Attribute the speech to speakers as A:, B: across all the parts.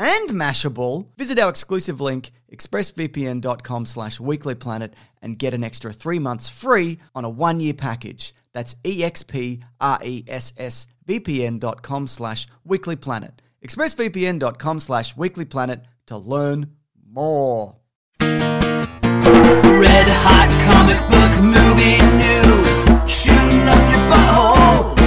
A: and Mashable, visit our exclusive link, expressvpn.com slash weeklyplanet, and get an extra three months free on a one-year package. That's E expressvpn.com slash weeklyplanet. expressvpn.com slash weeklyplanet to learn more.
B: Red hot comic book movie news, shooting up your butthole.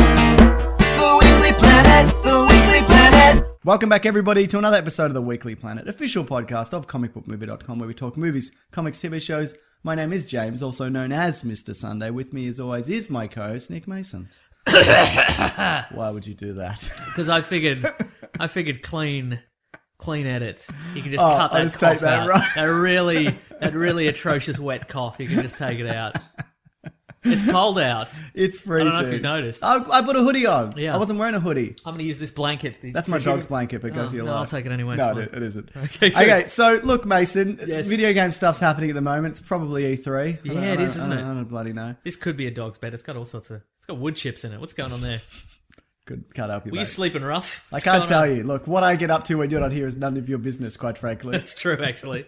B: The Weekly Planet, the Weekly Planet.
A: Welcome back, everybody, to another episode of the Weekly Planet, official podcast of comicbookmovie.com, where we talk movies, comics, TV shows. My name is James, also known as Mr. Sunday. With me, as always, is my co host, Nick Mason. Why would you do that?
C: Because I figured, I figured clean, clean edit. You can just
A: Oh,
C: cut
A: I'll
C: that
A: just
C: cough
A: take that,
C: out.
A: right.
C: That really, that really atrocious wet cough. You can just take it out. It's cold out.
A: It's
C: know
A: freezing.
C: if you've noticed.
A: I, I put a hoodie on.
C: Yeah.
A: I wasn't wearing a hoodie.
C: I'm going to use this blanket. The-
A: That's my
C: presume-
A: dog's blanket, but go
C: Oh,
A: for your
C: no,
A: life.
C: I'll take it anyway, it's
A: No,
C: fine.
A: it, it isn't.
C: Okay, good.
A: okay, so look, Mason,
C: Yes.
A: video game stuff's happening at the moment. It's probably E3. I don't-
C: Yeah,
A: I
C: it
A: don't-
C: is,
A: I
C: isn't
A: don't-
C: it?
A: I don't bloody know.
C: This could be a dog's bed. It's got all sorts of. It's got wood chips in it. What's going on there?
A: Good cut up.
C: Were you sleeping rough?
A: I
C: What's
A: can't
C: going
A: tell
C: on?
A: you. Look, what I get up to when you're not here is none of your business, quite frankly.
C: It's true, actually.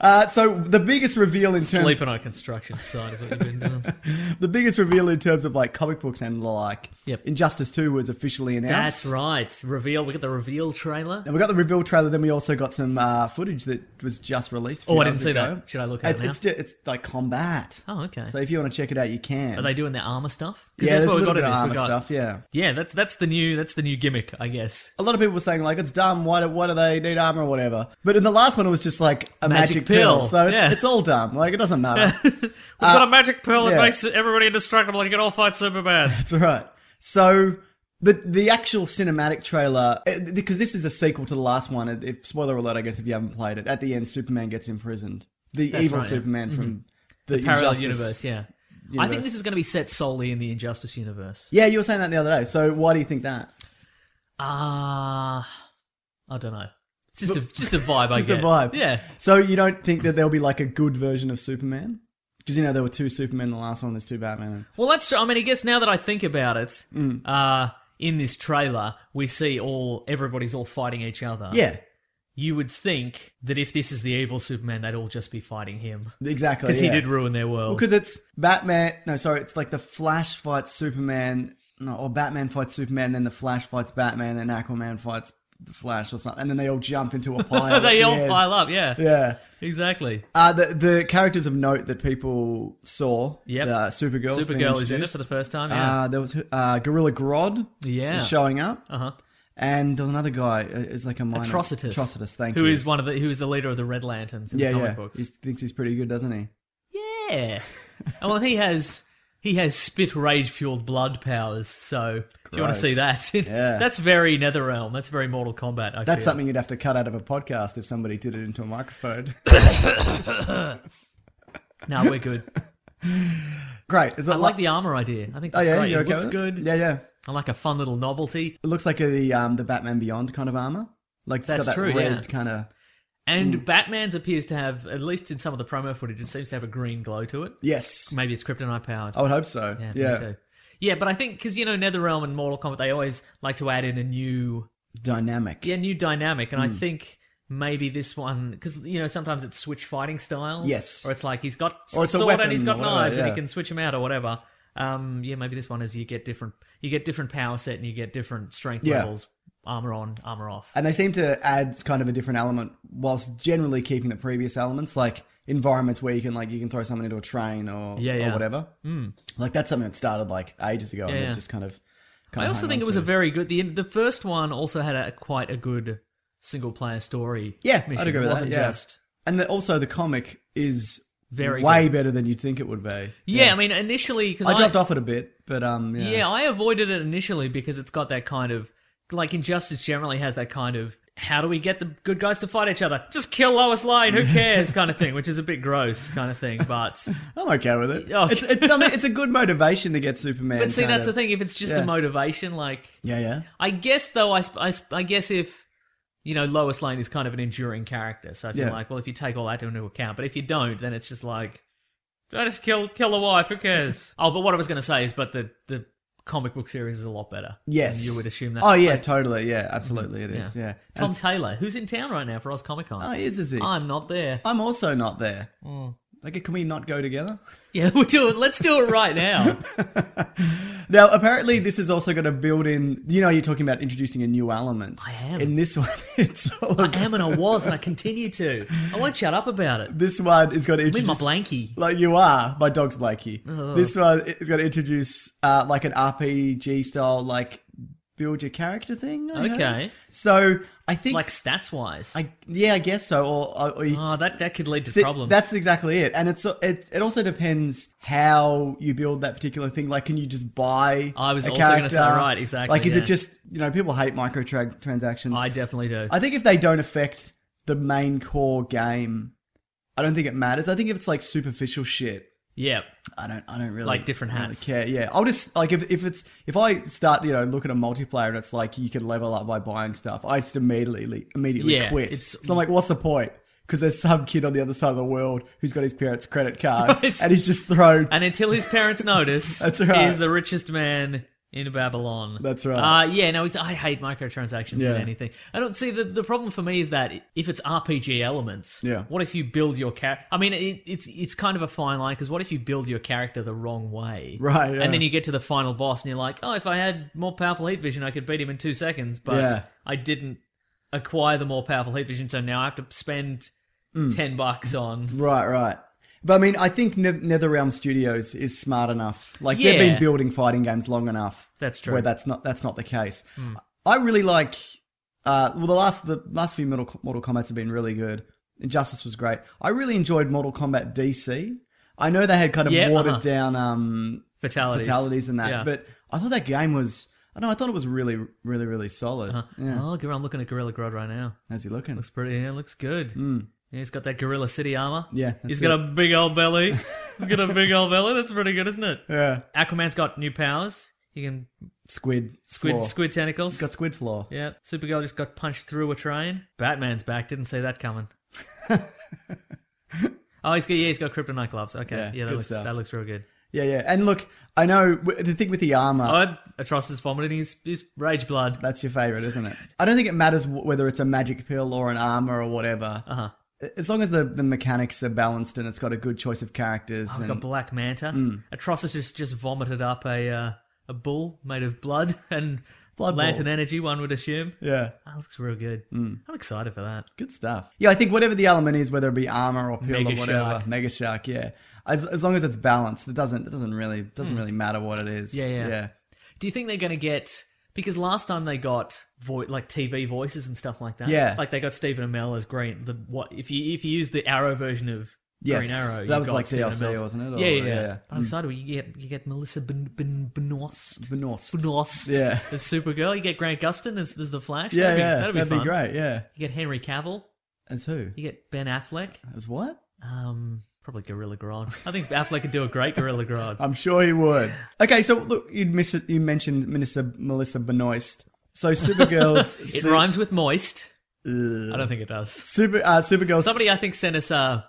A: uh, so the biggest reveal in terms
C: Sleeping on a construction site is what you've been doing.
A: the biggest reveal in terms of like comic books and the like.
C: Yep.
A: Injustice Two was officially announced.
C: That's right. Reveal. We got the reveal trailer.
A: And we got the reveal trailer. Then we also got some uh, footage that was just released. a few
C: Oh, I didn't
A: hours
C: see
A: ago.
C: that. Should I look at it
A: it's, It's, ju- it's like combat.
C: Oh, okay.
A: So if you want to check it out, you can.
C: Are they doing their armor stuff? 'Cause
A: yeah, there's
C: that's what
A: a
C: we
A: little
C: got
A: bit
C: in
A: of
C: this.
A: armor
C: We got
A: stuff. Yeah.
C: Yeah, that's that's the new that's the new gimmick, I guess.
A: A lot of people were saying like it's dumb. Why do why do they need armor or whatever? But in the last one, it was just like a magic,
C: Magic
A: pill.
C: pill.
A: So it's,
C: Yeah.
A: it's all dumb. Like it doesn't matter.
C: We've got a magic pearl
A: Uh, yeah.
C: that makes everybody indestructible and you can all fight Superman.
A: That's all right. So the the actual cinematic trailer eh, because this is a sequel to the last one. eh, If spoiler alert, I guess if you haven't played it, at the end Superman gets imprisoned. The evil
C: right, yeah. Mm-hmm.
A: Superman from the,
C: Parallel
A: Injustice.
C: universe, yeah. I think this is going to be set solely in the Injustice universe.
A: Yeah, you were saying that the other day. So why do you think that?
C: Ah, I don't know. It's just a just a vibe.
A: Just
C: I
A: a
C: get.
A: vibe.
C: Yeah.
A: So you don't think that there'll be like a good version of Superman? Because you know there were two Supermen in the last one. There's two Batman.
C: Well, that's true. I mean, I guess now that I think about it,
A: Mm.
C: uh, in this trailer, we see all everybody's all fighting each other.
A: Yeah,
C: You would think that if this is the evil Superman, they'd all just be fighting him
A: exactly.
C: because
A: Uh, yeah.
C: he did ruin their world.
A: Because it's Batman. No, sorry, it's like the Flash fights Superman, no, or Batman fights Superman, and then the Flash fights Batman, and then Aquaman fights the Flash or something, and then they all jump into a pile. at
C: they
A: the
C: all
A: end.
C: pile up. Yeah.
A: uh, Yeah.
C: Exactly.
A: Uh, the the characters of note that people saw.
C: Yep.
A: Uh, Supergirl.
C: Supergirl is in it for the first time. Yeah.
A: Uh, there was uh, Gorilla Grodd
C: yeah.
A: is showing up,
C: uh huh.
A: and there was another guy. uh, It's like a minor.
C: Atrocitus.
A: Atrocitus. Thank
C: Who
A: you.
C: is one of the who is the leader of the Red Lanterns in
A: yeah,
C: the comic
A: yeah.
C: books?
A: He thinks he's pretty good, doesn't he?
C: Yeah. well, he has he has spit rage fueled blood powers. So do you want
A: Gross.
C: to see that?
A: Yeah.
C: That's very Netherrealm. That's very Mortal Kombat. I
A: That's
C: feel.
A: something you'd have to cut out of a podcast if somebody did it into a microphone.
C: No, we're good.
A: Great. Is it
C: I like the armor idea. I think
A: Oh
C: that's
A: yeah,
C: great.
A: you're
C: It
A: okay
C: looks
A: with
C: good.
A: Yeah, yeah.
C: I like a fun little novelty.
A: It looks like the um the Batman Beyond kind of armor. Like it's
C: That's
A: got that
C: true,
A: red
C: yeah.
A: kind of
C: And
A: Hmm.
C: Batman's appears to have, at least in some of the promo footage, it seems to have a green glow to it.
A: yes.
C: Maybe it's kryptonite powered.
A: I would hope so.
C: yeah,
A: Yeah.
C: I think so. Yeah, but I think because you know NetherRealm and Mortal Kombat, they always like to add in a new,
A: Dynamic.
C: yeah, new dynamic, and
A: Hmm.
C: I think maybe this one because you know sometimes it's switch fighting styles,
A: Yes.
C: or it's like he's got
A: Or
C: a
A: it's a
C: sword
A: weapon
C: and he's got
A: or whatever,
C: knives
A: yeah.
C: and he can switch them out or whatever. Um, yeah, maybe this one is you get different, you get different power set and you get different strength
A: Yeah.
C: levels, armor on, armor off.
A: And they seem to add kind of a different element whilst generally keeping the previous elements, like environments where you can like you can throw someone into a train or
C: Yeah,
A: or
C: yeah. Hmm.
A: whatever. Like that's something that started like ages ago
C: Yeah,
A: and they
C: yeah.
A: just kind of kind
C: I
A: of
C: also
A: hung
C: think
A: on
C: it was
A: to.
C: a very good. The the first one also had a quite a good single player story.
A: Yeah, I'd
C: mission.
A: agree with
C: it wasn't
A: that, yeah.
C: just
A: And the, also the comic is
C: Very
A: way better than you'd think it would be.
C: yeah. I mean, initially because
A: I dropped off it a bit, but um yeah.
C: Yeah. I avoided it initially because it's got that kind of like Injustice generally has that kind of how do we get the good guys to fight each other? Just kill Lois Lane, who cares? kind of thing, which is a bit gross kind of thing, but.
A: I'm okay with it.
C: Okay.
A: It's, it's, I mean, it's a good motivation to get Superman.
C: Oh. But see,
A: kind
C: that's the
A: of-
C: thing. If it's just
A: yeah.
C: a motivation, like
A: Yeah, yeah.
C: I guess though, I, sp- I, sp- I guess if you know Lois Lane is kind of an enduring character, so I feel
A: Yeah.
C: like well, if you take all that into account, but if you don't, then it's just like I just kill kill the wife. Who cares? oh, but what I was going to say is, but the the comic book series is a lot better.
A: Yes.
C: And you would assume that.
A: Oh, yeah, totally. Yeah,
C: Mhm.
A: absolutely. It is. Yeah.
C: Tom
A: And-
C: Taylor, who's in town right now for Oz Comic Con.
A: oh, he is, is he?
C: I'm not there.
A: I'm also not there.
C: Mm.
A: Like, can we not go together?
C: Yeah, we'll do it. Let's do it right now.
A: Now, apparently, this is also going to build in. You know, you're talking about introducing a new element.
C: I am.
A: In this one, it's all
C: I am and I was and I continue to. I won't shut up about it.
A: This one is going to
C: I'm in
A: introduce.
C: my blankie.
A: Like you are, my dog's Blakey. This one is going to introduce uh, like an RPG style, like build your character thing. I heard.
C: Okay.
A: So I think,
C: Like stats wise.
A: I, yeah, I guess so. Or, or, or you,
C: Oh, that, that could lead to
A: See,
C: problems.
A: That's exactly it, and it's it, it. also depends how you build that particular thing. Like, can you just buy?
C: I was
A: a
C: also gonna say,
A: character?
C: right, exactly,
A: Like, is
C: yeah.
A: it just you know people hate microtransactions?
C: I definitely do.
A: I think if they don't affect the main core game, I don't think it matters. I think if it's like superficial shit,
C: yeah.
A: I don't. I don't really
C: Like different
A: really
C: hats.
A: care. Yeah, I'll just like if, if it's if I start you know look at a multiplayer and it's like you can level up by buying stuff. I just immediately immediately
C: Yeah,
A: quit.
C: it's-
A: so I'm like, what's the point? Because there's some kid on the other side of the world who's got his parents' credit card
C: Right.
A: and he's just thrown.
C: And until his parents notice,
A: That's right.
C: he's the richest man in Babylon.
A: That's right.
C: Uh, yeah, no, it's, I hate microtransactions
A: Yeah.
C: in anything. I don't see the the problem for me is that if it's RPG elements,
A: Yeah.
C: what if you build your character? I mean, it, it's it's kind of a fine line because what if you build your character the wrong way,
A: Right, yeah.
C: And then you get to the final boss and you're like, oh, if I had more powerful heat vision, I could beat him in two seconds, but
A: Yeah.
C: I didn't acquire the more powerful heat vision, so now I have to spend
A: Hmm.
C: ten bucks on
A: Right, right. But I mean, I think ne- NetherRealm Studios is smart enough. Like they've
C: Yeah.
A: been building fighting games long enough.
C: That's true. Hmm.
A: Where that's not that's not the case. I really like. Uh, well, the last the last few Mortal, Mortal Kombat's have been really good. Injustice was great. I really enjoyed Mortal Kombat DC. I know they had kind of
C: Yeah,
A: watered
C: uh-huh.
A: down um,
C: fatalities.
A: fatalities and that,
C: Yeah.
A: but I thought that game was. I don't know. I thought it was really, really, really solid. Yeah.
C: Oh, I'm looking at Gorilla Grodd right now.
A: How's he looking?
C: Looks pretty. Yeah, looks good. Yeah, he's got that Gorilla City armor.
A: Hmm. Yeah, that's
C: he's got a big old belly. he's got a big old belly. That's pretty good, isn't it?
A: Yeah.
C: Aquaman's got new powers. He can
A: Squid.
C: squid
A: floor.
C: squid tentacles.
A: Got squid floor.
C: yeah, Supergirl just got punched through a train. Batman's back. Didn't see that coming. oh, he's got yeah, he's got kryptonite gloves. Okay,
A: Yeah,
C: yeah, that
A: good
C: looks
A: stuff.
C: that looks real good.
A: Yeah, yeah. And look, I know w- the thing with the armor.
C: Oh, Atrocis is vomiting his his rage blood.
A: That's your favorite, isn't it? I don't think it matters w- whether it's a magic pill or an armor or whatever.
C: Uh huh.
A: As long as the, the mechanics are balanced and it's got a good choice of characters.
C: I've got
A: and,
C: Black Manta.
A: Hmm.
C: Atrocitus just, just vomited up a uh, a bull made of blood and
A: Blood
C: lantern
A: ball. Hmm.
C: energy. One would assume.
A: yeah,
C: That looks real good. I'm excited for that.
A: good stuff. Yeah, I think whatever the element is, whether it be armor or pill or
C: Mega
A: whatever,
C: shark.
A: mega shark. Yeah, as, as long as it's balanced, it doesn't it doesn't really doesn't really matter what it is.
C: Hmm. Yeah, yeah.
A: yeah.
C: Do you think they're going to get? Because last time they got vo- like TV voices and stuff like that.
A: Yeah.
C: like they got Stephen Amell as Green. The what if you if you use the Arrow version of Green
A: Yes,
C: Arrow.
A: that
C: you've
A: was
C: got
A: like
C: Stephen
A: DLC,
C: Amell.
A: wasn't it? Or-
C: Yeah, yeah,
A: yeah,
C: yeah.
A: yeah.
C: I'm excited. You get you get Melissa ben, ben, Benoist.
A: Benoist.
C: Benoist.
A: Yeah.
C: As Supergirl, you get Grant Gustin as, as the Flash.
A: Yeah,
C: that'd
A: yeah,
C: be, that'd be fun.
A: great. Yeah,
C: You get Henry Cavill.
A: as who?
C: You get Ben Affleck.
A: As what?
C: Um, probably Gorilla Grodd. I think Affleck could do a great Gorilla Grodd.
A: I'm sure he would. Okay, so look, you miss it. You mentioned Melissa Melissa Benoist. So Supergirl's
C: It
A: su-
C: rhymes with moist. I don't think it does.
A: Super uh, Supergirl's
C: Somebody I think sent us uh,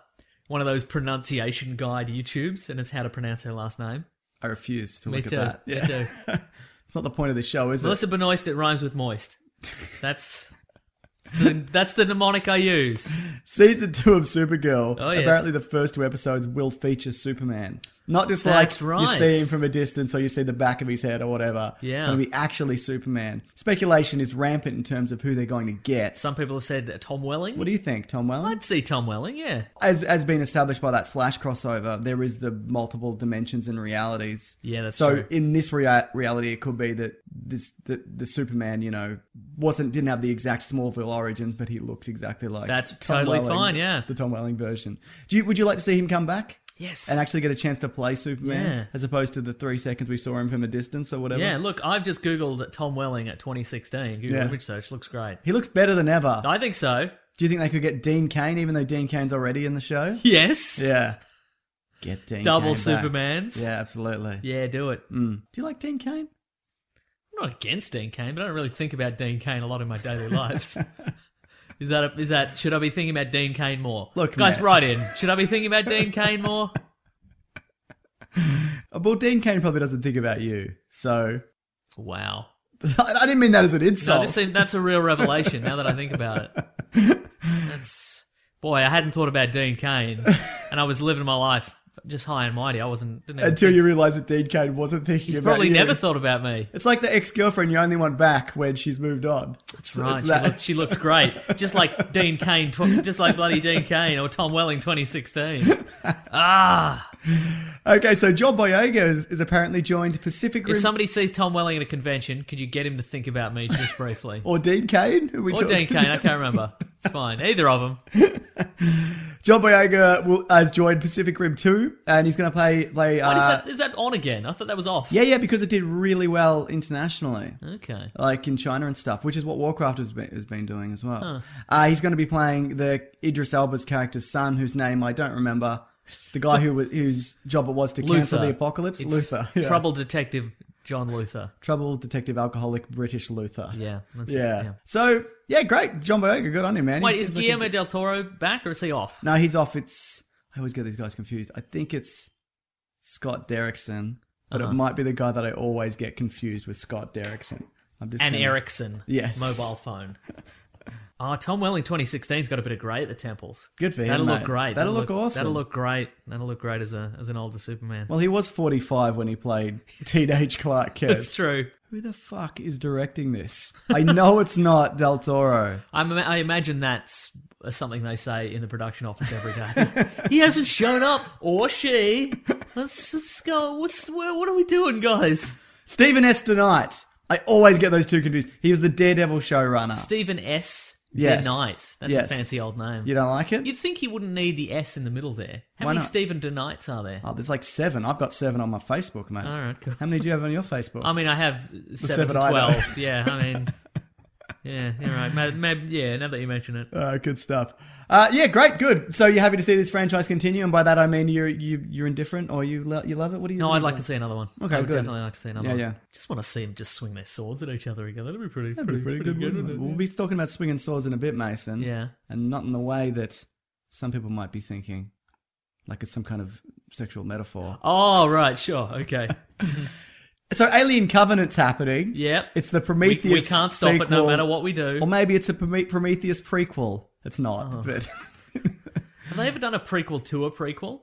C: one of those pronunciation guide YouTubes, and it's how to pronounce her last name.
A: I refuse to
C: Me
A: look
C: too.
A: at that.
C: Me
A: Yeah.
C: too.
A: it's not the point of the show, is it?
C: uh, Melissa Benoist. It rhymes with moist. That's the, that's the mnemonic I use.
A: Season two of Supergirl.
C: Oh, yes.
A: Apparently, the first two episodes will feature Superman. Not just
C: That's
A: like you
C: right.
A: see him from a distance or you see the back of his head or whatever. It's
C: Yeah.
A: going to be actually Superman. Speculation is rampant in terms of who they're going to get.
C: Some people have said uh, Tom Welling.
A: what do you think, Tom Welling?
C: I'd see Tom Welling. Yeah,
A: as as been established by that flash crossover, there is the multiple dimensions and realities.
C: Yeah, that's
A: so.
C: true.
A: In this rea- reality, it could be that this the, the Superman, you know, wasn't didn't have the exact Smallville origins, but he looks exactly like
C: That's totally fine, yeah.
A: the Tom Welling version. Do you, would you like to see him come back
C: yes.
A: and actually get a chance to play Superman
C: Yeah.
A: as opposed to the three seconds we saw him from a distance or whatever?
C: yeah, look, I've just googled Tom Welling at 2016. Google
A: Yeah.
C: image search looks great.
A: He looks better than ever.
C: I think so.
A: Do you think they could get Dean Kane, even though Dean Kane's already in the show?
C: Yes.
A: Yeah. Get Dean
C: Double
A: Cain back.
C: Supermans.
A: Yeah, absolutely. Mm.
C: Yeah, Mm. do it.
A: Do you like Dean Kane?
C: I'm not against Dean Kane, but I don't really think about Dean Kane a lot in my daily life. is that a, is that should I be thinking about Dean Kane more?
A: Look,
C: guys,
A: Matt.
C: write in. Should I be thinking about Dean Kane more?
A: Uh, Well, Dean Kane probably doesn't think about you, so
C: Wow.
A: I didn't mean that as an
C: No,
A: insult.
C: this seems, that's a real revelation. Now that I think about it, that's boy. I hadn't thought about Dean Kane, and I was living my life just high and mighty. I wasn't didn't even
A: Until
C: think-
A: you realise that Dean Kane wasn't thinking
C: He's
A: about
C: probably
A: you.
C: never thought about me.
A: it's like the ex-girlfriend you only want back when she's moved on.
C: That's right. She, look, she looks great, just like Dean Kane, tw- just like bloody Dean Kane or Tom Welling, 2016. Ah,
A: Okay, so John Boyega is, is apparently joined Pacific Rim
C: if somebody sees Tom Welling at a convention, could you get him to think about me just briefly?
A: or Dean Kane. Who are we
C: Or
A: talking
C: Dean Kane, I can't remember. It's fine. Either of them.
A: John Boyega will, has joined Pacific Rim Two, and he's going to play play.
C: What is
A: uh,
C: that? Is that on again? I thought that was off.
A: Yeah, yeah, because it did really well internationally.
C: Okay.
A: like in China and stuff, which is what Warcraft has been, has been doing as well. Uh, he's going to be playing the Idris Elba's character's son, whose name I don't remember. The guy who was, whose job it was to cancel the apocalypse,
C: It's
A: Luther, yeah.
C: Trouble detective John Luther.
A: trouble detective, alcoholic, British Luther.
C: Yeah. That's his-
A: yeah. So yeah, great, John Boyega, good on him, man. He
C: Wait, is
A: seems like a
C: Guillermo
A: good-
C: del Toro back or is he off?
A: no, he's off. It's I always get these guys confused. I think it's Scott Derrickson, but
C: Uh-huh.
A: it might be the guy that I always get confused with Scott Derrickson. I'm just
C: And
A: gonna-
C: Ericsson.
A: Yes.
C: Mobile phone. Oh, Tom Welling 2016's got a bit of grey at the temples.
A: Good for him.
C: That'll look
A: mate.
C: great.
A: That'll, look, awesome.
C: That'll look great. That'll look great as a as an older Superman.
A: Well, he was 45 when he played teenage Clark Kent.
C: That's true.
A: Who the fuck is directing this? I know it's not Del Toro.
C: I'm, I imagine that's something they say in the production office every day. he hasn't shown up, or she. Let's, let's go. What's where, what are we doing, guys?
A: Stephen S. DeKnight. I always get those two confused. He was the Daredevil showrunner.
C: Stephen S.
A: Yes.
C: Denight. That's
A: Yes.
C: a fancy old name.
A: you don't like it?
C: You'd think he wouldn't need the S in the middle there. How
A: Why
C: many
A: not?
C: Stephen Denights are there?
A: oh, there's like seven. I've got seven on my Facebook, mate.
C: All right, Um, cool.
A: How many do you have on your Facebook?
C: I mean, I have seven,
A: seven
C: to
A: I know.
C: twelve. yeah, I mean, yeah, all right. Maybe, yeah, now that you mention it,
A: Uh, good stuff. Uh, yeah, great, good. So you're happy to see this franchise continue, and by that I mean you're you, you're indifferent or you lo- you love it. What do you?
C: No,
A: what do
C: I'd
A: you
C: like
A: love?
C: to see another one.
A: Okay,
C: I would
A: good.
C: definitely like to see another
A: Yeah,
C: one.
A: yeah.
C: Just want to see them just swing their swords at each other again. That'd be pretty,
A: That'd
C: pretty,
A: be pretty, good. wouldn't it?
C: wouldn't
A: We'll
C: it?
A: be talking about swinging swords in a bit, Mason.
C: Yeah.
A: and not in the way that some people might be thinking, like it's some kind of sexual metaphor.
C: Oh, right, sure. Okay.
A: So, Alien Covenant's happening.
C: Yep.
A: It's the
C: we, we
A: Prometheus.
C: can't stop it no
A: sequel, Um,
C: matter what we do.
A: Or maybe it's a Prome- Prometheus prequel. It's
C: Uh-huh.
A: not, but
C: Have they ever done a prequel to a prequel?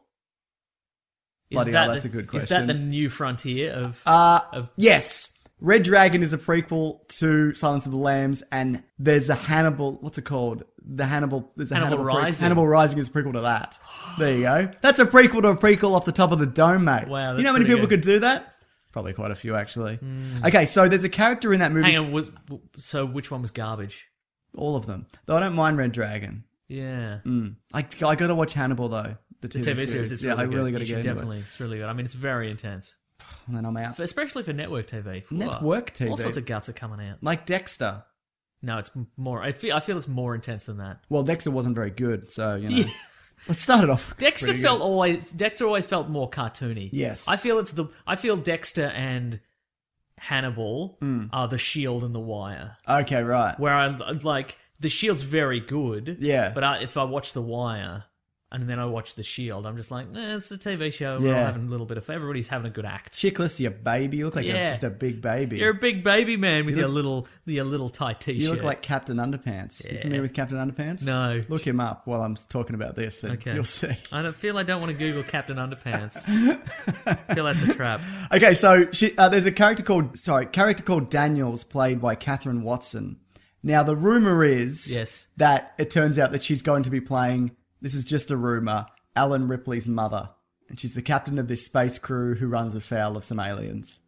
C: Is
A: Bloody hell, that's
C: the-
A: a good
C: Is that
A: question.
C: the new frontier of.
A: uh,
C: Of-
A: yes. Red Dragon is a prequel to Silence of the Lambs, and there's a Hannibal. What's it called? The Hannibal. There's a
C: Hannibal
A: Hannibal prequel.
C: Rising.
A: Hannibal Rising is a prequel to that. There you go. That's a prequel to a prequel off the top of the dome, mate.
C: Wow,
A: you know how many
C: that's pretty
A: people
C: good.
A: could do that? Probably quite a few, actually. Okay, so there's a character in that movie.
C: hang on, was, so which one was garbage?
A: All of them. Though I don't mind Red Dragon.
C: Yeah.
A: I, I got to watch Hannibal though. the
C: The
A: TV,
C: TV series is
A: yeah,
C: really
A: I
C: good.
A: really got to
C: You should
A: get into
C: definitely. It's really good. I mean, it's very intense,
A: it. And then I'm out.
C: For- especially for network TV. Whoa.
A: Network TV.
C: All sorts of guts are coming out.
A: Like Dexter.
C: No, it's m- more. I feel. I feel it's more intense than that.
A: Well, Dexter wasn't very good, so you know. Let's start it off.
C: Dexter
A: pretty good.
C: felt always. Dexter always felt more cartoony.
A: Yes.
C: I feel it's the. I feel Dexter and Hannibal
A: Hmm.
C: are the Shield and the Wire.
A: Okay, right.
C: Where I'm uh, like, the Shield's very good.
A: Yeah.
C: But I, if I watch the Wire. And then I watch The Shield. I'm just like, eh, it's a TV show. We're all
A: Yeah.
C: having a little bit of. Everybody's having a good act.
A: Chickless, you baby. You look like
C: Yeah.
A: a, just a big baby.
C: You're a big baby man with
A: You
C: your little your little tight t-shirt.
A: You look like Captain Underpants. You
C: Yeah.
A: familiar with Captain Underpants?
C: No.
A: Look him up while I'm talking about this, and
C: Okay.
A: you'll see.
C: I don't feel I don't want to Google Captain Underpants. I feel that's a trap.
A: Okay, so she, uh, there's a character called sorry character called Daniels, played by Catherine Watson. Now the rumor is
C: Yes.
A: that it turns out that she's going to be playing. This is just a rumor. Alan Ripley's mother, and she's the captain of this space crew who runs afoul of some aliens.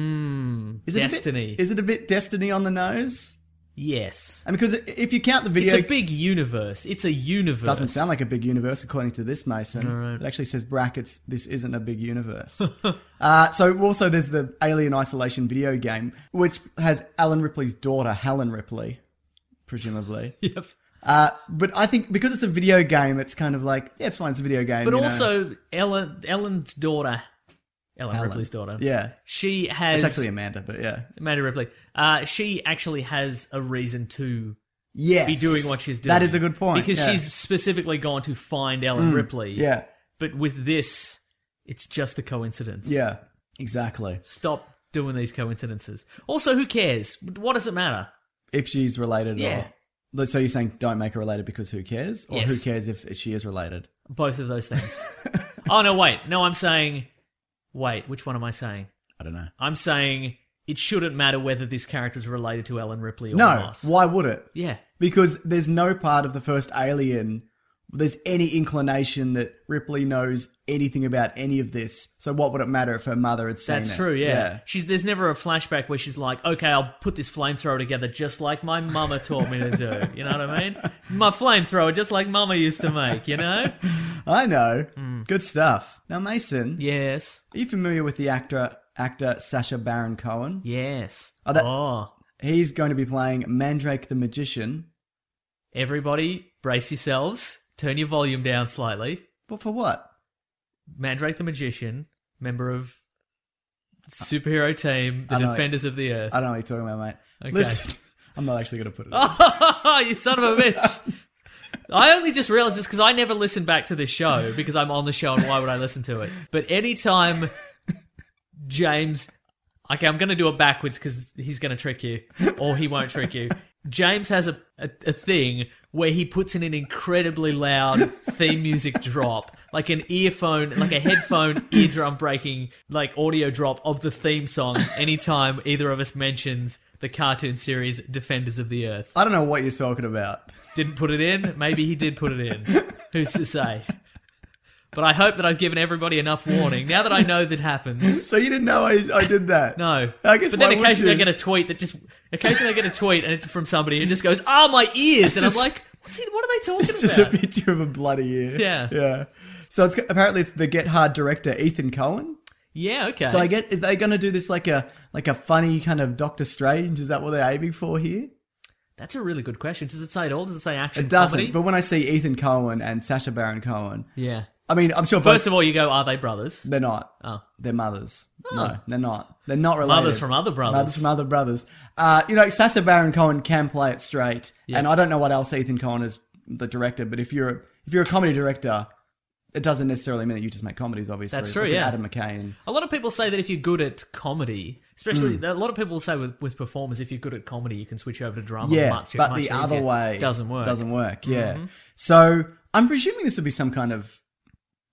C: Hmm.
A: Is It
C: Destiny.
A: a bit, is it a bit destiny on the nose?
C: yes.
A: I mean, because if you count the
C: It's
A: video,
C: a big universe. It's a universe.
A: doesn't sound like a big universe according to this Mason.
C: right.
A: It actually says brackets. This isn't a big universe. uh, so also there's the Alien Isolation video game, which has Alan Ripley's daughter, Helen Ripley, presumably.
C: Yep.
A: uh, but I think because it's a video game, it's kind of like yeah, it's fine. It's a video game,
C: But
A: you know.
C: also Ellen Ellen's daughter, Ellen
A: Helen.
C: Ripley's daughter.
A: Yeah,
C: She has
A: it's actually Amanda, but yeah,
C: Amanda Ripley. Uh, she actually has a reason to
A: yes,
C: be doing what she's doing.
A: That is a good point
C: because
A: yeah. Mm.
C: she's specifically gone to find Ellen Ripley.
A: yeah,
C: But with this, it's just a coincidence.
A: yeah, exactly.
C: Stop doing these coincidences. Also, who cares? What does it matter?
A: If she's related,
C: Yeah.
A: or so you're saying don't make her related because who cares, or
C: Yes.
A: who cares if she is related?
C: Both of those things. oh, no, wait. No, I'm saying. Wait, which one am I saying?
A: I don't know.
C: I'm saying it shouldn't matter whether this character is related to Ellen Ripley or
A: No,
C: not.
A: why would it?
C: Yeah.
A: Because there's no part of the first Alien, there's any inclination that Ripley knows anything about any of this. So what would it matter if her mother had seen
C: That's
A: it?
C: true, yeah. She's there's never a flashback where she's like, "Okay, I'll put this flamethrower together just like my mama taught me to do." You know what I mean? My flamethrower just like mama used to make, you know?
A: I know.
C: Hmm.
A: Good stuff. Now, Mason,
C: Yes.
A: are you familiar with the actor actor Sasha Baron Cohen?
C: Yes.
A: Oh, that-
C: oh.
A: He's going to be playing Mandrake the Magician.
C: Everybody, brace yourselves. Turn your volume down slightly.
A: But for what?
C: Mandrake the Magician, member of superhero team, the
A: Uh, I know.
C: Defenders of the Earth.
A: I don't know what you're talking about, mate.
C: Okay.
A: Listen, I'm not actually going to put it. in.
C: Oh, you son of a bitch. I only just realized this because I never listen back to this show because I'm on the show and why would I listen to it? But anytime James. Okay, I'm going to do it backwards because he's going to trick you or he won't trick you. James has a, a, a thing where he puts in an incredibly loud theme music drop, like an earphone, like a headphone eardrum breaking, like audio drop of the theme song anytime either of us mentions the cartoon series Defenders of the Earth
A: I don't know what you're talking about.
C: didn't put it in. Maybe he did put it in. Who's to say? But I hope that I've given everybody enough warning. Now that I know that happens,
A: So you didn't know I, I did that?
C: no.
A: I guess
C: but
A: why
C: then
A: would
C: occasionally I
A: you?
C: get a tweet that just occasionally I get a tweet and it, from somebody and just goes, "Ah, my ears," and
A: just-
C: I'm like, What's he, "What are they talking
A: it's just
C: about?"
A: a picture of a bloody ear.
C: Yeah.
A: yeah. So it's apparently it's the Get Hard director Ethan Cohen.
C: yeah, okay.
A: So I get is they going to do this like a like a funny kind of Doctor Strange? Is that what they're aiming for here?
C: That's a really good question. Does it say it all? Does it say action?
A: It doesn't.
C: comedy?
A: But when I see Ethan Cohen and Sasha Baron Cohen,
C: yeah.
A: I mean, I'm sure
C: First
A: both
C: of all, you go, "Are they brothers?"
A: they're not.
C: Oh.
A: They're mothers.
C: Oh.
A: No, they're not. They're not related.
C: Mothers from other brothers.
A: Mothers from other brothers. Uh, you know, Sasha Baron Cohen can play it straight, and I don't know what else Ethan Cohen is the director. But if you're if you're a comedy director, it doesn't necessarily mean that you just make comedies. Obviously,
C: That's true,
A: Look at
C: yeah.
A: Adam McCain.
C: A lot of people say that if you're good at comedy,
A: Hmm.
C: especially a lot of people say with, with performers, if you're good at comedy, you can switch over to drama.
A: Yeah,
C: much,
A: but
C: much
A: the other
C: easier.
A: way
C: doesn't work. Mm-hmm.
A: Doesn't work. Yeah. So I'm presuming this would be some kind of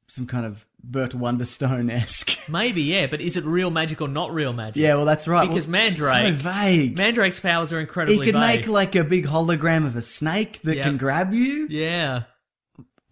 A: some kind of Bert Wonderstone esque.
C: Maybe yeah, but is it real magic or not real magic?
A: yeah. Well, that's right.
C: Because
A: Well, it's
C: Mandrake-
A: so vague.
C: Mandrake's powers are incredibly.
A: he could
C: vague.
A: make like a big hologram of a snake that
C: Yeah.
A: can grab you.
C: yeah.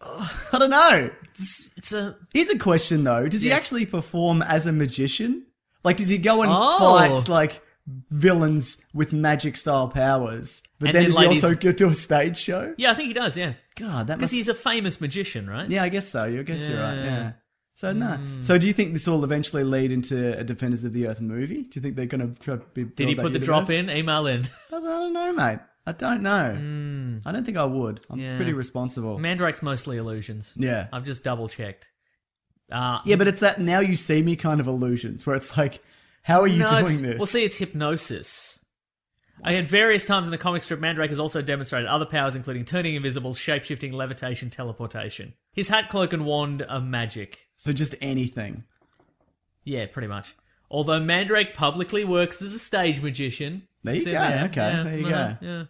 A: I don't know.
C: It's, it's a
A: Here's a question though: Does he
C: Yes.
A: actually perform as a magician? Like, does he go and
C: Oh.
A: fight like villains with magic style powers? But
C: And
A: then
C: then,
A: does
C: like,
A: he also
C: he's-
A: go do a stage show?
C: yeah. I think he does. Yeah,
A: God, that
C: Because
A: must.
C: he's a famous magician, right?
A: Yeah, I guess so. You I guess you're right.
C: Yeah. Hmm.
A: Yeah. So no. So do you think this will eventually lead into a Defenders of the Earth movie? Do you think they're going to try to be?
C: Did he put the drop in? Email in.
A: I don't know, mate. I don't know. I don't think I would. I'm
C: Hmm. Yeah.
A: pretty responsible.
C: Mandrake's mostly illusions.
A: Yeah.
C: I've just double checked. Uh,
A: Yeah, but it's that now you see me kind of illusions where it's like, how are you
C: no, it's-
A: doing this?
C: Well, see, it's hypnosis. I At various times in the comic strip, Mandrake has also demonstrated other powers, including turning invisible, shapeshifting, levitation, teleportation. His hat, cloak, and wand are magic.
A: So just anything.
C: Yeah, pretty much. Although Mandrake publicly works as a stage magician.
A: There you
C: It's in
A: go, okay, there you
C: uh-huh,
A: go.
C: yeah.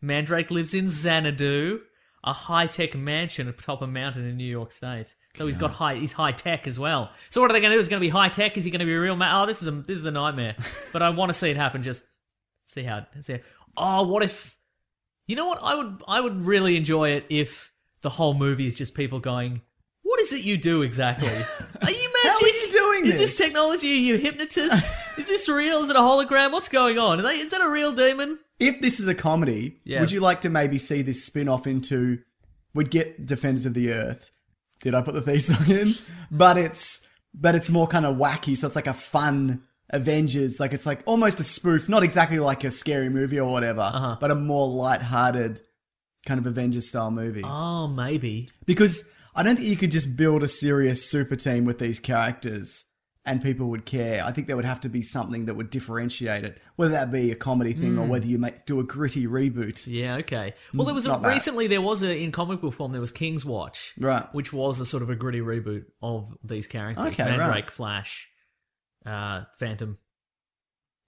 C: Mandrake lives in Xanadu, a high-tech mansion atop a mountain in New York State. So he's got high. He's high-tech as well. So what are they going to do? Is it going to be high-tech? Is he going to be a real man? Oh, this is a this is a nightmare. but I want to see it happen. Just see how. See. How, oh, what if? You know what? I would I would really enjoy it if the whole movie is just people going. What is it you do exactly? Are you magic?
A: are you doing
C: Is this
A: this?
C: technology? Are you a hypnotist? is this real? Is it a hologram? What's going on? Are they, is that a real demon?
A: If this is a comedy,
C: Yeah.
A: would you like to maybe see this spin off into, we'd get Defenders of the Earth. Did I put the theme song in? But it's, but it's more kind of wacky. So it's like a fun Avengers. Like it's like almost a spoof, not exactly like a scary movie or whatever, but a more light-hearted kind of Avengers style movie.
C: Oh, maybe.
A: because I don't think you could just build a serious super team with these characters and people would care. I think there would have to be something that would differentiate it, whether that be a comedy thing
C: Hmm.
A: or whether you make do a gritty reboot.
C: Yeah. Okay. Well, there was a,
A: not that.
C: recently there was a in comic book form there was King's Watch,
A: Right.
C: which was a sort of a gritty reboot of these characters:
A: Okay,
C: Mandrake,
A: right.
C: Flash, uh, Phantom,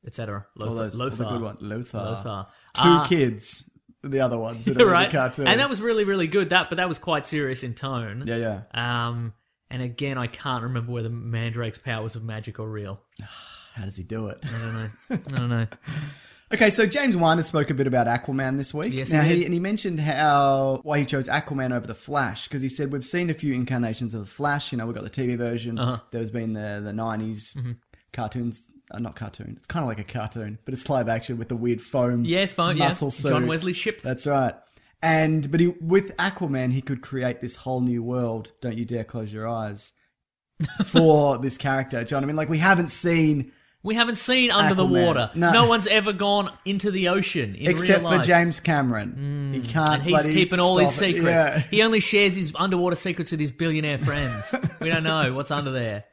C: etc.
A: All
C: Lothar,
A: those, all the
C: Lothar,
A: good ones. Lothar.
C: Lothar.
A: Two
C: Ah,
A: kids, the other ones that are in
C: right?
A: the cartoon.
C: And that was really, really good. That, but that was quite serious in tone.
A: yeah, yeah.
C: Um, and again, I can't remember whether Mandrake's powers were magic or real.
A: How does he do it?
C: I don't know. I don't know.
A: Okay, so James Weiner spoke a bit about Aquaman this week.
C: Yes,
A: now
C: he did.
A: and he mentioned how why he chose Aquaman over the Flash because he said we've seen a few incarnations of the Flash. You know, we've got the TV version.
C: Uh-huh.
A: There's been the the 90s
C: Mm-hmm.
A: cartoons, uh, not cartoon. It's kind of like a cartoon, but it's live action with the weird foam,
C: Yeah, phone. Yeah,
A: muscle suit.
C: John Wesley ship.
A: That's right. And but he, with Aquaman, he could create this whole new world. Don't you dare close your eyes for this character, John. I mean, like we haven't seen
C: We haven't seen under the
A: Aquaman.
C: water.
A: No.
C: No. one's ever gone into the ocean in
A: except
C: real
A: for
C: life. Mm.
A: James Cameron. he can't.
C: and he's
A: bloody
C: keeping all his
A: stop it.
C: secrets.
A: Yeah.
C: He only shares his underwater secrets with his billionaire friends. we don't know what's under there.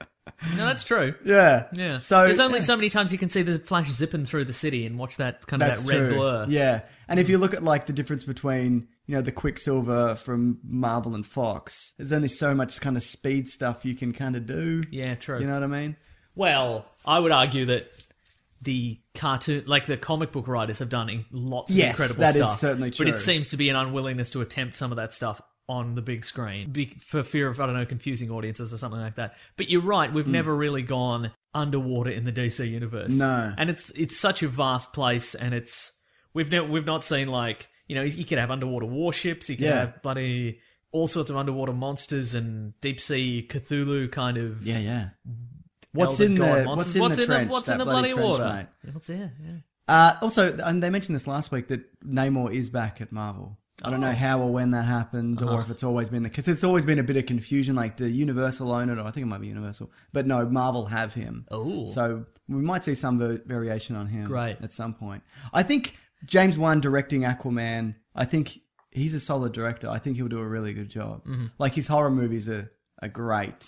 C: No, that's true.
A: Yeah.
C: Yeah.
A: So
C: there's only
A: yeah,
C: so many times you can see the flash zipping through the city and watch that kind of
A: that's
C: that red
A: true.
C: blur. Mm.
A: Yeah. And if you look at like the difference between you know the Quicksilver from Marvel and Fox, there's only so much kind of speed stuff you can kind of do.
C: Yeah, true.
A: You know what I mean?
C: Well, I would argue that the cartoon, like the comic book writers, have done in- lots of
A: Yes,
C: incredible
A: that is
C: stuff.
A: certainly
C: But
A: true.
C: it seems to be an unwillingness to attempt some of that stuff on the big screen be- for fear of I don't know confusing audiences or something like that. But you're right,
A: Hmm.
C: we've never really gone underwater in the DC universe.
A: No.
C: and it's it's such a vast place, and it's we've never we've not seen like you know you could have underwater warships, you could
A: Yeah.
C: have bloody all sorts of underwater monsters and deep sea Cthulhu kind of
A: Yeah. Yeah. What's
C: Elder
A: in
C: God
A: the
C: monsters.
A: what's in the trench?
C: what's
A: that
C: in the bloody,
A: trench,
C: water?
A: mate?
C: What's there? Yeah.
A: Uh, also, and they mentioned this last week that Namor is back at Marvel. I don't know how or when that happened, or if it's always been the because it's always been a bit of confusion. Like, do Universal own it, or I think it might be Universal, but no, Marvel have him.
C: Oh.
A: so we might see some va- variation on him,
C: Great.
A: at some point. I think James Wan directing Aquaman. I think he's a solid director. I think he'll do a really good job. Like his horror movies are are great,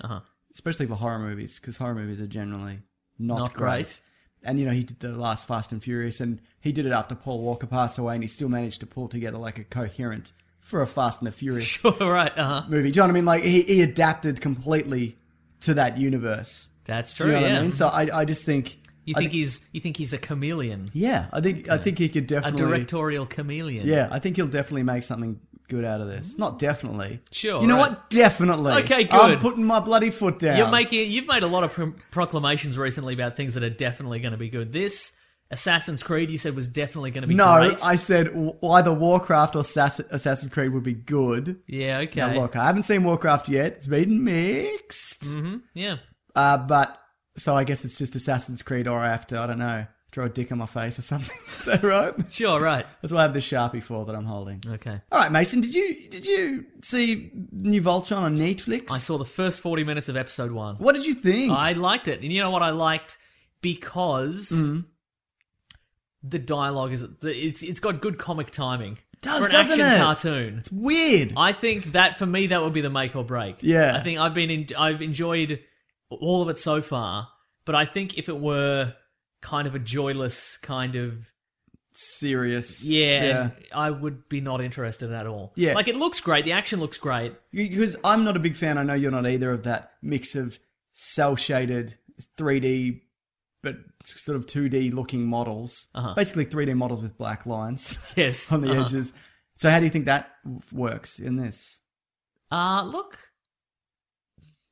A: especially for horror movies because horror movies are generally not,
C: Not
A: great.
C: great.
A: And you know he did the last Fast and Furious, and he did it after Paul Walker passed away, and he still managed to pull together like a coherent for a Fast and the Furious
C: All right. Uh huh.
A: movie. Do you know what I mean? Like he, he adapted completely to that universe.
C: That's
A: Do you
C: true.
A: know
C: yeah.
A: what I mean? So I, I just think
C: you
A: I
C: think he's you think he's a chameleon,
A: yeah, I think I think he could
C: a
A: definitely
C: directorial chameleon.
A: Yeah, I think he'll definitely make something good out of this. Not definitely.
C: Sure,
A: You know
C: right.
A: what? Definitely.
C: Okay,
A: I'm
C: good.
A: putting my bloody foot down.
C: You're making you've made a lot of pro- proclamations recently about things that are definitely going to be good. This Assassin's Creed you said was definitely going to be
A: No,
C: great.
A: I said w- either Warcraft or Assassin- Assassin's Creed would be good.
C: yeah. Okay.
A: Now look, I haven't seen Warcraft yet. It's been mixed.
C: yeah.
A: Uh, but so I guess it's just Assassin's Creed, or I have to, I don't know, throw a dick on my face or something. Is that right?
C: Sure, right.
A: That's what I have the sharpie for that I'm holding.
C: Okay.
A: All right, Mason. Did you did you see New Voltron on Netflix?
C: I saw the first 40 minutes of episode one.
A: What did you think?
C: I liked it. And you know what I liked? Because
A: Mm-hmm.
C: the dialogue is it's it's got good comic timing.
A: Does,
C: for an
A: doesn't
C: action
A: it?
C: cartoon.
A: Weird.
C: I think that for me that would be the make or break.
A: Yeah.
C: I think I've been in, I've enjoyed all of it so far, but I think if it were kind of a joyless kind of
A: Serious.
C: yeah, I would be not interested at all.
A: Yeah.
C: Like it looks great, the action looks great.
A: Because I'm not a big fan. I know you're not either of that mix of cell shaded 3D, but sort of 2D looking models.
C: Uh-huh.
A: Basically 3D models with black lines
C: Yes.
A: on the
C: uh-huh.
A: edges. So how do you think that w- works in this?
C: Uh look.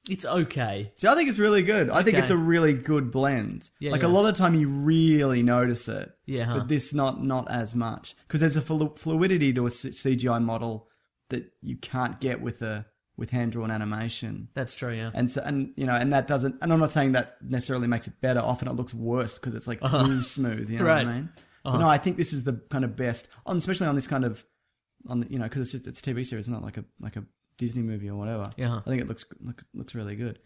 C: It's okay.
A: So I think it's really good. I think
C: Okay.
A: it's a really good blend.
C: Yeah,
A: like
C: yeah.
A: a
C: Uh-huh.
A: lot of the time you really notice it.
C: Yeah. Huh?
A: but this not not as much because there's a flu- fluidity to a C- CGI model that you can't get with a with hand drawn animation.
C: That's true, yeah.
A: And so, and you know, and that doesn't. And I'm not saying that necessarily makes it better. Often it looks worse because it's like too smooth. You know
C: Uh-huh.
A: what
C: Right. Uh-huh.
A: I mean? But no, I think this is the kind of best, on especially on this kind of, on the, you know, because it's just, it's a TV series, not like a like a Disney movie or whatever.
C: Yeah. Hmm.
A: I think it looks looks, looks really good.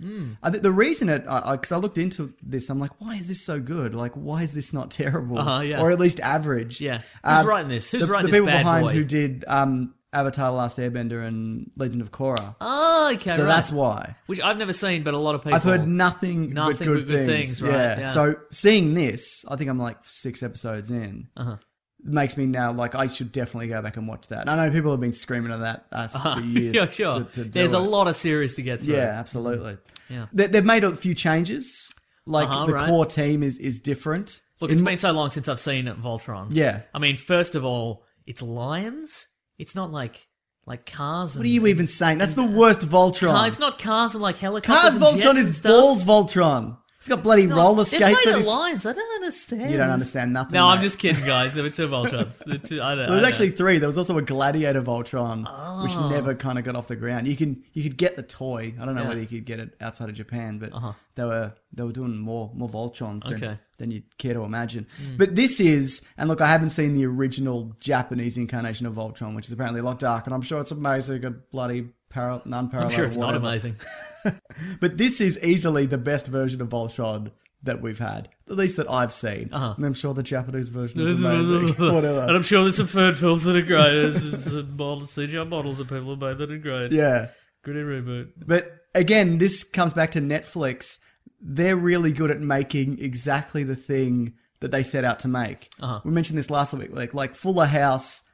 A: I think the reason it, because I, because I looked into this, I'm like, why is this so good? Like, why is this not terrible?
C: Uh-huh, yeah.
A: Or at least average.
C: Yeah. Who's
A: Um,
C: writing this? Who's
A: the,
C: writing
A: the
C: this
A: people
C: bad
A: behind
C: boy?
A: who did um, Avatar: The Last Airbender and Legend of Korra.
C: oh, okay.
A: so
C: right.
A: that's why.
C: which I've never seen, but a lot of people
A: I've heard nothing,
C: Nothing
A: but good
C: but good
A: things.
C: things, right,
A: yeah.
C: yeah.
A: So seeing this, I think I'm like six episodes in.
C: Uh-huh.
A: Makes me now like I should definitely go back and watch that. And I know people have been screaming at that us for years.
C: Uh-huh. yeah, sure.
A: to- to do
C: There's a
A: it.
C: lot of series to get through.
A: Yeah, absolutely.
C: Yeah.
A: They, they've made a few changes. Like
C: Uh-huh,
A: the
C: right.
A: core team is is different.
C: Look, it's been so long since I've seen Voltron.
A: Yeah.
C: I mean, first of all, it's lions. It's not like like cars.
A: What are you even saying? That's the worst Voltron.
C: it's not cars and like
A: Cars
C: helicopters. and jets
A: Voltron
C: and
A: is
C: stuff.
A: balls Voltron. He's got bloody
C: It's not-
A: roller
C: they've
A: skates.
C: made
A: on
C: it
A: his-
C: lions. I don't understand.
A: You don't understand nothing.
C: No, I'm
A: mate.
C: just kidding, guys. There were two Voltrons. The two. I don't.
A: There
C: I
A: was
C: don't.
A: actually three. There was also a Gladiator Voltron, which never kind of got off the ground. You can you could get the toy. I don't know
C: Yeah. Uh-huh.
A: whether you could get it outside of Japan, but they were they were doing more more Voltrons than,
C: Okay. Hmm.
A: than you'd care to imagine. But this is, and look, I haven't seen the original Japanese incarnation of Voltron, which is apparently a lot dark, and I'm sure it's amazing. A bloody para-
C: I'm
A: non-parallel.
C: sure it's not
A: whatever.
C: amazing.
A: But this is easily the best version of Voltron that we've had, at least that I've seen.
C: Uh-huh.
A: And I'm sure the Japanese version is amazing. Whatever.
C: And I'm sure there's some third films that are great. There's, there's some models, CGI models that people have made that are great.
A: Yeah.
C: Gritty reboot.
A: But again, this comes back to Netflix. They're really good at making exactly the thing that they set out to make.
C: Uh-huh.
A: We mentioned this last week, like like Fuller House.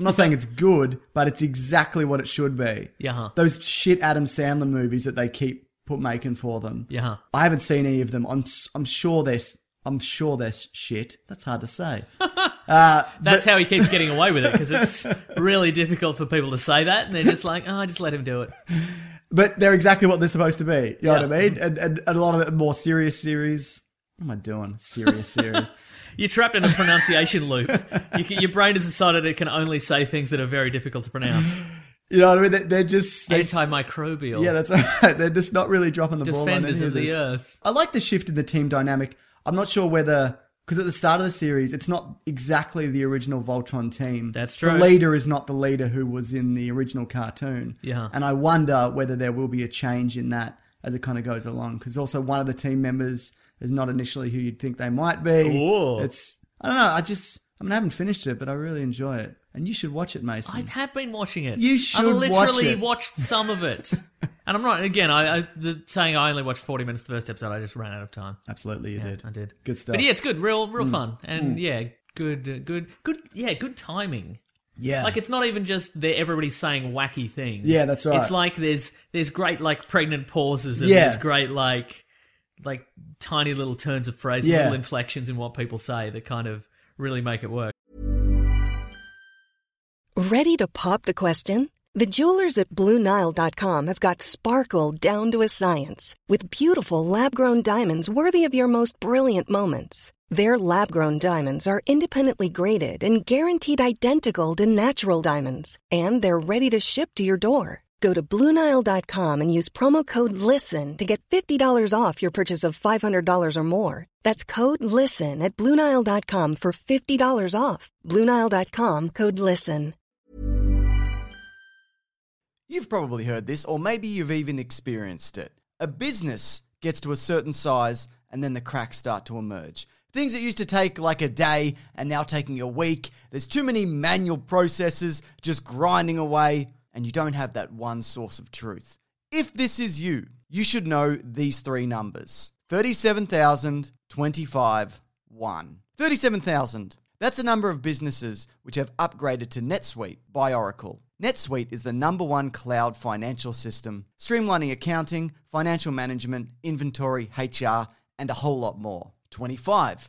A: I'm not saying it's good, but it's exactly what it should be.
C: Yeah. huh.
A: Those shit Adam Sandler movies that they keep put making for them.
C: Yeah. huh.
A: I haven't seen any of them. I'm s- I'm sure they're s- I'm sure they're s- shit. That's hard to say.
C: That's how he keeps getting away with it because it's really difficult for people to say that, and they're just like, "Oh, just let him do it."
A: but they're exactly what they're supposed to be. You know what I
C: Yeah.
A: mean? And, and, and a lot of the more serious series. What am I doing? Serious series.
C: You're trapped in a pronunciation loop. You can, your brain has decided it can only say things that are very difficult to pronounce.
A: You know what I mean? They- They're just they,
C: Antimicrobial.
A: yeah, that's right. They're just not really dropping the ball.
C: defenders
A: on
C: of
A: any
C: the
A: this.
C: earth.
A: I like the shift in the team dynamic. I'm not sure whether because at the start of the series, it's not exactly the original Voltron team.
C: That's
A: The
C: true.
A: leader is not the leader who was in the original cartoon.
C: Yeah.
A: and I wonder whether there will be a change in that as it kind of goes along. Because also one of the team members is not initially who you'd think they might be.
C: Ooh.
A: It's I don't know. I just I mean I haven't finished it, but I really enjoy it, and you should watch it, Mason.
C: I have been watching it.
A: You should
C: I've
A: watch
C: literally
A: it.
C: watched some of it, and I'm not. Again, I, I the saying I only watched 40 minutes the first episode. I just ran out of time.
A: Absolutely, you did.
C: I did.
A: Good stuff. Mm.
C: But yeah, it's good. Real, real fun, and yeah, good, uh, good, good. Yeah, good timing.
A: Yeah.
C: Like it's not even just that everybody's saying wacky things.
A: Yeah, that's right.
C: It's like there's there's great like pregnant pauses and
A: Yeah.
C: there's great like like tiny little turns of phrase,
A: Yeah.
C: little inflections in what people say that kind of really make it work.
D: Ready to pop the question? The jewelers at BlueNile.com have got sparkle down to a science with beautiful lab grown diamonds worthy of your most brilliant moments. Their lab grown diamonds are independently graded and guaranteed identical to natural diamonds, and they're ready to ship to your door. Go to BlueNile.com and use promo code LISTEN to get $50 off your purchase of $500 or more. That's code LISTEN at BlueNile.com for $50 off. BlueNile.com code LISTEN.
A: You've probably heard this, or maybe you've even experienced it. A business gets to a certain size, and then the cracks start to emerge. Things that used to take like a day and now taking a week. There's too many manual processes just grinding away, and you don't have that one source of truth. If this is you, you should know these three numbers 37,025, 1. 37,000. That's the number of businesses which have upgraded to NetSuite by Oracle. NetSuite is the number one cloud financial system, streamlining accounting, financial management, inventory, HR, and a whole lot more. 25.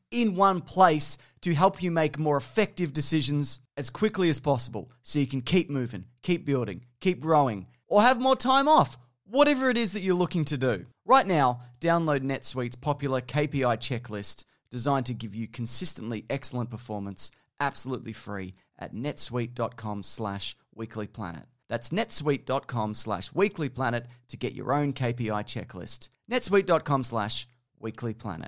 A: in one place to help you make more effective decisions as quickly as possible so you can keep moving, keep building, keep growing, or have more time off, whatever it is that you're looking to do. Right now, download NetSuite's popular KPI checklist designed to give you consistently excellent performance absolutely free at netsuite.com slash weeklyplanet. That's netsuite.com slash weeklyplanet to get your own KPI checklist. netsuite.com slash weeklyplanet.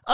A: I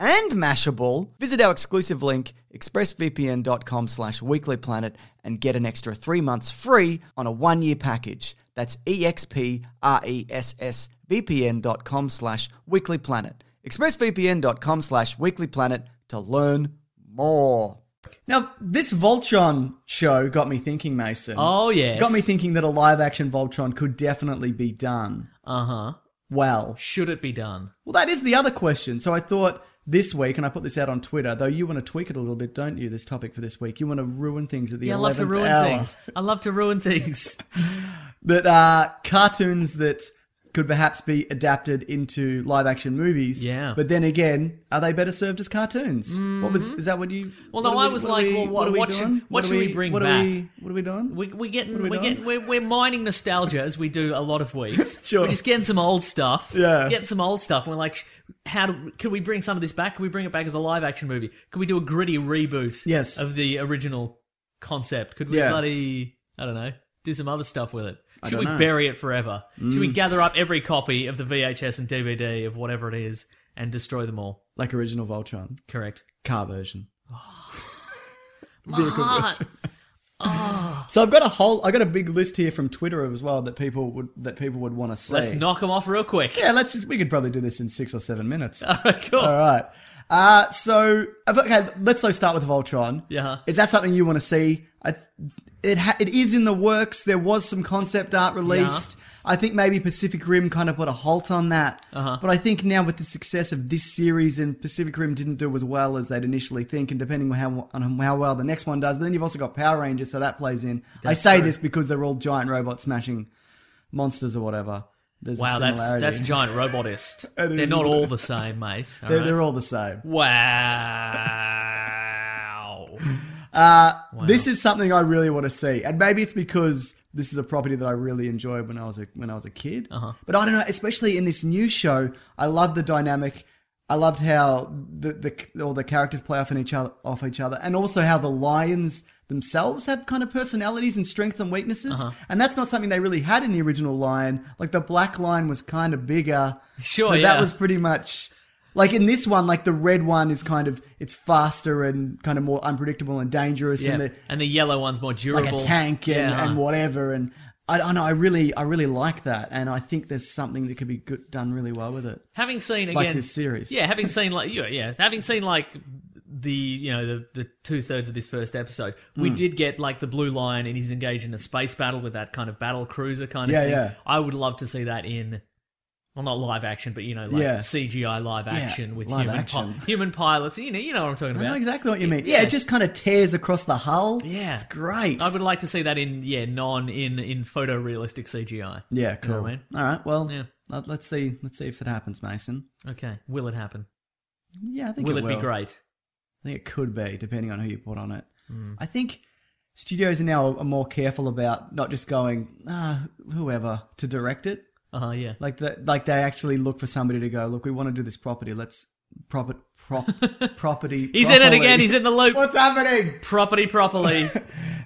E: and Mashable, visit our exclusive link, expressvpn.com slash weeklyplanet, and get an extra three months free on a one-year package. That's E expressvpn.com slash weeklyplanet. expressvpn.com slash weeklyplanet to learn more.
A: Now, this Voltron show got me thinking, Mason.
C: Oh yes.
A: Got me thinking that a live action Voltron could definitely be done
C: Uh huh.
A: well.
C: Should it be done?
A: Well, that is the other question. So I thought this week, and I put this out on Twitter, though you want to tweak it a little bit, don't you, this topic for this week? You want to ruin things at the
C: Yeah, I
A: 11th
C: love to ruin
A: hour.
C: things. I love to ruin things.
A: That are cartoons that could perhaps be adapted into live action movies.
C: Yeah.
A: But then again, are they better served as cartoons? What was, is that what you.
C: Well,
A: what
C: no,
A: are
C: I was
A: are
C: like, well, what-
A: are
C: what should-
A: doing?
C: what
A: are
C: should we bring
A: what Are
C: back?
A: we, what are we doing?
C: We, we're getting,
A: What are
C: we
A: we
C: are
A: doing?
C: getting, we're, we're mining nostalgia as we do a lot of weeks.
A: Sure.
C: We're just getting some old stuff.
A: Yeah.
C: Getting some old stuff. And we're like, how do, could we bring some of this back? Could we bring it back as a live action movie? Could we do a gritty reboot?
A: Yes.
C: Of the original concept? Could we
A: Yeah.
C: bloody, I don't know, do some other stuff with it? Should
A: don't
C: we
A: know. Mm.
C: bury it forever? Should we gather up every copy of the VHS and DVD of whatever it is and destroy them all?
A: like original Voltron,
C: Correct.
A: car version.
C: Heart. Oh.
A: So I've got a whole, I've got a big list here from Twitter as well that people would that people would want to see.
C: Let's knock them off real quick.
A: Yeah, let's just. We could probably do this in six or seven minutes.
C: cool.
A: All right. Uh, so okay, let's so start with Voltron.
C: Yeah.
A: Is that something you want to see? I, it ha- it is in the works. There was some concept art released. I think maybe Pacific Rim kind of put a halt on that.
C: Uh-huh.
A: But I think now with the success of this series, and Pacific Rim didn't do as well as they'd initially think, and depending on how on how well the next one does. But then you've also got Power Rangers, so that plays in. I say this because they're all giant robots smashing monsters or whatever. There's a
C: Wow, that's
A: similarity.
C: that's giant robotist.
A: It
C: They're
A: is,
C: not
A: isn't
C: all
A: it?
C: the same, mate. all
A: They're,
C: right?
A: they're all the same.
C: Wow.
A: Uh, This is something I really want to see, and maybe it's because this is a property that I really enjoyed when I was a, when I was a kid.
C: Uh-huh.
A: But I don't know, especially in this new show, I love the dynamic. I loved how the, the all the characters play off in each other, off each other, and also how the lions themselves have kind of personalities and strengths and weaknesses,
C: Uh-huh.
A: and that's not something they really had in the original lion. Like the black lion was kind of bigger.
C: Sure,
A: But
C: yeah.
A: that was pretty much like in this one, like the red one is kind of it's faster and kind of more unpredictable and dangerous,
C: Yeah.
A: and the
C: and the yellow one's more durable.
A: like a tank and,
C: Yeah,
A: and
C: huh.
A: whatever. And I, I know I really I really like that, and I think there's something that could be good, done really well with it.
C: having seen again
A: Like this series.
C: Yeah, having seen like yeah, yeah, having seen like the you know the the two thirds of this first episode,
A: Hmm.
C: we did get like the blue lion and he's engaged in a space battle with that kind of battle cruiser kind of
A: Yeah,
C: thing.
A: yeah.
C: I would love to see that in. Well, not live action, but you know, like
A: Yeah.
C: CGI live action with
A: live
C: human pi-
A: action.
C: human pilots. You know, you know what I'm talking
A: I
C: about.
A: know exactly what you mean. Yeah, it just kind of tears across the hull.
C: Yeah.
A: it's great.
C: I would like to see that in yeah non in in photorealistic CGI.
A: yeah, cool.
C: what I mean?
A: All right, well,
C: Yeah.
A: let- let's see. Let's see if it happens, Mason.
C: Okay, will it happen?
A: Yeah, I think
C: Will
A: it
C: it,
A: will.
C: be great? Hmm.
A: I think it could be, depending on who you put on it. I think studios are now are more careful about not just going ah, whoever to direct it.
C: Uh huh. Yeah.
A: Like that, like they actually look for somebody to go. Look, we want to do this property. Let's prop it, prop property.
C: He's in it
A: properly."
C: again. He's in the loop.
A: What's happening?
C: Property properly.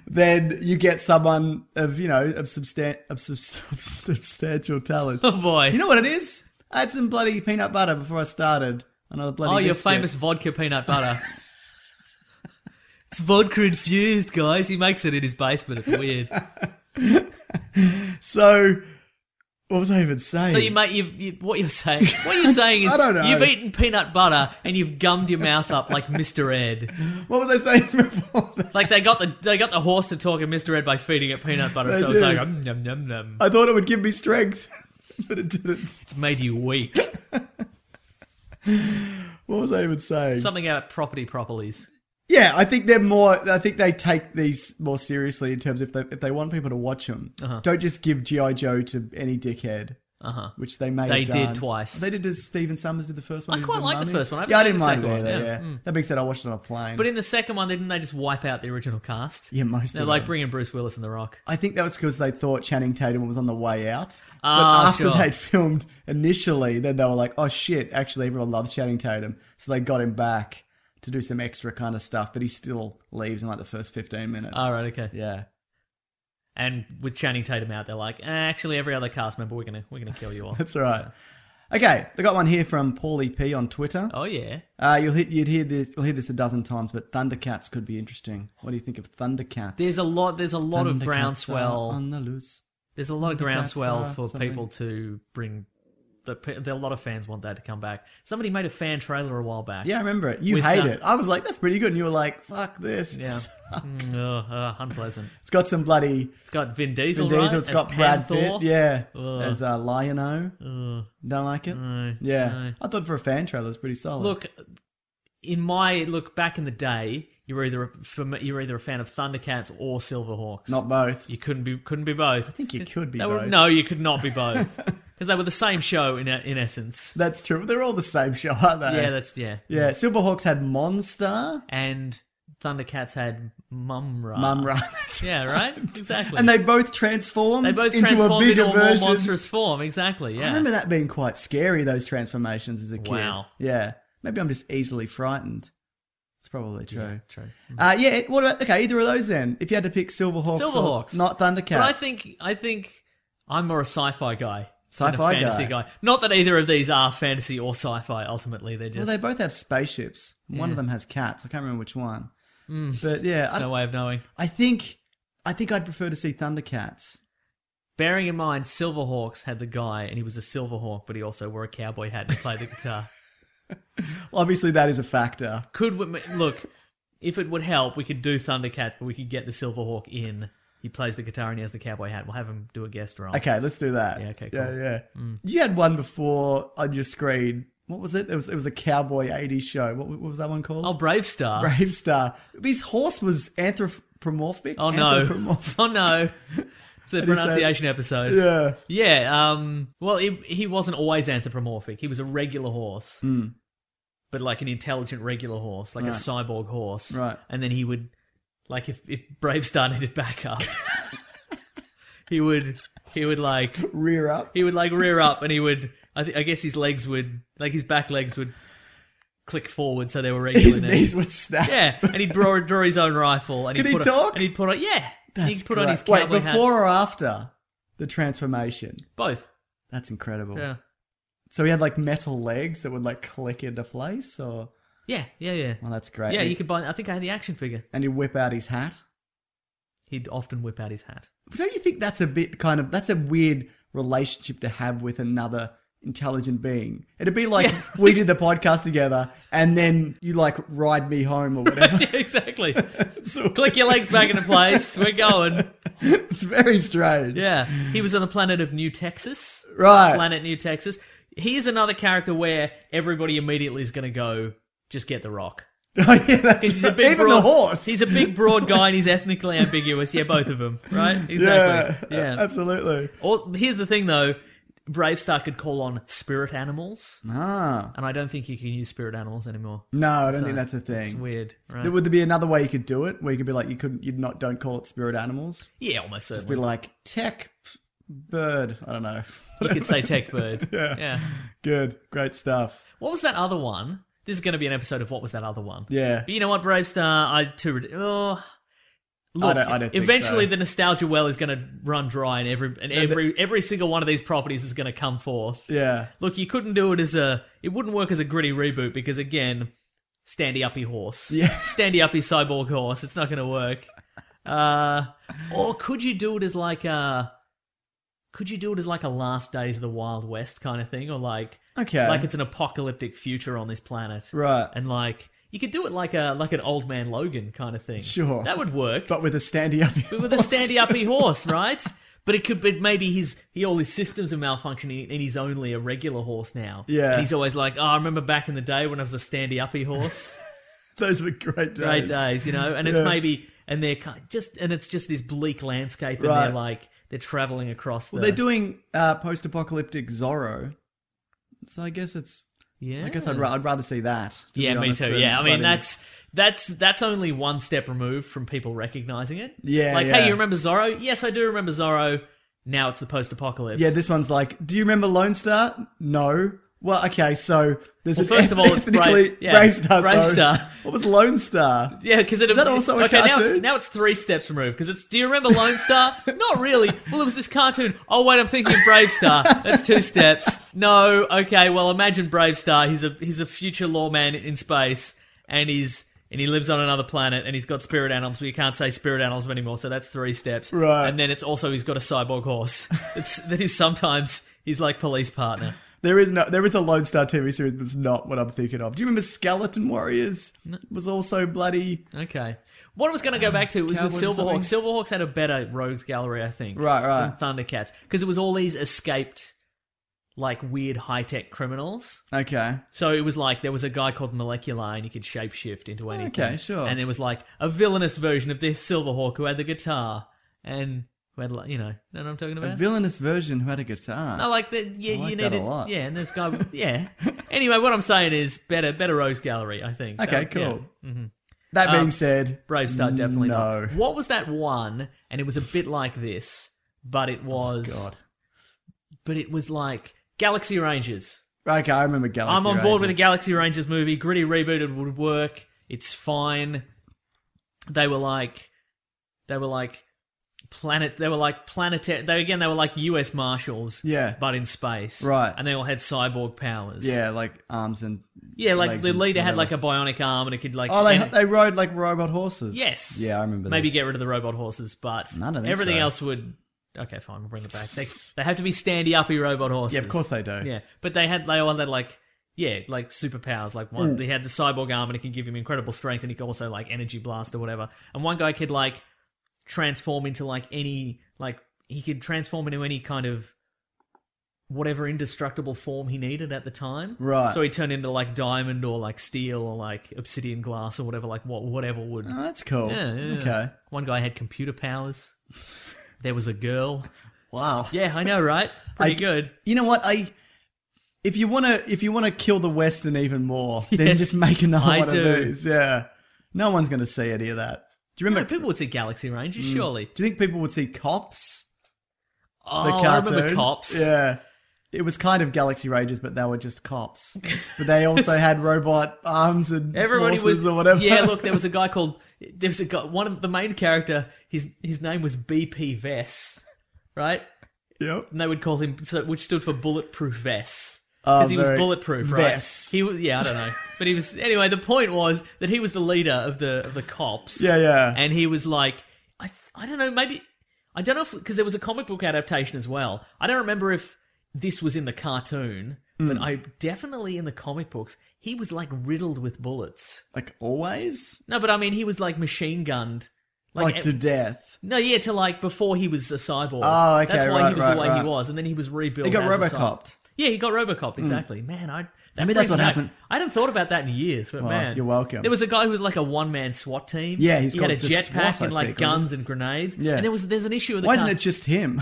A: Then you get someone of you know of, substan- of subs- of substantial talent.
C: Oh boy.
A: You know what it is? I had some bloody peanut butter before I started. Another bloody.
C: oh, your
A: biscuit.
C: famous vodka peanut butter. it's vodka infused, guys. He makes it in his basement. It's weird.
A: So, what was I even saying?
C: so you make you, you what you're saying. What you're saying is
A: I don't know.
C: you've eaten peanut butter and you've gummed your mouth up like Mr. Ed.
A: What was I saying before that?
C: Like they got the they got the horse to talk and Mr. Ed by feeding it peanut butter.
A: They
C: so it's
A: did.
C: like um, num num num.
A: I thought it would give me strength, but it didn't.
C: It's made you weak.
A: What was I even saying?
C: Something about property properties.
A: yeah, I think they're more. I think they take these more seriously in terms of if they, if they want people to watch them. Don't just give GI Joe to any dickhead.
C: Uh-huh.
A: which they may
C: They
A: have
C: did
A: done.
C: twice.
A: They did. Did Stephen Summers did the first one?
C: I
A: he did
C: quite like the
A: Mummy?
C: first one. I haven't
A: yeah, I
C: seen
A: didn't
C: the
A: mind it
C: second
A: either.
C: one,
A: Yeah.
C: yeah.
A: That being said, I watched it on a plane.
C: But in the second one, didn't they just wipe out the original cast?
A: yeah, most
C: They're
A: of
C: like
A: it.
C: bringing Bruce Willis and The Rock.
A: I think that was because they thought Channing Tatum was on the way out.
C: Ah,
A: but after
C: sure.
A: they'd filmed initially, then they were like, oh shit, actually everyone loves Channing Tatum. So they got him back to do some extra kind of stuff, but he still leaves in like the first 15 minutes.
C: All right, okay.
A: Yeah.
C: And with Channing Tatum out, they're like, eh, actually, every other cast member, we're gonna we're gonna kill you all.
A: That's all right. Okay, I got one here from Paulie P on Twitter.
C: oh yeah,
A: Uh, you'll hit, you'd hear this, you'll hear this a dozen times, but Thundercats could be interesting. What do you think of Thundercats?
C: there's a lot there's a lot of
A: Thundercats are
C: groundswell.
A: on the loose.
C: There's a lot of groundswell
A: are
C: for
A: something.
C: people to bring. The, pe- there- a lot of fans want that to come back. Somebody made a fan trailer a while back.
A: Yeah, I remember it. You
C: With,
A: hate
C: uh,
A: it. I was like, that's pretty good. And you were like, fuck this.
C: Yeah. Mm, ugh, ugh, unpleasin.
A: It's got some bloody
C: It's got Vin
A: Vin
C: Diesel.
A: Diesel.
C: right?
A: It's
C: as
A: got Brad
C: Panther.
A: Pitt. Yeah.
C: Ugh.
A: There's uh, Lion-O.
C: Ugh.
A: Don't like it.
C: No,
A: yeah.
C: no.
A: I thought for a fan trailer, it was pretty solid.
C: Look, in my look back in the day, you were either a, fam- you were either a fan of Thundercats or Silverhawks.
A: not both.
C: You couldn't be couldn't be both. I
A: think you could be both.
C: no, you could not be both because they were the same show in e-, in essence.
A: That's true. They're all the same show, aren't they?
C: yeah, that's yeah.
A: yeah. Silverhawks had Monstar,
C: And Thundercats had Mumra.
A: Mumra. That's
C: Ah. Yeah, right. Exactly.
A: And they both transformed
C: they both
A: into
C: transformed
A: a bigger
C: into a more
A: version.
C: monstrous form. Exactly.
A: I
C: Yeah.
A: remember that being quite scary, those transformations as a kid.
C: Wow.
A: Yeah. Maybe I'm just easily frightened. It's probably true.
C: Yeah, true.
A: Uh, yeah, it- what about okay? Either of those then. If you had to pick Silverhawks, or
C: Silverhawks.
A: not Thundercats.
C: But I think I think I'm more a sci-fi guy. than a
A: Sci-fi
C: fantasy
A: guy.
C: guy. Not that either of these are fantasy or sci-fi. Ultimately, they're
A: well,
C: just
A: they both have spaceships. One of them has cats. I can't remember which one.
C: Mm.
A: But yeah,
C: it's no way of knowing.
A: I, I think I think I'd prefer to see Thundercats.
C: Bearing in mind, Silverhawks had the guy, and he was a Silverhawk, but he also wore a cowboy hat and played the guitar.
A: Well, obviously, that is a factor.
C: Could we, look if it would help, we could do Thundercats, but we could get the Silverhawk in. He plays the guitar and he has the cowboy hat. We'll have him do a guest role.
A: Okay, let's do that.
C: Oh. Yeah, okay,
A: Yeah,
C: cool. Mm.
A: yeah. You had one before on your screen. What was it? It was it was a cowboy '80s show. What, what was that one called?
C: Oh, Brave Star.
A: Brave Star. His horse was anthropomorphic.
C: oh no.
A: Anthropomorphic.
C: Oh no. It's the
A: do you say it?
C: pronunciation episode.
A: Yeah.
C: Yeah, um, well, he he wasn't always anthropomorphic. He was a regular horse, but like an intelligent regular horse, like a
A: Hmm. Right.
C: cyborg horse.
A: Right.
C: And then he would, like, if if Brave Star needed backup, he would he would like
A: Rear up.
C: he would like rear up, and he would. I, th- I guess his legs would like his back legs would click forward, so they were regular.
A: His knees would snap.
C: Yeah, and he'd draw draw his own rifle, and
A: Could
C: he'd
A: he
C: put
A: talk?
C: On, and he'd put on yeah.
A: That's
C: he'd put on his
A: great.
C: cowboy
A: Wait,
C: hat.
A: before or after the transformation?
C: Both.
A: That's incredible.
C: Yeah.
A: So he had like metal legs that would like click into place, or
C: Yeah. Yeah. Yeah.
A: well, that's great.
C: Yeah,
A: And-
C: you could buy. I think I had the action figure.
A: and he'd whip out his hat.
C: He'd often whip out his hat.
A: But don't you think that's a bit kind of that's a weird relationship to have with another intelligent being? It'd be like
C: Yeah.
A: we did the podcast together, and then you like ride me home or whatever.
C: Yeah, exactly.
A: it's, all-
C: Click your legs back into place. We're going.
A: it's very strange.
C: Yeah, he was on the planet of New Texas.
A: Right.
C: Planet New Texas. He's another character where everybody immediately is going to go. Just get the rock.
A: Oh, yeah, that's
C: 'Cause He's a
A: right.
C: big
A: Even
C: broad,
A: the horse.
C: He's a big broad guy and he's ethnically ambiguous. Yeah, both of them. Right. Exactly.
A: Yeah, Uh,
C: Yeah.
A: absolutely.
C: Or, here's the thing though. Brave Star could call on spirit animals,
A: Ah,
C: and I don't think you can use spirit animals anymore.
A: no, I don't think that's a
C: It's
A: thing.
C: weird, right?
A: There- Would there be another way you could do it, where you could be like, you couldn't, you'd not, don't call it spirit animals.
C: yeah, almost
A: Just be
C: certainly.
A: like tech bird. I don't know.
C: You could say tech bird.
A: Yeah.
C: yeah.
A: Good, great stuff.
C: What was that other one? This is going to be an episode of what was that other one?
A: Yeah,
C: But you know what, Brave Star, I too. rid- Oh, look,
A: don't- I don't think
C: eventually
A: so.
C: the nostalgia well is going to run dry, and every and every every single one of these properties is going to come forth.
A: yeah.
C: Look, you couldn't do it as a. It wouldn't work as a gritty reboot because again, standy uppy horse,
A: Yeah.
C: standy uppy cyborg horse. It's not going to work. Uh, or could you do it as like a? Could you do it as like a Last Days of the Wild West kind of thing, or like
A: Okay.
C: like it's an apocalyptic future on this planet,
A: Right.
C: And like you could do it like a like an old man Logan kind of thing.
A: Sure.
C: that would work. But
A: but with a standy up.
C: with a standy uppy horse, right? But it could, but maybe his he all his systems are malfunctioning, and he's only a regular horse now.
A: Yeah.
C: and he's always like, oh, I remember back in the day when I was a standy uppy horse.
A: Those were great days.
C: Great days, you know. And it's
A: Yeah.
C: maybe and they're kind just and it's just this bleak landscape, and
A: Right.
C: they're like they're traveling across.
A: Well,
C: the,
A: they're doing uh, post-apocalyptic Zorro, so I guess it's.
C: Yeah,
A: I guess I'd, ra- I'd rather see that. to
C: yeah,
A: be
C: me
A: honest,
C: too.
A: than
C: Yeah, I mean
A: bloody-
C: that's that's that's only one step removed from people recognizing it.
A: Yeah,
C: like
A: yeah.
C: hey, you remember Zorro? Yes, I do remember Zorro. Now it's the post-apocalypse.
A: Yeah, this one's like, do you remember Lone Star? No. Well, okay, so there's
C: Well,
A: an
C: first of all, it's
A: Anthony
C: Brave-
A: Cle-
C: yeah,
A: Brave Star.
C: Brave
A: sorry.
C: Star.
A: What was Lone Star?
C: Yeah, because it
A: Is that also a
C: okay. Now it's,
A: cartoon?
C: now it's three steps removed because it's. Do you remember Lone Star? Not really. Well, it was this cartoon. Oh wait, I'm thinking of Brave Star. That's two steps. No, okay. Well, imagine Brave Star. He's a he's a future lawman in space, and he's and he lives on another planet, and he's got spirit animals. But you can't say spirit animals anymore, so that's three steps.
A: Right.
C: And then it's also he's got a cyborg horse. It's that is sometimes he's like police partner.
A: There is no, there is a Lone Star TV series that's not what I'm thinking of. Do you remember Skeleton Warriors? Was also bloody
C: Okay. What I was going to go back to was with
A: Cowboys or
C: Silverhawks. Silverhawks had a better Rogues Gallery, I think.
A: Right, right.
C: Than Thundercats. Because it was all these escaped, like, weird high tech criminals.
A: okay.
C: So it was like there was a guy called Molecular and he could shapeshift into anything.
A: Okay, sure.
C: And there was like a villainous version of this Silverhawk who had the guitar and who had, like, you know, you know what I'm talking
A: A
C: about?
A: villainous version who had a guitar.
C: I like that. Yeah,
A: I like
C: you
A: that a
C: needed.
A: lot.
C: Yeah, and this guy. Yeah. anyway, what I'm saying is better, better Rogues Gallery, I think.
A: okay,
C: That- yeah.
A: cool. That
C: um,
A: being said,
C: Brave Star definitely
A: no.
C: not. What was that one? And it was a bit like this, but it was.
A: Oh, God.
C: But it was like Galaxy Rangers.
A: Okay, I remember Galaxy.
C: I'm on board with a
A: Rangers.
C: Galaxy Rangers movie. Gritty rebooted would work. It's fine. They were like, they were like planet. They were like planet. They again. They were like U.S. marshals.
A: Yeah.
C: but in space.
A: Right.
C: and they all had cyborg powers.
A: Yeah, like arms and
C: yeah. Like
A: legs
C: the
A: and
C: leader had like
A: whatever.
C: a bionic arm and it could like.
A: Oh, they
C: and-
A: they rode like robot horses.
C: Yes.
A: Yeah, I remember.
C: Maybe
A: this.
C: get rid of the robot horses, but
A: No, I don't think
C: everything
A: so.
C: else would. Okay, fine. We'll bring it back. They, they have to be standy uppy robot horses.
A: Yeah, of course they do.
C: Yeah, but they had they all had like yeah like superpowers. Like
A: Mm.
C: one, they had the cyborg arm and it can give him incredible strength, and he could also like energy blast or whatever. And one guy could like transform into like any like he could transform into any kind of whatever indestructible form he needed at the time.
A: Right.
C: So he turned into like diamond or like steel or like obsidian glass or whatever like what whatever would
A: Oh, that's cool.
C: yeah, yeah.
A: Okay.
C: One guy had computer powers. There was a girl.
A: Wow.
C: Yeah, I know, right? Pretty
A: I-
C: good.
A: You know what? I if you wanna if you wanna kill the Western even more, then
C: Yes,
A: just make another
C: I
A: one
C: do.
A: of these. Yeah. No one's gonna see any of that. Do you
C: No,
A: remember?
C: people would say Galaxy
A: Mm.
C: Rangers, surely.
A: do you think people would see Cops?
C: Oh,
A: The
C: I
A: cartoon?
C: remember cops.
A: Yeah. It was kind of Galaxy Rangers, but they were just cops. But they also had robot arms and
C: Everybody
A: horses
C: was
A: or whatever.
C: Yeah, look, there was a guy called there was a guy one of the main character, his his name was BP Vess, right?
A: Yep.
C: And they would call him so which stood for bulletproof Vess. Because
A: Oh,
C: he was
A: very-
C: bulletproof, right?
A: Vess.
C: He was, yeah, I don't know, but he was anyway. The point was that he was the leader of the of the cops.
A: Yeah, yeah.
C: and he was like, I, th- I don't know, maybe I don't know if because there was a comic book adaptation as well. I don't remember if this was in the cartoon,
A: Hmm.
C: but I definitely in the comic books he was like riddled with bullets.
A: Like always?
C: No, but I mean he was like machine gunned.
A: Like, to death.
C: No, yeah, to like before he was a cyborg.
A: Oh, okay,
C: That's why
A: right,
C: he was
A: right,
C: the way
A: right.
C: he was, and then he was rebuilt.
A: They got
C: as a cy-
A: Robocopped.
C: yeah, he got Robocop, exactly. Man, I that
A: Maybe Hmm. that's
C: brings
A: what
C: me back.
A: happened.
C: I hadn't thought about that in years, but
A: Well,
C: man,
A: you're welcome.
C: There was a guy who was like a one man SWAT team.
A: Yeah, he's
C: he had a
A: called just
C: jetpack
A: SWAT, I
C: and like
A: think, wasn't
C: guns and grenades.
A: Yeah.
C: and there was there's an issue with the
A: Why isn't
C: car-
A: it just him?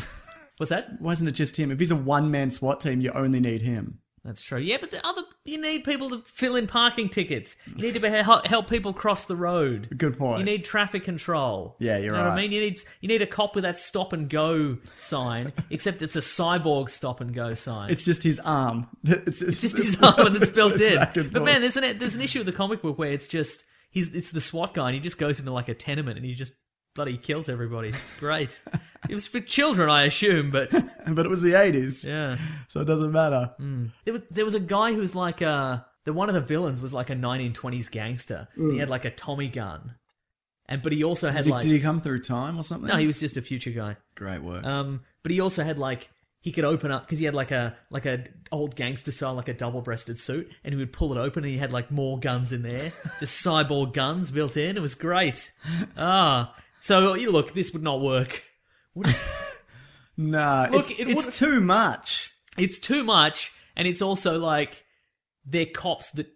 C: What's that?
A: Why isn't it just him? If he's a one man SWAT team, you only need him.
C: That's true. Yeah, but the other you need people to fill in parking tickets. You need to be, help, help people cross the road.
A: Good point.
C: You need traffic control.
A: Yeah, you're
C: you know What I
A: right.
C: mean, you need you need a cop with that stop and go sign, except it's a cyborg stop and go sign.
A: it's just his arm. It's,
C: It's just his arm and it's built
A: it's back
C: in.
A: and
C: But
A: forth.
C: man, isn't it? There's an issue with the comic book where it's just he's it's the SWAT guy and he just goes into like a tenement and he just bloody kills everybody. It's great. it was for children, I assume, but
A: But it was the 80s,
C: yeah, Mm.
A: so it doesn't matter.
C: there was there was a guy who was like a the one of the villains was like a 1920s gangster. And he had like a Tommy gun, and but he also
A: Mm.
C: had
A: Did, he-
C: like
A: did he come through time or something?
C: no, he was just a future guy.
A: Great work.
C: Um, but he also had like he could open up because he had like a like a old gangster style like a double breasted suit, and he would pull it open, and he had like more guns in there, just cyborg guns built in. It was great. Ah, so you look, this would not work.
A: nah,
C: Look,
A: it's,
C: it would've-
A: it's too much.
C: It's too much, and it's also like they're cops that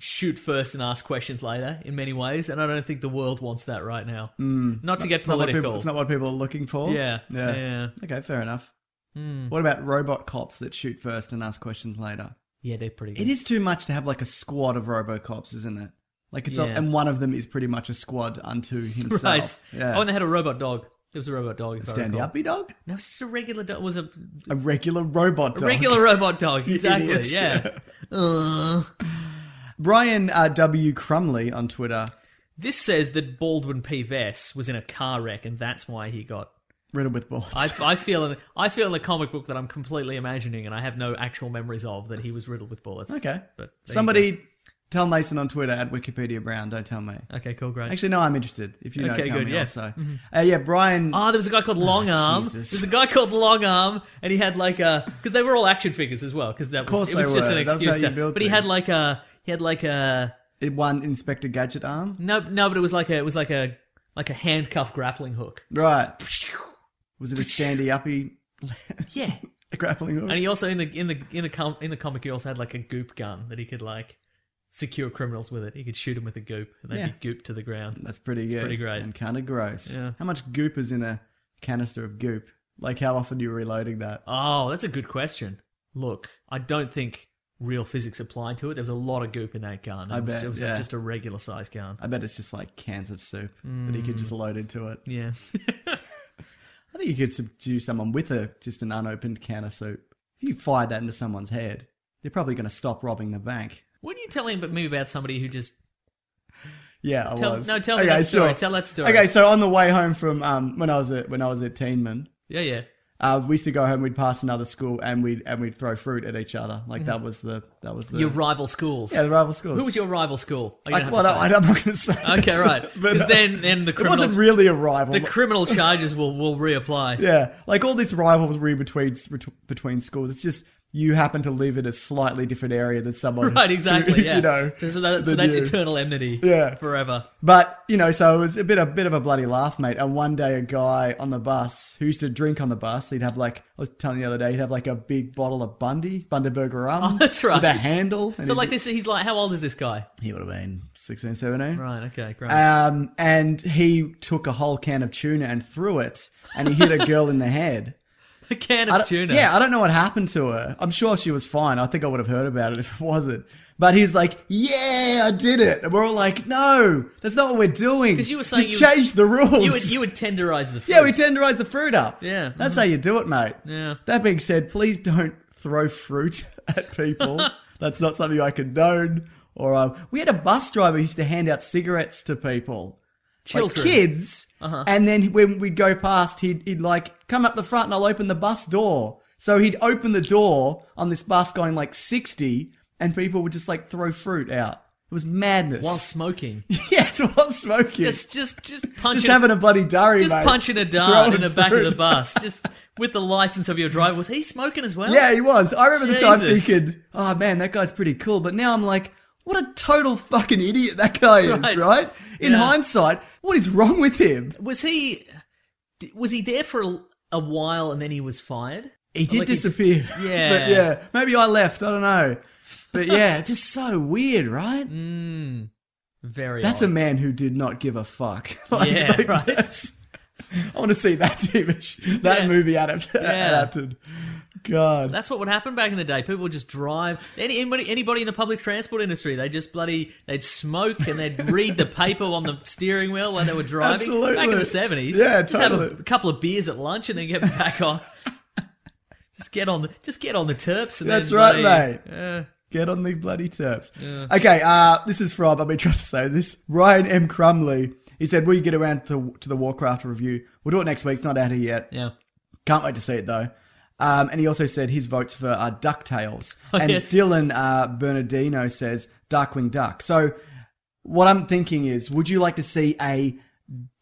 C: shoot first and ask questions later in many ways, and I don't think the world wants that right now. not to get
A: It's Hmm. not, what
C: political.
A: people, it's not what people are looking for.
C: yeah,
A: Yeah.
C: yeah, Hmm. yeah,
A: Okay, fair enough. What about robot cops that shoot first and ask questions later?
C: yeah. They're pretty.
A: It
C: Good.
A: is too much to have like a squad of robocops, isn't it? Like it's a,
C: Yeah.
A: and one of them is pretty much a squad unto himself.
C: right.
A: Yeah.
C: Oh, and they had a robot dog. It was a robot dog. if I
A: Standing
C: recall.
A: uppy dog?
C: No, it's just a regular dog. It was a, a
A: A regular robot dog.
C: regular robot dog.
A: You
C: Exactly.
A: idiots.
C: Yeah. Ugh.
A: Brian uh, W. Crumley on Twitter
C: This says that Baldwin P. Vess was in a car wreck, and that's why he got.
A: riddled with bullets.
C: I, I feel I feel in the comic book that I'm completely imagining, and I have no actual memories of that he was riddled with bullets.
A: okay.
C: but there you
A: Somebody tell Mason on Twitter at Wikipedia Brown. Don't tell me.
C: go. Okay, cool, great.
A: Actually, no, I'm interested. If you know,
C: Okay,
A: tell
C: good,
A: me
C: yeah. Mm-hmm.
A: also. Uh, yeah, Brian.
C: Ah, there was a guy called Long Arm.
A: Jesus.
C: There's a guy called Long Arm, and he had like a because they were all action figures as well. Because that
A: course
C: was
A: they
C: it was just
A: were.
C: an
A: That's
C: excuse.
A: how you
C: to-
A: build
C: but he
A: things.
C: had like a he had like a
A: it One Inspector Gadget arm.
C: no no, but it was like a it was like a like a handcuff grappling hook.
A: Right. Was it a standy uppy
C: Yeah,
A: grappling hook?
C: and he also in the in the in the com- in the comic he also had like a goop gun that he could like secure criminals with it. He could shoot them with a goop, and they'd
A: Yeah.
C: be gooped to the ground.
A: That's pretty good.
C: pretty great.
A: And kind of gross.
C: Yeah.
A: How much goop is in a canister of goop? Like how often you are reloading that?
C: Oh, that's a good question. Look, I don't think real physics applied to it. There was a lot of goop in that gun. It
A: I
C: was,
A: bet,
C: it was
A: yeah.
C: just a regular size gun.
A: I bet it's just like cans of soup that he could
C: Mm.
A: just load into it.
C: Yeah.
A: I think you could subdue someone with a just an unopened can of soup. If you fired that into someone's head, they're probably going to stop robbing the bank.
C: What are you telling me about somebody who just
A: Yeah, I
C: Tell-
A: was.
C: no, tell me that story. Tell that story.
A: Okay, so on the way home from um, when I was at when I was at Teenman,
C: yeah yeah
A: uh, we used to go home. We'd pass another school and we'd and we'd throw fruit at each other. Like that was the that was the
C: your rival schools?
A: yeah the rival schools.
C: Mm-hmm. Who was your rival school? Oh, you
A: Like,
C: don't
A: well, no,
C: have
A: I'm not going to say.
C: to say.
A: it.
C: okay, right.
A: But,
C: Because
A: uh,
C: then then the
A: it
C: criminal
A: wasn't really a rival.
C: the criminal charges will will reapply.
A: yeah, like all this rivalry between between schools. It's just you happen to live in a slightly different area than someone.
C: Right,
A: who
C: exactly.
A: is,
C: Yeah.
A: you know.
C: so, that, so
A: than
C: that's
A: you.
C: eternal enmity.
A: Yeah.
C: Forever.
A: But you know, so it was a bit a bit of a bloody laugh, mate. And one day, a guy on the bus who used to drink on the bus, he'd have like I was telling you the other day, he'd have like a big bottle of Bundy Bundaberger rum.
C: Oh, that's
A: With a
C: right.
A: handle. and he'd-
C: So like this, he's like, how old is this guy?
A: he would have been 16, 17.
C: Right. Okay. Great.
A: Um, and he took a whole can of tuna and threw it, and he hit a girl in the head.
C: a can
A: I
C: of
A: don't-
C: tuna.
A: Yeah, I don't know what happened to her. I'm sure she was fine. I think I would have heard about it if it wasn't. But he's like, "Yeah, I did it," and we're all like, "No, that's not what we're doing."
C: 'Cause you were saying
A: You've
C: you-
A: changed the rules.
C: You would you would tenderize the. Fruit.
A: yeah, we tenderize the fruit up.
C: Yeah, mm-hmm.
A: that's how you do it, mate.
C: Yeah.
A: That being said, please don't throw fruit at people. that's not something I condone. Or um, we had a bus driver who used to hand out cigarettes to people
C: Children.
A: like kids.
C: Uh-huh.
A: And then when we'd go past, he'd, he'd like come up the front and I'll open the bus door. So he'd open the door on this bus going like 60 and people would just like throw fruit out. It was madness.
C: While smoking.
A: yes, while smoking. Just,
C: Just just just punching.
A: having a bloody diary,
C: just
A: mate.
C: punching a dart in
A: Throwing
C: the back of the
A: fruit.
C: bus, just with the license of your driver. Was he smoking as well?
A: Yeah, he was. I remember the time
C: Jesus.
A: thinking, oh man, that guy's pretty cool. But now I'm like, what a total fucking idiot that guy is,
C: Right.
A: right? In
C: Yeah.
A: hindsight, what is wrong with him?
C: Was he d- was he there for a, a while and then he was fired?
A: He did
C: Like, he just-
A: disappear.
C: Yeah.
A: but yeah, maybe I left. I don't know. But yeah, it's just so weird, right?
C: Mm, very.
A: That's a
C: odd.
A: man who did not give a fuck. Like-
C: Yeah,
A: like
C: right.
A: that's- I want to see that TV, that
C: Yeah.
A: movie adapt- adapted. God.
C: That's what would happen back in the day. People would just drive. Any, anybody, anybody in the public transport industry, they just bloody, they'd smoke and they'd read the paper on the steering wheel while they were driving. Back in
A: Absolutely.
C: the seventies,
A: Yeah,
C: just have a,
A: totally.
C: couple of beers at lunch and then get back on. Just get on the, just get on the terps. And
A: That's
C: then
A: right,
C: bloody-
A: mate. Get on the bloody terps. Okay, uh, this is from, I've been trying to say this, Ryan M. Crumley. He said, will you get around to, to the Warcraft review? We'll do it next week. It's not out here yet.
C: Yeah.
A: Can't wait to see it though. Um, and he also said his votes for uh, DuckTales. and
C: Oh, yes.
A: Dylan uh, Bernardino says Darkwing Duck. So what I'm thinking is, would you like to see a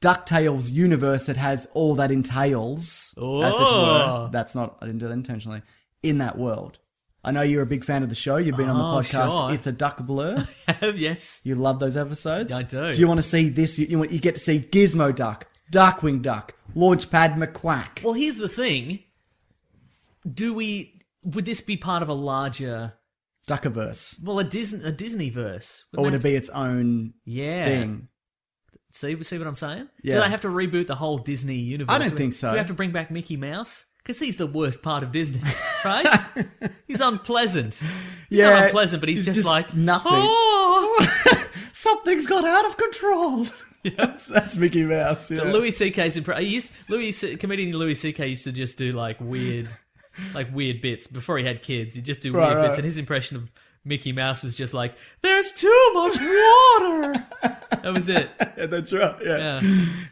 A: DuckTales universe that has all that entails, as it
C: Oh.
A: were? That's not, I didn't do that intentionally, in that world. I know you're a big fan of the show. You've been on
C: Oh,
A: the podcast.
C: sure.
A: It's a duck blur.
C: yes.
A: You love those episodes?
C: I do.
A: Do you want to see this? You, you, want, you get to see Gizmo Duck, Darkwing Duck, Launchpad McQuack.
C: Well, here's the thing. Do we? Would this be part of a larger
A: Duckerverse,
C: Well, a Disney, a Disney verse.
A: or would it be its own
C: Yeah.
A: thing?
C: See, see what I'm saying?
A: Yeah.
C: Do they have to reboot the whole Disney universe?
A: I don't
C: Do we-
A: think so.
C: Do we have to bring back Mickey Mouse? Because he's the worst part of Disney, right? he's unpleasant. He's
A: Yeah,
C: not unpleasant, but he's
A: it's
C: just,
A: just
C: like
A: nothing.
C: "Oh!"
A: Something's got out of control. that's, that's Mickey Mouse. Yeah.
C: Louis C.K.'s impre- he used Louis C- comedian Louis C.K. used to just do like weird, like weird bits before he had kids. He'd just do
A: Right,
C: weird
A: right.
C: bits, and his impression of Mickey Mouse was just like, "There's too much water." that was it.
A: Yeah, that's right. Yeah.
C: Yeah.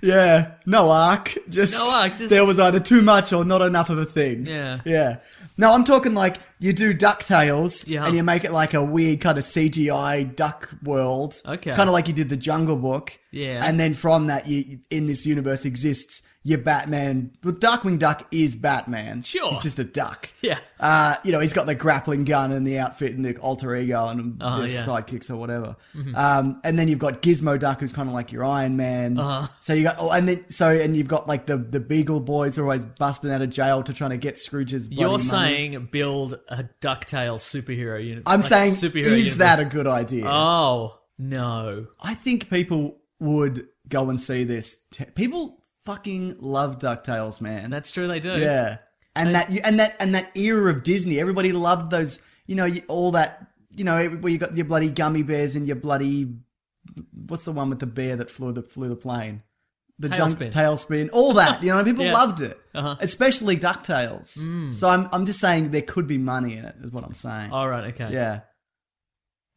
A: yeah, No arc. Just
C: No arc, just-
A: there was either too much or not enough of a thing.
C: Yeah.
A: yeah. No, I'm talking like you do Ducktales,
C: Yeah.
A: and you make it like a weird kind of CGI duck world.
C: Okay.
A: kind of like you did the Jungle Book.
C: Yeah.
A: and then from that, you in this universe exists your Batman. Well, Darkwing Duck is Batman.
C: Sure.
A: he's just a duck.
C: Yeah.
A: Uh, you know, he's got the grappling gun and the outfit and the alter ego and
C: Uh-huh,
A: the
C: yeah. Mm-hmm.
A: sidekicks or whatever. Um, and then you've got Gizmo Duck, who's kind of like your Iron Man.
C: Uh-huh.
A: So you got, oh, and then so and you've got like the the Beagle Boys are always busting out of jail to trying to get Scrooge's. Bloody
C: You're
A: money.
C: saying build a Ducktales superhero unit.
A: I'm
C: like a
A: saying, is
C: superhero universe.
A: that a good idea?
C: Oh no!
A: I think people would go and see this. T- people fucking love Ducktales, man.
C: That's true. They do.
A: Yeah, and that you and that and that era of Disney, everybody loved those. You know, you- all that. You know, where you got your bloody gummy bears and your bloody what's the one with the bear that flew the flew the plane? The
C: Tailspin.
A: tailspin, all that. You know, people
C: Yeah. Uh-huh. Mm.
A: loved it, especially Ducktales. So I'm I'm just saying there could be money in it, is what I'm saying.
C: All right. Okay.
A: Yeah.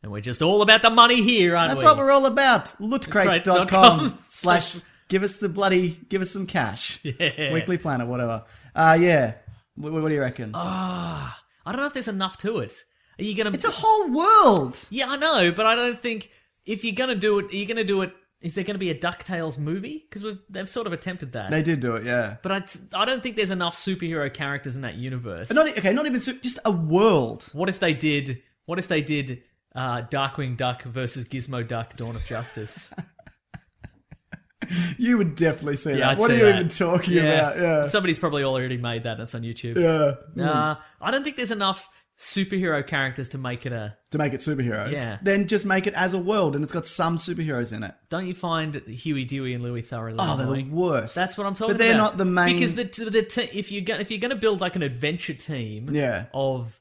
C: And we're just all about the money here, aren't
A: That's
C: we?
A: what we're all about. Lootcrate.com
C: Lootcrate.com
A: slash give us the bloody, give us some cash.
C: Yeah.
A: Weekly Planet, whatever. Uh, yeah. What, what do you reckon?
C: I don't know if there's enough to it. Are you gonna?
A: It's a whole world.
C: yeah, I know, but I don't think if you're gonna do it, are you gonna do it? Is there gonna be a Ducktales movie? Because they've sort of attempted that.
A: They did do it, yeah.
C: but I, I don't think there's enough superhero characters in that universe.
A: But not e, okay, not even su- just a world.
C: what if they did? What if they did uh, Darkwing Duck versus Gizmo Duck: Dawn of Justice?
A: You would definitely see
C: Yeah,
A: that.
C: I'd
A: what are
C: say
A: you
C: that.
A: even talking about? Yeah.
C: Somebody's probably already made that. and It's on YouTube.
A: yeah.
C: Uh, I don't think there's enough superhero characters to make it a.
A: To make it superheroes.
C: Yeah.
A: Then just make it as a world and it's got some superheroes in it.
C: Don't you find Huey, Dewey, and Louie thoroughly
A: Oh, they're the
C: annoying?
A: worst.
C: That's what I'm talking about.
A: But they're not the main
C: because the t- the t- if you go- if you're going to build like an adventure team,
A: Yeah.
C: of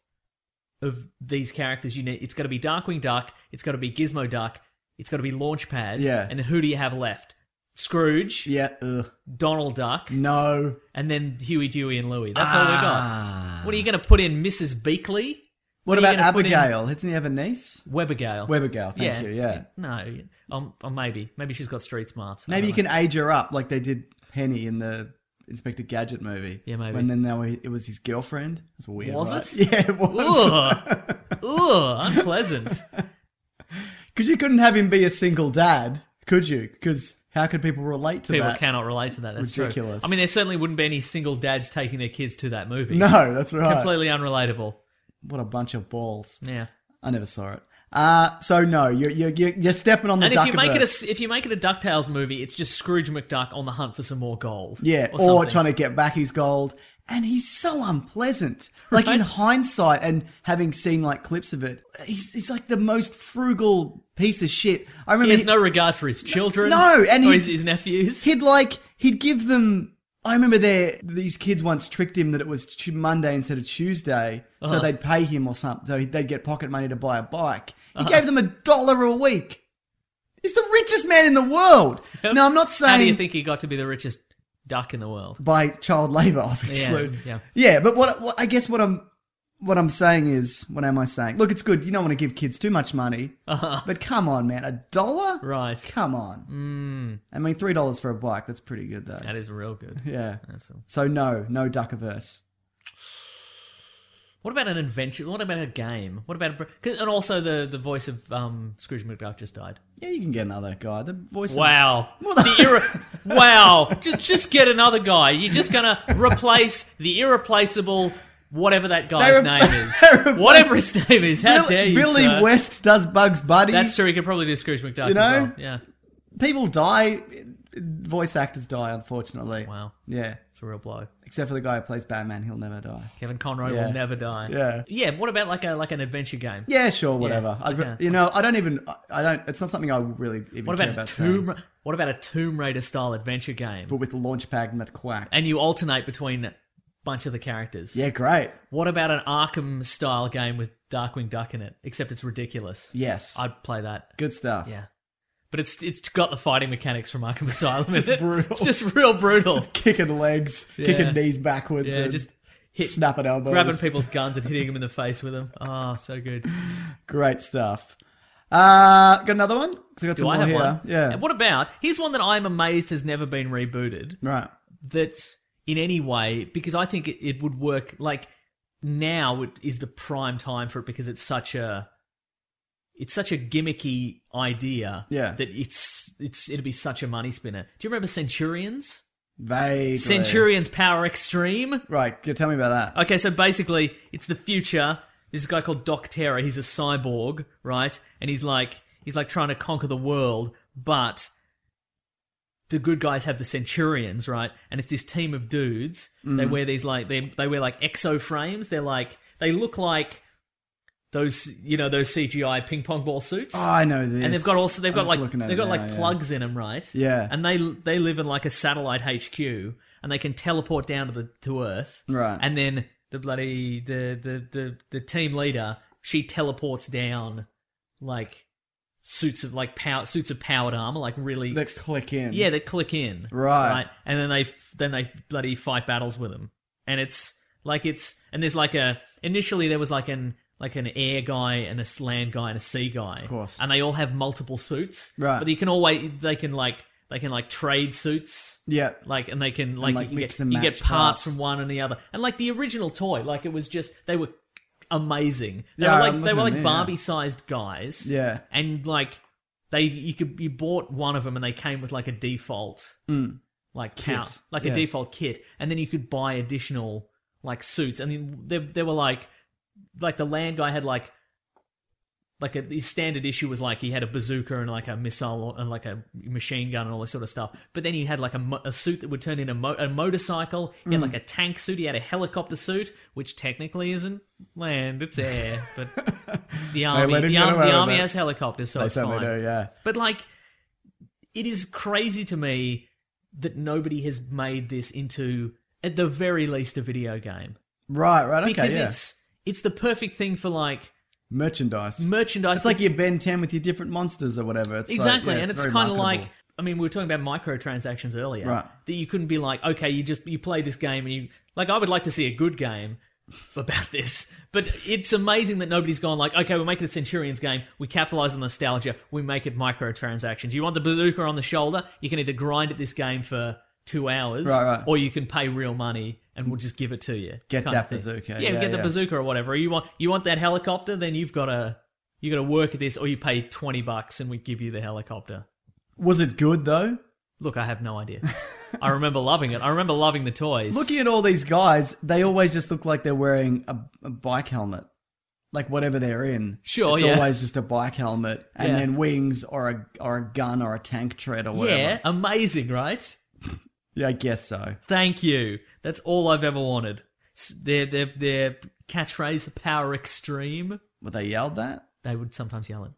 C: of these characters, you need it's got to be Darkwing Duck, it's got to be Gizmo Duck, it's got to be Launchpad,
A: Yeah.
C: and then who do you have left? Scrooge,
A: Yeah. Ugh.
C: Donald Duck,
A: No.
C: and then Huey, Dewey, and Louie. That's all we
A: Ah.
C: got. What are you going to put in Mrs. Beakley?
A: What,
C: What are
A: about
C: you gonna put in-
A: Abigail? Doesn't he have a niece?
C: Webergale.
A: Webergale, thank you. Yeah.
C: No, um, or maybe maybe she's got street smarts. I
A: Maybe
C: don't
A: you
C: know.
A: can age her up like they did Penny in the Inspector Gadget movie.
C: Yeah, maybe.
A: When then they were, it was his girlfriend. That's weird.
C: Was
A: right?
C: it?
A: Yeah, it was.
C: Ugh, ugh, unpleasant.
A: Because you couldn't have him be a single dad, could you? Because how could people relate to
C: People
A: that?
C: cannot relate to that. That's true.
A: Ridiculous.
C: I mean, there certainly wouldn't be any single dads taking their kids to that movie.
A: No, that's right.
C: completely unrelatable.
A: What a bunch of balls.
C: Yeah.
A: I never saw it. Uh, so no, you're you're you're, you're stepping on the
C: And if you make it
A: Duckiverse.
C: a if you make it a Ducktales movie, it's just Scrooge McDuck on the hunt for some more gold.
A: Yeah,
C: or,
A: or,
C: something.
A: trying to get back his gold. And he's so unpleasant. Like in hindsight and having seen like clips of it, he's, he's like the most frugal piece of shit. I
C: He
A: remember
C: has
A: he-
C: no regard for his children.
A: No, and
C: or
A: he-
C: his, his nephews.
A: he'd like he'd give them. I remember there these kids once tricked him that it was Tu- Monday instead of Tuesday,
C: Uh-huh.
A: so they'd pay him or something. So they'd get pocket money to buy a bike. He
C: Uh-huh.
A: gave them a dollar a week. He's the richest man in the world. No, I'm not saying
C: How do you think he got to be the richest duck in the world?
A: by child labor, obviously.
C: Yeah, yeah.
A: but what, what I guess what I'm what I'm saying is, what am I saying? Look, it's good. You don't want to give kids too much money,
C: Uh-huh.
A: but come on, man, a dollar?
C: Right.
A: Come on.
C: Mm.
A: I mean, three dollars for a bike. That's pretty good, though.
C: That is real good.
A: Yeah.
C: That's all.
A: So no, no Duckiverse.
C: What about an adventure? What about a game? What about a, 'cause- and also the the voice of um, Scrooge McDuck just died.
A: Yeah, you can get another guy. The voice. of-
C: Wow.
A: Well, the-
C: The irre wow. Just just get another guy. You're just gonna replace the irreplaceable whatever that guy's
A: They re-
C: name is.
A: they replace-
C: whatever his name is. How
A: Bill-
C: dare you?
A: Billy
C: sir.
A: West does Bugs Bunny.
C: That's true. He could probably do Scrooge McDuck.
A: You
C: as
A: know?
C: well. Yeah.
A: People die. voice actors die, unfortunately.
C: Wow,
A: Yeah.
C: it's a real blow.
A: Except for the guy who plays Batman, he'll never die.
C: Kevin Conroy
A: Yeah.
C: will never die.
A: Yeah.
C: Yeah. What about like a like an adventure game?
A: Yeah, sure, whatever.
C: Yeah,
A: I'd,
C: okay.
A: You know, I don't even. I- I don't. It's not something I really even
C: What
A: care
C: about,
A: about.
C: a
A: saying,
C: Tomb? Ra- What about a Tomb Raider style adventure game?
A: but with Launchpad McQuack.
C: And you alternate between a bunch of the characters.
A: yeah, great.
C: What about an Arkham style game with Darkwing Duck in it? Except it's ridiculous.
A: Yes,
C: I'd play that.
A: good stuff.
C: Yeah. But it's it's got the fighting mechanics from Arkham Asylum. in
A: Just
C: it.
A: brutal.
C: Just real brutal.
A: Kicking legs,
C: Yeah.
A: kicking knees backwards,
C: yeah,
A: and
C: just hit,
A: snapping elbows.
C: grabbing people's guns and hitting them in the face with them. Oh, so good.
A: Great stuff. Uh, got another one? 'Cause I got
C: Do
A: some
C: I
A: more
C: have
A: here.
C: one?
A: Yeah.
C: And what about here's one that I'm amazed has never been rebooted.
A: Right.
C: That in any way because I think it, it would work. Like now it is the prime time for it because it's such a it's such a gimmicky idea.
A: Yeah.
C: That it's it's it'd be such a money spinner. Do you remember Centurions?
A: Vaguely.
C: Centurions Power Extreme.
A: Right. Yeah, tell me about that.
C: Okay, so basically, it's the future. This guy called Doc Terra. He's a cyborg, right? And he's like he's like trying to conquer the world, but the good guys have the Centurions, right? And it's this team of dudes.
A: Mm.
C: They wear these like they they wear like exo frames. They're like they look like those you know those CGI ping pong ball suits.
A: Oh, I know this.
C: and they've got also they've
A: I'm
C: got
A: just
C: like
A: looking at
C: they've
A: it
C: got
A: now,
C: like
A: yeah.
C: plugs in them, right?
A: Yeah.
C: And they they live in like a satellite HQ, and they can teleport down to the to Earth.
A: Right.
C: And then the bloody the the the, the team leader she teleports down like suits of like power suits of powered armor, like really
A: That click in.
C: yeah, they click in.
A: Right.
C: And then they then they bloody fight battles with them. And it's like it's and there's like a initially there was like an like an air guy and a land guy and a sea guy. Of
A: course.
C: And they all have multiple suits.
A: Right.
C: But you can always they can like they can like trade suits.
A: Yeah.
C: Like and they can like,
A: like,
C: you can
A: mix
C: get,
A: and
C: you get
A: match parts.
C: parts, from one and the other. And like the original toy, like it was just they were amazing. They
A: Yeah,
C: were
A: I'm
C: like they
A: looking
C: were
A: at
C: like
A: them, yeah.
C: Barbie sized guys
A: Yeah.
C: and like they you could you bought one of them and they came with like a default like count
A: Mm. Kit,
C: like
A: yeah.
C: a default kit and then you could buy additional like suits and then there, there were like like the land guy had like like a, his standard issue was like he had a bazooka and like a missile and like a machine gun and all this sort of stuff. But then he had like a, mo- a suit that would turn into mo- a motorcycle.
A: Mm.
C: He had like a tank suit. He had a helicopter suit, which technically isn't land; it's air. But the army,
A: let him
C: the,
A: get
C: arm,
A: away
C: the
A: with
C: army
A: it.
C: has helicopters, so
A: They
C: it's
A: certainly
C: fine.
A: do. Yeah.
C: But like, it is crazy to me that nobody has made this into, at the very least, a video game
A: Right. Right. Okay.
C: because
A: yeah.
C: it's it's the perfect thing for like
A: merchandise.
C: merchandise.
A: it's like your Ben Ten with your different monsters or whatever. It's like-
C: exactly,
A: yeah,
C: and it's,
A: very
C: kind of
A: marketable.
C: like I mean, we were talking about microtransactions earlier,
A: Right.
C: That you couldn't be like, okay, you just you play this game and you like. I would like to see a good game about this, but it's amazing that nobody's gone like, okay, we're making a Centurions game. We capitalize on nostalgia. We make it microtransactions. You want the bazooka on the shoulder? You can either grind at this game for two hours,
A: Right, right.
C: or you can pay real money. And we'll just give it to you.
A: Get
C: kind of
A: that
C: thing.
A: bazooka.
C: Yeah,
A: Yeah,
C: get the
A: yeah.
C: bazooka or whatever. You want you want that helicopter? Then you've got to you got to work at this, or you pay twenty bucks and we give you the helicopter.
A: Was it good though?
C: Look, I have no idea. I remember loving it. I remember loving the toys.
A: Looking at all these guys, they always just look like they're wearing a, a bike helmet. Like whatever they're in.
C: Sure,
A: It's
C: yeah.
A: always just a bike helmet and
C: Yeah.
A: then wings or a or a gun or a tank tread or whatever.
C: yeah, amazing, right?
A: Yeah, I guess so.
C: Thank you. That's all I've ever wanted. S- Their their their catchphrase, "Power Extreme."
A: Were they yelled that?
C: They would sometimes yell it.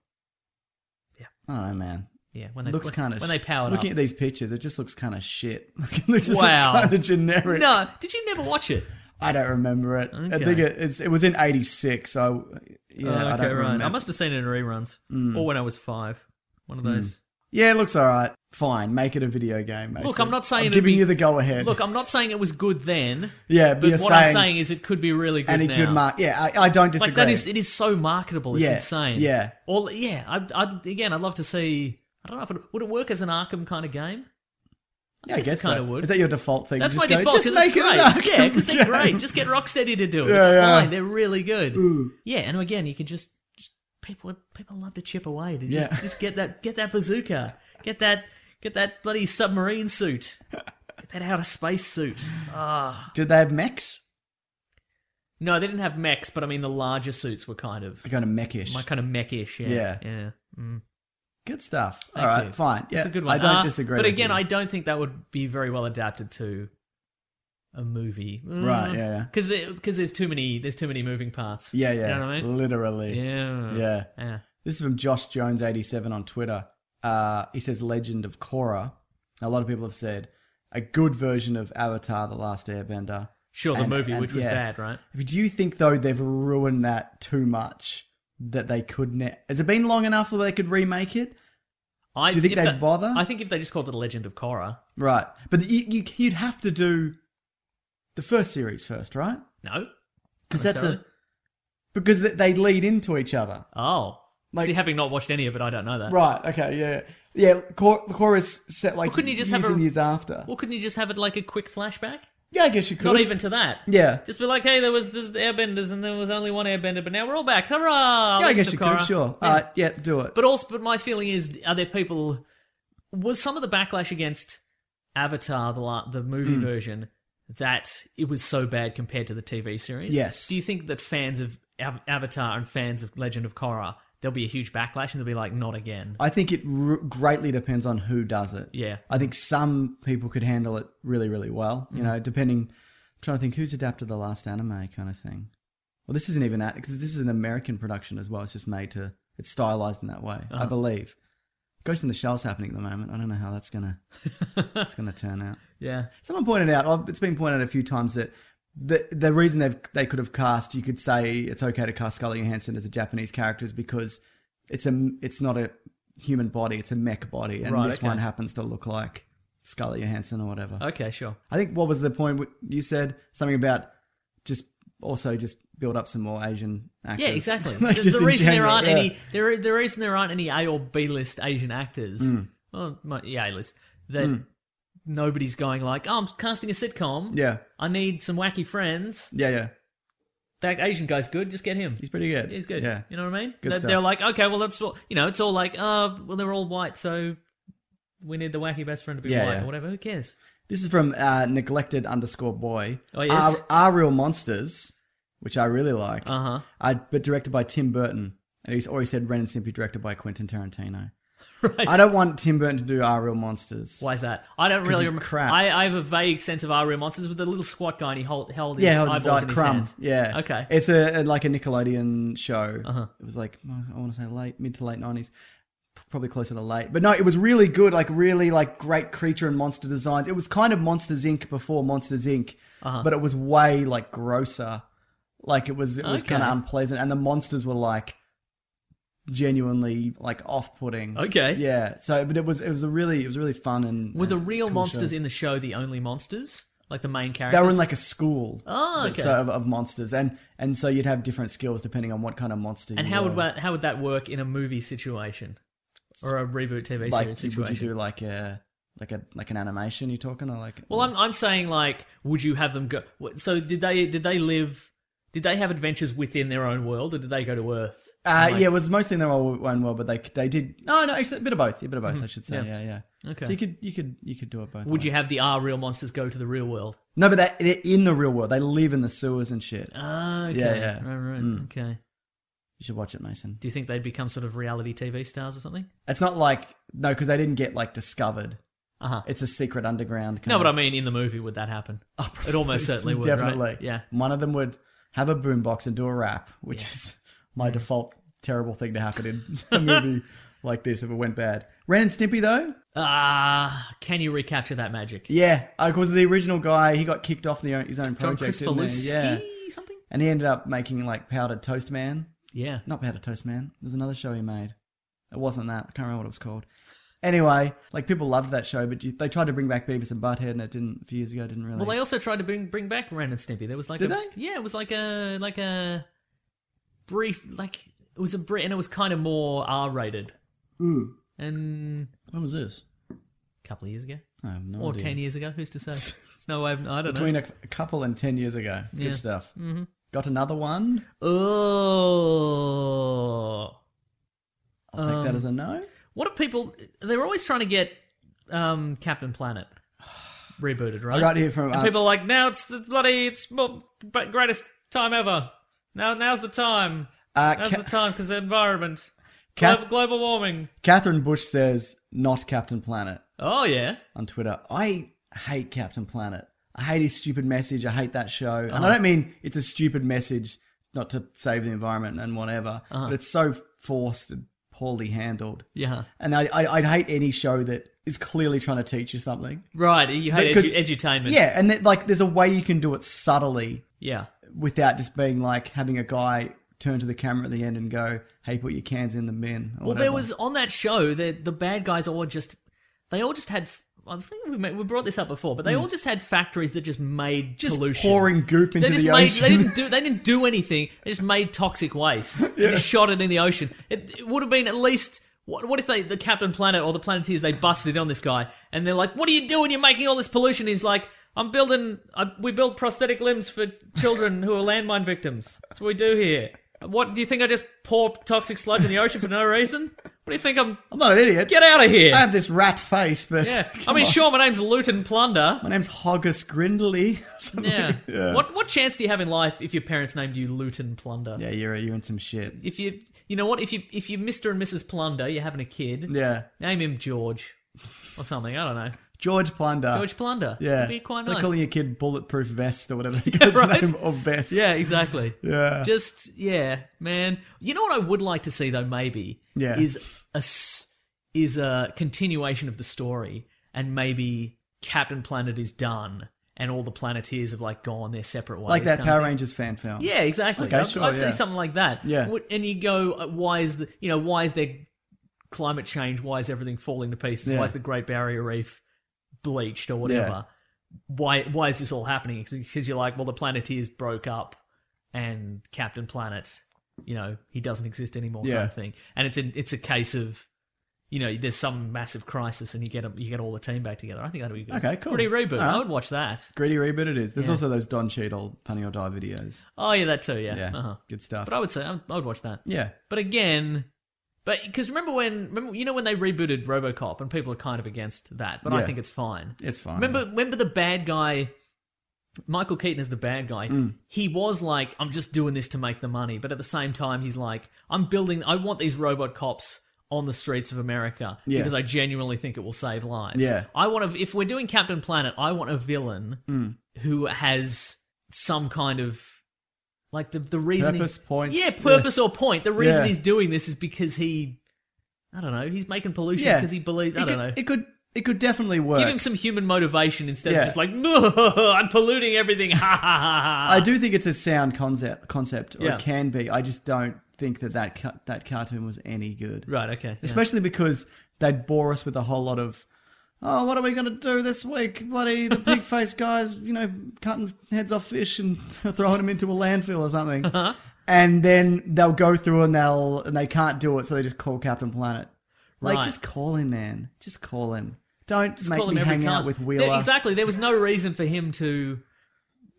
A: Oh man.
C: Yeah, when they
A: looks
C: when-
A: kind of
C: when they powered
A: Looking
C: up.
A: at these pictures, it just looks kind of shit. it just
C: Wow.
A: looks kind of generic.
C: no, did you never watch it?
A: I don't remember it. I
C: Okay.
A: think it, it's it was in '86. So yeah,
C: Oh, okay,
A: I don't
C: right.
A: remember.
C: I must have seen it in reruns or when I was five. One of those.
A: Yeah, it looks all right. Fine, make it a video game.
C: Look,
A: Mason.
C: I'm not saying
A: I'm
C: it'd
A: giving
C: be-
A: you the go ahead.
C: Look, I'm not saying it was good then,
A: yeah,
C: but
A: you're
C: what I'm saying is it could be really good
A: and it
C: now.
A: could mark. Yeah, I, I don't disagree.
C: like that is it is so marketable. It's
A: Yeah,
C: insane.
A: yeah.
C: Or yeah, I'd, I'd again, I'd love to see. I don't know if it would it work as an Arkham kind of game.
A: yeah, I
C: guess it
A: guess
C: kinda
A: so.
C: would.
A: Is that your default thing?
C: That's
A: Just
C: my
A: go,
C: default
A: Just
C: because
A: make
C: it's
A: it an
C: great. Yeah, because they're
A: Arkham
C: great.
A: game."
C: Just get Rocksteady to do it.
A: Yeah,
C: it's
A: yeah.
C: fine. They're really good. Yeah, and again, you can just, just people people love to chip away to just
A: Yeah.
C: just get that get that bazooka, get that get that bloody submarine suit, get that outer space suit.
A: Did they have mechs?
C: No, they didn't have mechs, but I mean the larger suits were kind of
A: They're kind of mechish.
C: my kind of mechish.
A: Yeah.
C: yeah. yeah.
A: Good stuff.
C: Mm, Thank
A: All right,
C: you.
A: fine. Yeah,
C: It's a good one.
A: I don't
C: Uh,
A: disagree.
C: But
A: with
C: again,
A: you.
C: I don't think that would be very well adapted to a movie. Mm,
A: Right, yeah, yeah.
C: Because there's too many there's too many moving parts.
A: yeah,
C: You
A: yeah,
C: know what I mean?
A: literally.
C: Yeah.
A: Yeah.
C: Yeah.
A: This is from Josh Jones eighty seven on Twitter. Uh, he says Legend of Korra. A lot of people have said a good version of Avatar: The Last Airbender.
C: Sure, the
A: And-
C: movie,
A: and-
C: which was
A: yeah.
C: bad, right?
A: Do you think though they've ruined that too much that they couldn't? Has it been long enough that they could remake it?
C: I,
A: Do you think
C: if
A: they'd
C: that-
A: bother?
C: I think if they just called it Legend of Korra.
A: Right, but you, you you'd have to do the first series first, right?
C: No.
A: Because that's a
C: Necessarily.
A: because th- they lead into each other.
C: Oh.
A: Like-
C: See, having not watched any of it, I don't know that.
A: Right. Okay. Yeah. Yeah. Cor- the chorus set like
C: couldn't you just
A: years
C: have a-
A: and years after.
C: Well, couldn't you just have it like a quick flashback?
A: yeah, I guess you could.
C: Not even to that.
A: Yeah.
C: Just be like, hey, there was this airbenders and there was only one airbender, but now we're all back. Hurrah!
A: yeah, I
C: Legend
A: guess
C: of
A: you
C: Korra.
A: could. Sure.
C: Yeah.
A: All right. Yeah. Do it.
C: But also, but my feeling is, are there people? Was some of the backlash against Avatar, the la- the
A: Hmm.
C: movie version, that it was so bad compared to the TV series?
A: Yes.
C: Do you think that fans of Av- Avatar and fans of Legend of Korra, there'll be a huge backlash and they'll be like, not again?
A: I think it r- greatly depends on who does it.
C: Yeah.
A: I think some people could handle it really, really well. You know, depending. I'm trying to think who's adapted the last anime kind of thing. Well, this isn't even at because this is an American production as well. It's just made to. It's stylized in that way, I believe. Ghost in the Shell's happening at the moment. I don't know how that's gonna. that's gonna turn out.
C: Yeah.
A: Someone pointed out, oh, it's been pointed out a few times that the the reason they they could have cast, you could say it's okay to cast Scarlett Johansson as a Japanese character is because it's a it's not a human body, it's a mech body, and
C: Right,
A: this
C: okay. Oh.
A: one happens to look like Scarlett Johansson or whatever.
C: Okay. Sure.
A: I think what was the point wh- you said something about just also just build up some more Asian actors.
C: Yeah, exactly.
A: Like,
C: the,
A: just
C: the
A: in
C: reason there
A: general,
C: aren't
A: yeah.
C: any there the reason there aren't any A or B list Asian actors,
A: Mm.
C: well, my, yeah, A list that nobody's going like, oh, I'm casting a sitcom.
A: Yeah,
C: I need some wacky friends.
A: yeah, yeah.
C: That Asian guy's good. Just get him.
A: He's pretty good.
C: He's good.
A: Yeah,
C: You know what I mean?
A: Good
C: They-
A: stuff.
C: They're like, okay, well, that's all. You know, it's all like, uh, well, they're all white, so we need the wacky best friend to be
A: Yeah,
C: white
A: yeah.
C: or whatever. Who cares?
A: This is from uh, neglected underscore boy.
C: Oh, yes.
A: Are, are real monsters, which I really like.
C: Uh huh.
A: I, but directed by Tim Burton. And he's already said Ren and Simpy directed by Quentin Tarantino.
C: Right.
A: I don't want Tim Burton to do Are Real Monsters.
C: Why is that? I don't really
A: he's
C: remember.
A: crap.
C: I, I have a vague sense of our real monsters with the little squat guy and he hold, held his
A: Yeah, hold his
C: eyeballs
A: eye-
C: in his
A: crumb.
C: hands.
A: Yeah.
C: Okay.
A: It's a, a- like a Nickelodeon show.
C: Uh-huh.
A: It was like I want to say late mid to late nineties, probably closer to late. But no, it was really good. Like really like great creature and monster designs. It was kind of Monsters Inc. before Monsters Inc.
C: Uh-huh.
A: Uh-huh. But it was way like grosser. Like it was it was
C: Okay.
A: kind of unpleasant, and the monsters were like genuinely like off-putting.
C: Okay.
A: Yeah. So, but it was it was a really it was really fun and
C: Were the
A: and
C: real
A: cool
C: monsters
A: show.
C: in the show the only monsters? Like the main characters?
A: They were in like a school.
C: Oh, okay.
A: So of, of monsters, and and so you'd have different skills depending on what kind of monster.
C: and
A: you
C: how would
A: were.
C: that, how would that work in a movie situation or a reboot TV
A: like
C: series
A: would you
C: situation?
A: do like a like a like an animation? You're talking or like
C: Well, I'm I'm saying like, would you have them go? what- So did they did they live? Did they have adventures within their own world, or did they go to Earth?
A: uh, yeah, it was mostly in their own world, but they they did no no actually, a bit of both, a bit of both, I should say, yeah,
C: Mm-hmm. yeah.
A: yeah.
C: Okay.
A: So you could you could you could do it both.
C: Would you
A: ways.
C: have the R real monsters go to the real world?
A: no? But they, they're in the real world. They live in the sewers and shit.
C: Ah, okay.
A: Yeah, yeah.
C: Right, right.
A: Mm.
C: Okay.
A: You should watch it, Mason.
C: Do you think they'd become sort of reality TV stars or something?
A: It's not like no, because they didn't get like discovered.
C: Uh huh.
A: It's a secret underground. Kind
C: No, but I
A: of-
C: mean, in the movie, would that happen? It almost certainly would. right?
A: Definitely.
C: Yeah.
A: One of them would have a boombox and do a rap, which is
C: Mm.
A: my default terrible thing to happen in a movie like this if it went bad. Ren and Stimpy though,
C: Ah, can you recapture that magic?
A: yeah, because the original guy he got kicked off the, his own
C: John
A: project, didn't he?
C: Kristofaluski
A: Yeah,
C: something?
A: and he ended up making like Powdered Toast Man.
C: Yeah.
A: Not Powdered Toast Man. There was another show he made. It wasn't that. I can't remember what it was called. Anyway, like people loved that show, but you, they tried to bring back Beavis and Butthead, and it didn't. A few years ago, it didn't really.
C: Well, they also tried to bring bring back Ren and Stimpy. There was like
A: Did
C: a
A: they?
C: yeah, it was like a like a brief like it was a brief and it was kind of more R rated.
A: Hmm.
C: And
A: when was this?
C: a couple of years ago,
A: I have no
C: or
A: idea.
C: ten years ago, who's to say? There's no way. Of, I don't
A: Oh, between
C: know.
A: a, a couple and 10 years ago.
C: Yeah. Mm-hmm.
A: Good stuff. Got another one?
C: oh,
A: I'll take
C: Um,
A: that as a no.
C: what are people? They're always trying to get um, Captain Planet rebooted, right?
A: I got here from.
C: And
A: uh,
C: people are like, now it's the bloody, it's mo- b- greatest time ever. Now, now's the time.
A: uh,
C: Now's
A: Ca-
C: the time because the environment.
A: Cat-
C: Global, global warming.
A: Catherine Bush says, not Captain Planet
C: Oh yeah.
A: on Twitter. I hate Captain Planet. I hate his stupid message. I hate that show. And I
C: Oh.
A: don't mean it's a stupid message not to save the environment and whatever,
C: Uh-huh.
A: but it's so forced and poorly handled.
C: Yeah.
A: And I, I, I'd hate any show that is clearly trying to teach you something.
C: Right. You hate
A: Because-
C: edu- edutainment.
A: Yeah, and that, like there's a way you can do it subtly
C: Yeah.
A: without just being like having a guy turn to the camera at the end and go, "Hey, put your cans in the bin." Or
C: Well, there was on that show the the bad guys all just they all just had. I think we made, we brought this up before, but they all just had factories that just made
A: Hmm. just
C: pollution.
A: pouring goop into
C: they just
A: the
C: made
A: ocean.
C: they didn't do they didn't do anything. They just made toxic waste. They just shot it in the ocean. It, it would have been at least. What, what if they the Captain Planet or the Planeteers they busted in on this guy and they're like, "What are you doing? You're making all this pollution." He's like, "I'm building. I, we build prosthetic limbs for children who are landmine victims. That's what we do here." What do you think? I just pour toxic sludge in the ocean for no reason? What do you think? I'm
A: I'm not an idiot.
C: get out
A: I
C: of here.
A: have this rat face, but
C: Yeah. I
A: come
C: mean,
A: on.
C: sure, my name's Loot and Plunder.
A: My name's Hoggus Grindley. Something.
C: Yeah. What what chance do you have in life if your parents named you Loot and Plunder?
A: yeah, you're you're in some shit.
C: If you you know what if you if you Mr. and Mrs. Plunder, you're having a kid.
A: Yeah,
C: Name him George or something. I don't know.
A: George Plunder.
C: George Plunder.
A: Uh, Yeah,
C: It'd be quite
A: it's
C: nice.
A: like calling your kid bulletproof vest or whatever the guy's
C: right.
A: name or vest.
C: yeah, exactly.
A: yeah.
C: Just yeah, man. You know what I would like to see though, maybe
A: Yeah.
C: is a s- is a continuation of the story, and maybe Captain Planet is done, and all the Planeteers have like gone their separate ways.
A: like that
C: kind of
A: Power
C: thing.
A: Rangers fan film.
C: Yeah, exactly.
A: Okay,
C: I'd,
A: sure,
C: I'd
A: yeah.
C: say something like that.
A: Yeah.
C: Would- And you go, uh, why is the you know why is there climate change? Why is everything falling to pieces?
A: Yeah.
C: Why is the Great Barrier Reef bleached or whatever? Why why is this all happening? Because you're like, well, the Planeteers broke up, and Captain Planet, you know, he doesn't exist anymore,
A: Yeah.
C: kind of thing. And it's a, it's a case of. You know, there's some massive crisis, and you get 'em- you get all the team back together. I think that'd be good.
A: Okay, cool.
C: Pretty reboot.
A: All right.
C: I would watch that.
A: Greedy reboot it is. There's also those Don Cheadle Funny or Die videos.
C: Oh yeah, that too. Yeah.
A: Yeah,
C: Uh-huh.
A: good stuff.
C: But I would say I I would watch that.
A: yeah,
C: But again, but because remember when remember you know when they rebooted RoboCop and people are kind of against that, but I
A: Yeah.
C: think it's fine.
A: it's fine.
C: Remember remember the bad guy Michael Keaton is the bad guy.
A: Mm.
C: He was like, I'm just doing this to make the money, but at the same time he's like, I'm building I want these robot cops on the streets of America
A: Yeah.
C: because I genuinely think it will save lives.
A: Yeah.
C: I want to if we're doing Captain Planet, I want a villain
A: Mm.
C: who has some kind of like the the reason he-
A: Purpose, points.
C: yeah, purpose or point. The reason
A: Yeah.
C: he's doing this is because he, I don't know, he's making pollution
A: Yeah.
C: because he believes.
A: it
C: I
A: could,
C: don't know.
A: It could it could definitely work.
C: Give him some human motivation instead
A: Yeah.
C: of just like, I'm polluting everything. Ha ha ha ha.
A: I do think it's a sound concept concept, or
C: Yeah.
A: it can be. I just don't think that that ca- that cartoon was any good,
C: Right. Okay. yeah.
A: especially because they'd bore us with a whole lot of. Oh, what are we gonna do this week? Bloody the pig face guys, you know, cutting heads off fish and throwing them into a landfill or something.
C: Uh-huh.
A: And then they'll go through and they'll and they can't do it, so they just call Captain Planet. Like,
C: Right.
A: just call him, man. Just call him. Don't
C: Just
A: make
C: call him
A: me
C: every
A: hang
C: time.
A: out with
C: There-
A: Wheeler.
C: exactly. There was no reason for him to.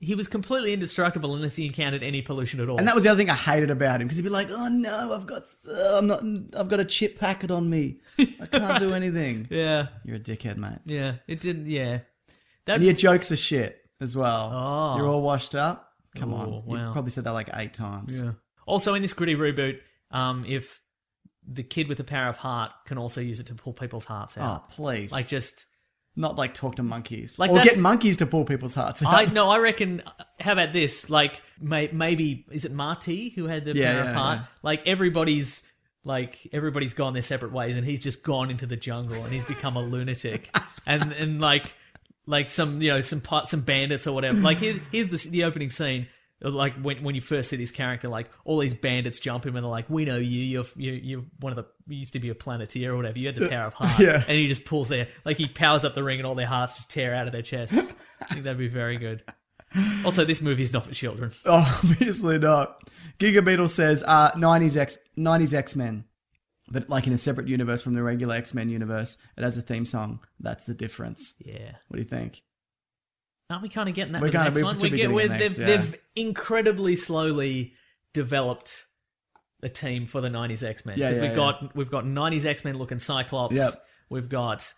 C: He was completely indestructible unless he encountered any pollution at all.
A: And that was the other thing I hated about him because he'd be like, "Oh no, I've got, uh, I'm not, I've got a chip packet on me. I can't do anything."
C: yeah.
A: You're a dickhead, mate.
C: Yeah. It didn't. Yeah.
A: And your jokes are shit as well.
C: Oh.
A: You're all washed up. Come on,
C: Oh,
A: you
C: wow.
A: probably said that like eight times.
C: Yeah. Also, in this gritty reboot, um, if the kid with the power of heart can also use it to pull people's hearts out,
A: Oh please,
C: like just
A: not like talk to monkeys
C: Like
A: or
C: that's-
A: get monkeys to pull people's hearts out.
C: I no, I reckon. uh, How about this? Like, may, maybe is it Marty who had the
A: Yeah,
C: power
A: yeah,
C: of heart?
A: yeah.
C: Like everybody's like everybody's gone their separate ways, and he's just gone into the jungle, and he's become a lunatic, and and like like some you know some part some bandits or whatever. Like here's here's the the opening scene. Like when when you first see this character, like all these bandits jump him and they're like, "We know you. You're you you're one of the you used to be a planeteer or whatever. You had the power of heart."
A: Yeah.
C: And he just pulls their like he powers up the ring and all their hearts just tear out of their chests. I think that'd be very good. Also, this movie's not for children.
A: Oh, obviously not. Giga Beetle says uh, 90s X 90s X-Men. But like in a separate universe from the regular X-Men universe, it has a theme song. That's the difference.
C: Yeah.
A: What do you think?
C: Aren't we kind of getting that
A: We're
C: with the
A: kinda-
C: next
A: we
C: one?
A: should be getting it next,
C: they've,
A: yeah.
C: they've incredibly slowly developed a team for the '90s X-Men.
A: Yeah,
C: 'Cause
A: yeah,
C: we've
A: yeah.
C: got we've got '90s X-Men looking Cyclops.
A: Yep.
C: We've got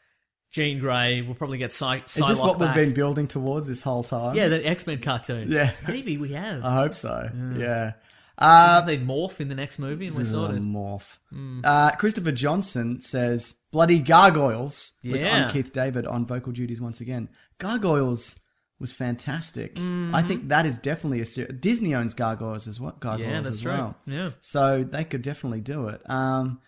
C: Jean Grey. We'll probably get Cy- Psylocke
A: Is this what
C: back.
A: we've been building towards this whole time?
C: Yeah, the X-Men cartoon.
A: Yeah. Uh,
C: maybe we have.
A: I hope so. Yeah.
C: Uh, just need morph in the next movie, and we're
A: This is a
C: sorted. Mm.
A: morph. Uh, Christopher Johnson says, "Bloody gargoyles!" With
C: Yeah.
A: un Keith David on vocal duties once again. Gargoyles was fantastic. I
C: Mm-hmm.
A: think that is definitely a ser- Disney owns Gargoyles as well. Gargoyles
C: Yeah, that's
A: as
C: true.
A: well.
C: Yeah.
A: So they could definitely do it. Um,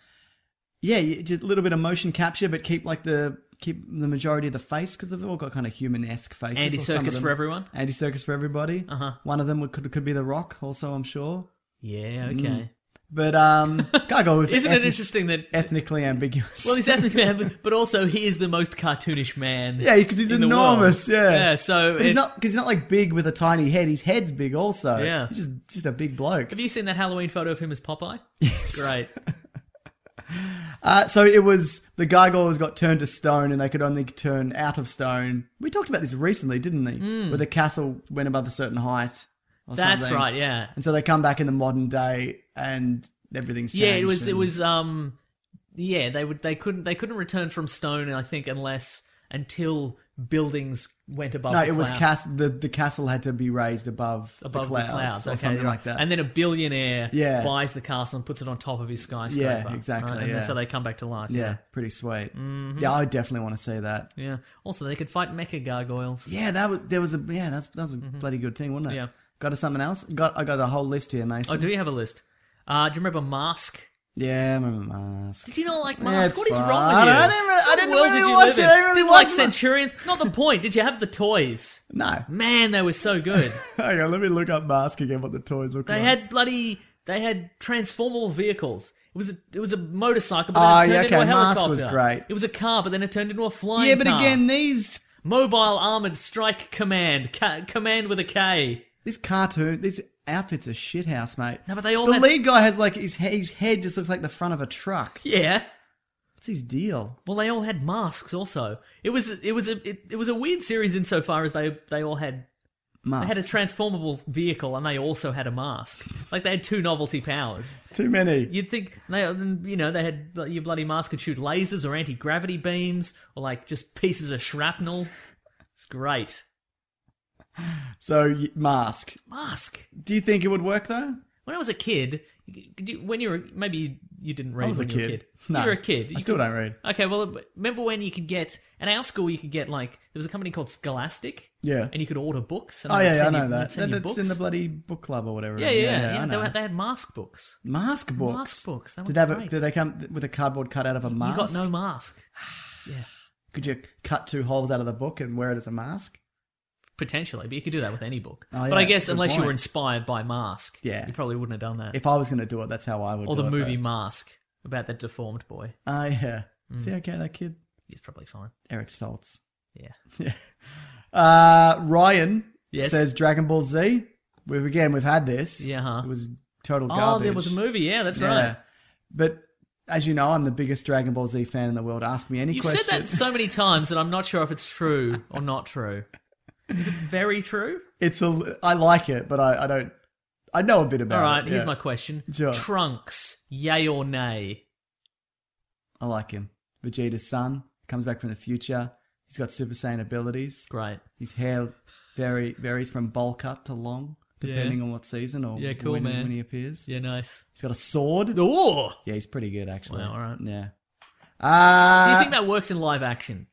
A: yeah, you- just a little bit of motion capture, but keep like the keep the majority of the face because they've all got kind of human esque faces.
C: Andy
A: or some of
C: Circus
A: them-
C: for everyone.
A: Andy Circus for everybody.
C: Uh-huh.
A: One of them would, could could be the Rock, also. I'm sure.
C: Yeah.
A: Mm.
C: Okay.
A: But um, Gargoyles
C: Isn't
A: ethnic-
C: it interesting that?
A: ethnically ambiguous.
C: Well, he's ethnically, American, but also he is the most cartoonish man.
A: yeah, because he's
C: in the world.
A: enormous. Yeah,
C: Yeah. So
A: But he's
C: it-
A: not because he's not like big with a tiny head. His head's big also.
C: Yeah.
A: he's just just a big bloke.
C: Have you seen that Halloween photo of him as Popeye? Yes. Great.
A: Uh, so it was the gargoyles got turned to stone, and they could only turn out of stone. We talked about this recently, didn't we? Where the castle went above a certain height. Or
C: Hmm. That's
A: something.
C: right. Yeah.
A: And so they come back in the modern day, and everything's changed.
C: Yeah. It was. It
A: and-
C: was. Um. Yeah. They would. They couldn't. They couldn't return from stone. I think unless until buildings went above.
A: No,
C: the
A: it was
C: cloud-
A: cas- the the castle had to be raised above,
C: above
A: the clouds, or
C: okay,
A: something
C: right.
A: like that.
C: And then a billionaire
A: Yeah.
C: buys the castle and puts it on top of his skyscraper.
A: Yeah, exactly,
C: And then-
A: yeah.
C: so they come back to life.
A: Yeah, pretty sweet.
C: Mm-hmm.
A: Yeah, I definitely want to see that.
C: Yeah. Also, they could fight mecha gargoyles.
A: Yeah, that was there was a yeah that's that was a bloody good thing, wasn't it?
C: Mm-hmm. Yeah.
A: Got to something else? Got I got the whole list here, Mason.
C: Oh, do you have a list? Uh, do you remember Mask?
A: Yeah, I'm a mask.
C: Did you not like
A: Yeah,
C: Mask?
A: it's
C: what is
A: fine.
C: wrong with
A: I
C: you?
A: don't- I didn't really- I
C: What
A: didn't
C: world
A: really
C: did you
A: watch
C: live
A: it.
C: in?
A: I didn't really
C: didn't
A: watch
C: like
A: much.
C: Centurions. Not the point. Did you have the toys?
A: No.
C: Man, they were so good.
A: Hang on, let me look up mask again. What the toys look
C: they
A: like?
C: had bloody. They had transformable vehicles. It was a, it was a motorcycle,
A: Ah,
C: but then it
A: yeah,
C: turned into a
A: okay, Mask
C: helicopter.
A: was great.
C: It was a car, but then it turned into a flying.
A: yeah, but
C: car.
A: again, these
C: mobile armored strike command, Ca command with a K.
A: this cartoon, these outfits are shithouse, mate.
C: No, but they all
A: the
C: had-
A: lead guy has like his he- his head just looks like the front of a truck.
C: Yeah.
A: What's his deal?
C: Well, they all had masks. Also, it was it was a it, it was a weird series insofar as they they all had
A: Mask.
C: They had a transformable vehicle and they also had a mask. Like they had two novelty powers.
A: Too many.
C: You'd think they, you know, they had your bloody mask could shoot lasers or anti gravity beams or like just pieces of shrapnel. It's great.
A: So y- mask.
C: Mask.
A: Do you think it would work though?
C: When I was a kid, could you- when you were maybe you didn't read
A: I was
C: when
A: a
C: you were a
A: kid.
C: kid.
A: No.
C: You were a kid. You
A: I still don't read.
C: Okay, well, remember when you could get at our school you could get like there was a company called Scholastic,
A: Yeah.
C: and you could order books. And
A: Oh
C: they'd
A: yeah, yeah, I
C: send
A: know
C: you- they'd
A: that.
C: send you
A: That's in the
C: books.
A: bloody book club or whatever.
C: Yeah, yeah, yeah.
A: I
C: they,
A: know.
C: had- they had mask books.
A: Mask books.
C: Mask books, they were
A: Did they, have a,
C: great.
A: did they come with a cardboard cut out of a mask?
C: You got no mask.
A: Could you cut two holes out of the book and wear it as a mask?
C: Potentially, but you could do that with any book.
A: Oh, yeah,
C: but I guess
A: good
C: unless you
A: point.
C: were inspired by Mask,
A: Yeah.
C: you probably wouldn't have done that.
A: If I was going to do it, that's how I would.
C: or
A: do
C: the
A: it,
C: movie
A: though.
C: Mask about that deformed boy.
A: Oh yeah.
C: Mm.
A: See, okay, that kid
C: He's probably fine.
A: Eric Stoltz.
C: Yeah.
A: Yeah. Uh, Ryan
C: Yes.
A: says Dragon Ball Z. We've again we've had this.
C: Yeah, huh.
A: It was total
C: Oh,
A: garbage.
C: there was a movie. Yeah, that's
A: Yeah.
C: right.
A: But as you know, I'm the biggest Dragon Ball Z fan in the world. Ask me any
C: You've
A: question.
C: said that so many times that I'm not sure if it's true or not true. Is it very true?
A: It's a. I like it, but I, I don't. I know a bit about.
C: All right,
A: it,
C: here's
A: yeah.
C: my question.
A: Sure.
C: Trunks, yay or nay?
A: I like him. Vegeta's son comes back from the future. He's got Super Saiyan abilities.
C: Great.
A: His hair very varies from bulk up to long, depending on what season or
C: Yeah, cool,
A: when,
C: man.
A: when he appears.
C: Yeah, nice.
A: He's got a sword.
C: Oh,
A: Yeah, he's pretty good actually.
C: Wow, all right.
A: Yeah.
C: do you
A: Uh,
C: think that works in live action?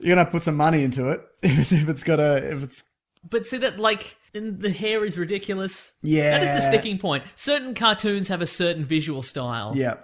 A: you're gonna put some money into it if it's, if it's got a if it's
C: But see that like and the hair is ridiculous.
A: Yeah.
C: That is the sticking point. Certain cartoons have a certain visual style.
A: yeah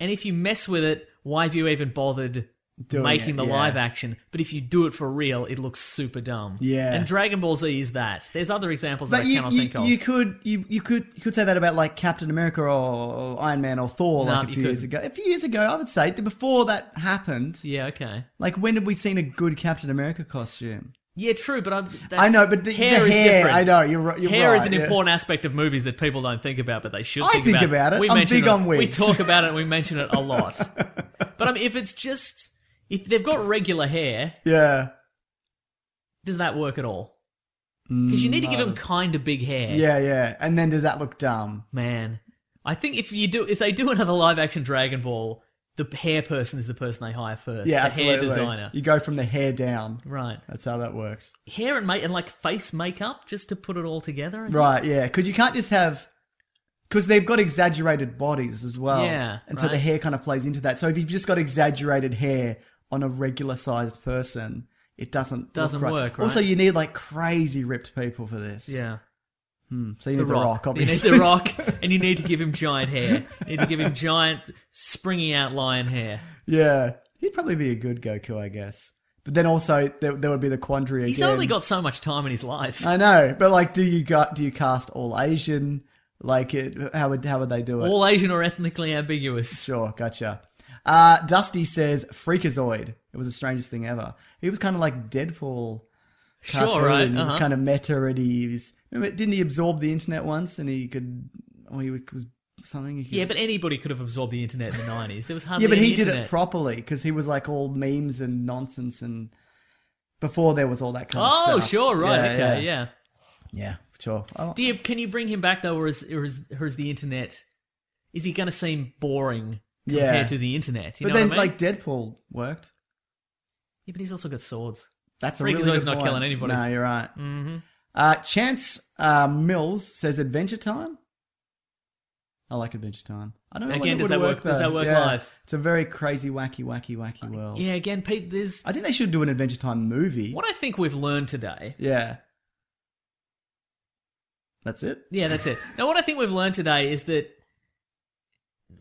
C: And if you mess with it, why have you even bothered
A: doing
C: making
A: it,
C: the
A: yeah.
C: live action? But if you do it for real, it looks super dumb.
A: Yeah.
C: And Dragon Ball Z is that. There's other examples
A: But
C: that I
A: you,
C: cannot
A: you,
C: think of.
A: you could you, you could you could say that about like Captain America or, or Iron Man or Thor
C: Nah,
A: like a
C: you
A: few years ago. A few years ago, I would say that before that happened.
C: yeah, okay.
A: Like when had we seen a good Captain America costume?
C: Yeah, true, but I'm
A: I
C: that's-
A: know, but the
C: hair
A: the
C: is
A: hair,
C: different.
A: I know you're, ri- you're right.
C: Hair is an
A: yeah.
C: important aspect of movies that people don't think about, but they should.
A: I
C: think,
A: think
C: about,
A: about it.
C: We
A: I'm
C: mention
A: big
C: it-
A: on
C: We
A: wigs.
C: talk about it. and We mention it a lot. but I mean, if it's just if they've got regular hair,
A: Yeah,
C: does that work at all? Because you need to give them kind of big hair.
A: yeah, yeah. And then does that look dumb?
C: man. I think if you do, if they do another live action Dragon Ball, the hair person is the person they hire first.
A: Yeah,
C: the
A: absolutely.
C: hair designer.
A: You go from the hair down.
C: Right.
A: That's how that works.
C: Hair and make and like face makeup just to put it all together. and-
A: Right, yeah. Because you can't just have. Because they've got exaggerated bodies as well.
C: Yeah,
A: And so the
C: right.
A: hair kind of plays into that. So if you've just got exaggerated hair on a regular sized person, it doesn't look
C: Doesn't
A: right.
C: work,
A: Also,
C: right?
A: you need like crazy ripped people for this. Mm,
C: Yeah.
A: So you need the, rock, obviously.
C: You need the rock, and you need to give him giant hair. You need to give him giant, springy out lion hair.
A: yeah. He'd probably be a good Goku, I guess. But then also there, there would be the quandary
C: He's
A: again.
C: only got so much time in his life.
A: I know, but like, do you got do you cast all Asian? Like, it, how would how would they do it?
C: All Asian or ethnically ambiguous.
A: Sure, gotcha. Uh, Dusty says Freakazoid. It was the strangest thing ever. He was kind of like Deadpool cartoon.
C: Sure, right?
A: He was
C: uh-huh.
A: kind of meta and he was, remember, didn't he absorb the internet once and he could or he was something he could,
C: yeah, but anybody could have absorbed the internet in the 90s. There was hardly
A: Yeah, but
C: any
A: he did
C: internet.
A: it properly because he was like all memes and nonsense and before there was all that kind
C: Oh,
A: of stuff.
C: sure, right,
A: Yeah,
C: okay, yeah.
A: yeah. Yeah, sure. Oh,
C: Do you, can you bring him back, though, or is, or is, or is the internet... Is he going to seem boring
A: Yeah.
C: compared to the internet? You
A: but
C: know
A: then
C: what I mean?
A: like Deadpool worked.
C: yeah, but he's also got swords.
A: That's a
C: Freakazoid's
A: really good
C: not
A: point.
C: killing anybody.
A: No, you're right.
C: Mm-hmm.
A: Uh, Chance uh, Mills says Adventure Time. I like Adventure Time. I don't know when
C: Again,
A: it
C: does
A: would
C: that work- does
A: though.
C: that work
A: Yeah.
C: live?
A: It's a very crazy, wacky, wacky, wacky world.
C: Yeah, again, Pete, there's...
A: Oh. I think they should do an Adventure Time movie.
C: What I think we've learned today
A: Yeah. That's it.
C: Yeah, that's it. Now, what I think we've learned today is that,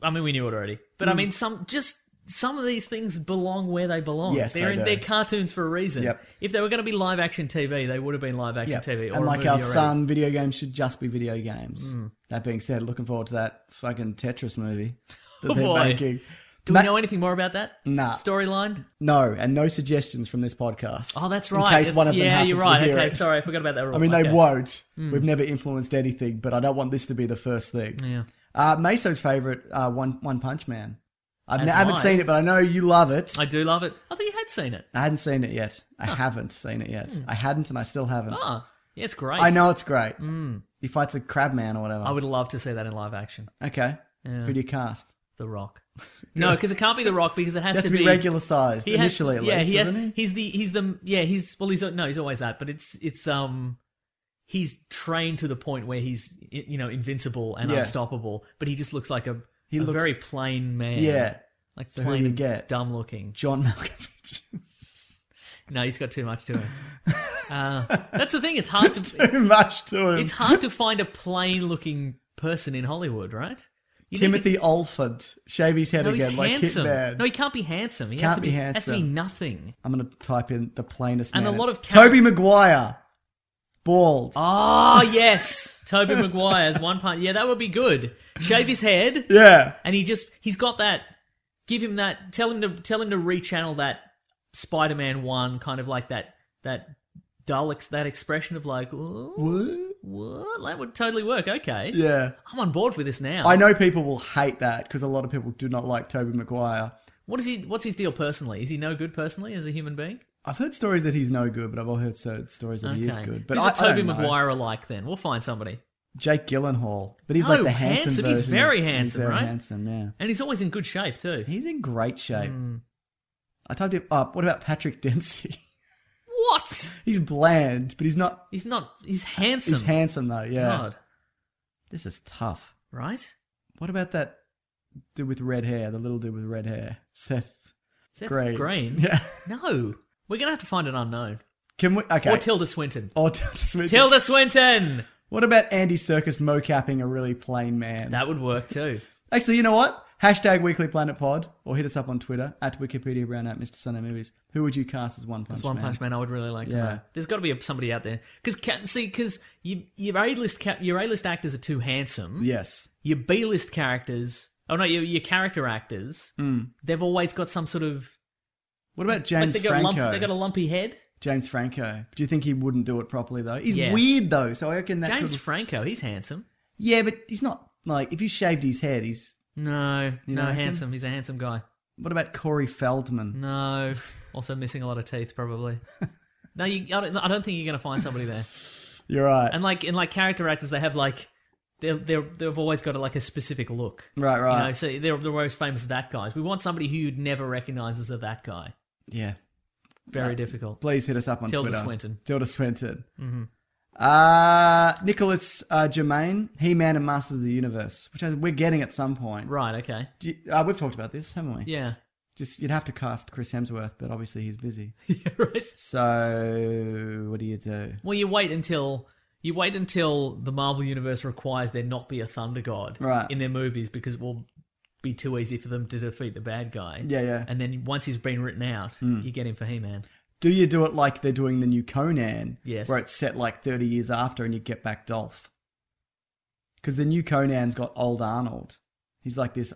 C: I mean, we knew it already, but
A: Mm.
C: I mean, some just some of these things belong where they belong.
A: Yes,
C: they're
A: they
C: in
A: do.
C: they're cartoons for a reason.
A: Yep.
C: If they were going to be live action TV, they would have been live action TV. Or
A: and
C: a
A: like
C: movie
A: how
C: already. Mm.
A: some video games should just be video games. That being said, looking forward to that fucking Tetris movie that
C: Oh,
A: they're
C: boy.
A: making.
C: do
A: Ma-
C: we know anything more about that?
A: Nah.
C: Storyline?
A: No, and no suggestions from this podcast.
C: Oh, that's right.
A: In case
C: It's-
A: one of them
C: yeah,
A: happens
C: you're right.
A: to hear
C: okay,
A: it.
C: sorry, I forgot about that. Rule.
A: I mean, they
C: Okay. Hmm.
A: won't. We've never influenced anything, but I don't want this to be the first thing.
C: Yeah.
A: Uh, Meso's favorite, uh, One One Punch Man. I've
C: As
A: n- I haven't
C: mine.
A: seen it, but I know you love it.
C: I do love it. I thought you had seen it.
A: I hadn't seen it yet. I haven't seen it yet.
C: Hmm.
A: I hadn't, and I still haven't.
C: Ah, yeah, it's great.
A: I know it's great. He fights a crab man or whatever.
C: Hmm. I would love to see that in live action.
A: okay.
C: Yeah.
A: Who do you cast?
C: The Rock. No, because it can't be The Rock because it has,
A: He has to, be, regular sized
C: He has-
A: initially, at
C: yeah,
A: least,
C: he has,
A: doesn't he?
C: He's the he's the yeah he's well he's no he's always that, but it's it's um he's trained to the point where he's i- you know invincible and
A: Yeah.
C: unstoppable, but he just looks like a
A: He
C: a
A: looks-
C: very plain man.
A: Yeah.
C: like
A: So who do
C: plain
A: you
C: and
A: get?
C: dumb looking.
A: John Malkovich.
C: No, he's got too much to him. uh, that's the thing. It's hard to
A: Too much to him.
C: it's hard to find a plain looking person in Hollywood, right? You need to-
A: Timothy Olford. Shave his head
C: no, he's
A: again like
C: handsome.
A: Hitman.
C: No, he can't be handsome. He has
A: Can't
C: to
A: be
C: be, has to be
A: handsome.
C: nothing.
A: I'm going to type in the plainest
C: And
A: man.
C: a lot of
A: Toby Maguire. Bald.
C: Oh yes, Toby Maguire's one punch. Yeah, that would be good. Shave his head,
A: Yeah.
C: and he just—he's got that. Give him that. Tell him to tell him to rechannel that Spider-Man one kind of like that that dull ex, that expression of like "Ooh, what that would totally work. Okay,
A: Yeah.
C: I'm on board with this now.
A: I know people will hate that because a lot of people do not like Toby Maguire.
C: What is he? What's his deal personally? Is he no good personally as a human being?
A: I've heard stories that he's no good, but I've also heard so- stories that he is good. But
C: Who's
A: I,
C: a Toby
A: I don't know.
C: Maguire alike then? We'll find somebody.
A: Jake Gyllenhaal, but he's like
C: Oh,
A: the handsome,
C: handsome.
A: version.
C: He's
A: of-
C: very handsome,
A: he's very
C: right?
A: Handsome, yeah.
C: And he's always in good shape too.
A: He's in great shape. I typed him up. What about Patrick Dempsey?
C: What?
A: he's bland, but he's not.
C: He's not. He's handsome.
A: He's handsome though. Yeah.
C: God,
A: This is tough.
C: right?
A: What about that dude with red hair? The little dude with red hair, Seth
C: Seth
A: Green.
C: Green.
A: Yeah.
C: No. We're going to have to find an unknown.
A: Can we? Okay. Oh,
C: Or Tilda Swinton.
A: Or Tilda Swinton.
C: Tilda Swinton!
A: What about Andy Circus mocapping a really plain man?
C: That would work too.
A: Actually, you know what? Hashtag Weekly Planet Pod or hit us up on Twitter at Wikipedia Brown at Mr. Sunday Movies. Who would you cast as One Punch
C: That's One
A: Man?
C: Punch Man I would really like to
A: Yeah.
C: know. There's got to be a- somebody out there. Because, see, because you, your A-list ca- your A-list actors are too handsome.
A: Yes.
C: Your B-list characters... Oh, no, your, your character actors, they've always got some sort of...
A: Hmm. What about
C: Like
A: James
C: they got, a lump,
A: Franco?
C: they got a lumpy head.
A: James Franco. Do you think he wouldn't do it properly though? He's
C: Yeah.
A: weird though, so I reckon that
C: James
A: could-
C: Franco, he's handsome.
A: yeah, but he's not like if you shaved his head, he's.
C: No,
A: You
C: no,
A: reckon?
C: handsome. He's a handsome guy.
A: What about Corey Feldman?
C: No. Also missing a lot of teeth, probably. No, you, I, don't, I don't think you're going to find somebody there.
A: You're right.
C: And like in like character actors, they have like they're, they're, they've always got a, like a specific look.
A: Right, right.
C: You know, so they're, they're always famous that guys. We want somebody who you'd never recognize as a that guy.
A: yeah.
C: Very difficult.
A: Please hit us up on
C: Tilda
A: Twitter.
C: Swinton. Mm-hmm.
A: Tilda Swinton. Uh, Nicholas uh, Germain, He Man and Masters of the Universe, which I, we're getting at some point.
C: Right, okay.
A: Do you- uh, we've talked about this, haven't we?
C: Yeah.
A: Just you'd have to cast Chris Hemsworth, but obviously he's busy.
C: yeah right.
A: So what do you do?
C: Well, you wait until you wait until the Marvel universe requires there not be a Thunder God
A: Right.
C: in their movies because it will be too easy for them to defeat the bad guy.
A: Yeah, yeah.
C: And then once he's been written out,
A: Hmm.
C: you get him for He-Man.
A: Do you do it like they're doing the new Conan?
C: Yes.
A: Where it's set like 30 years after and you get back Dolph. Because the new Conan's got old Arnold. He's like this,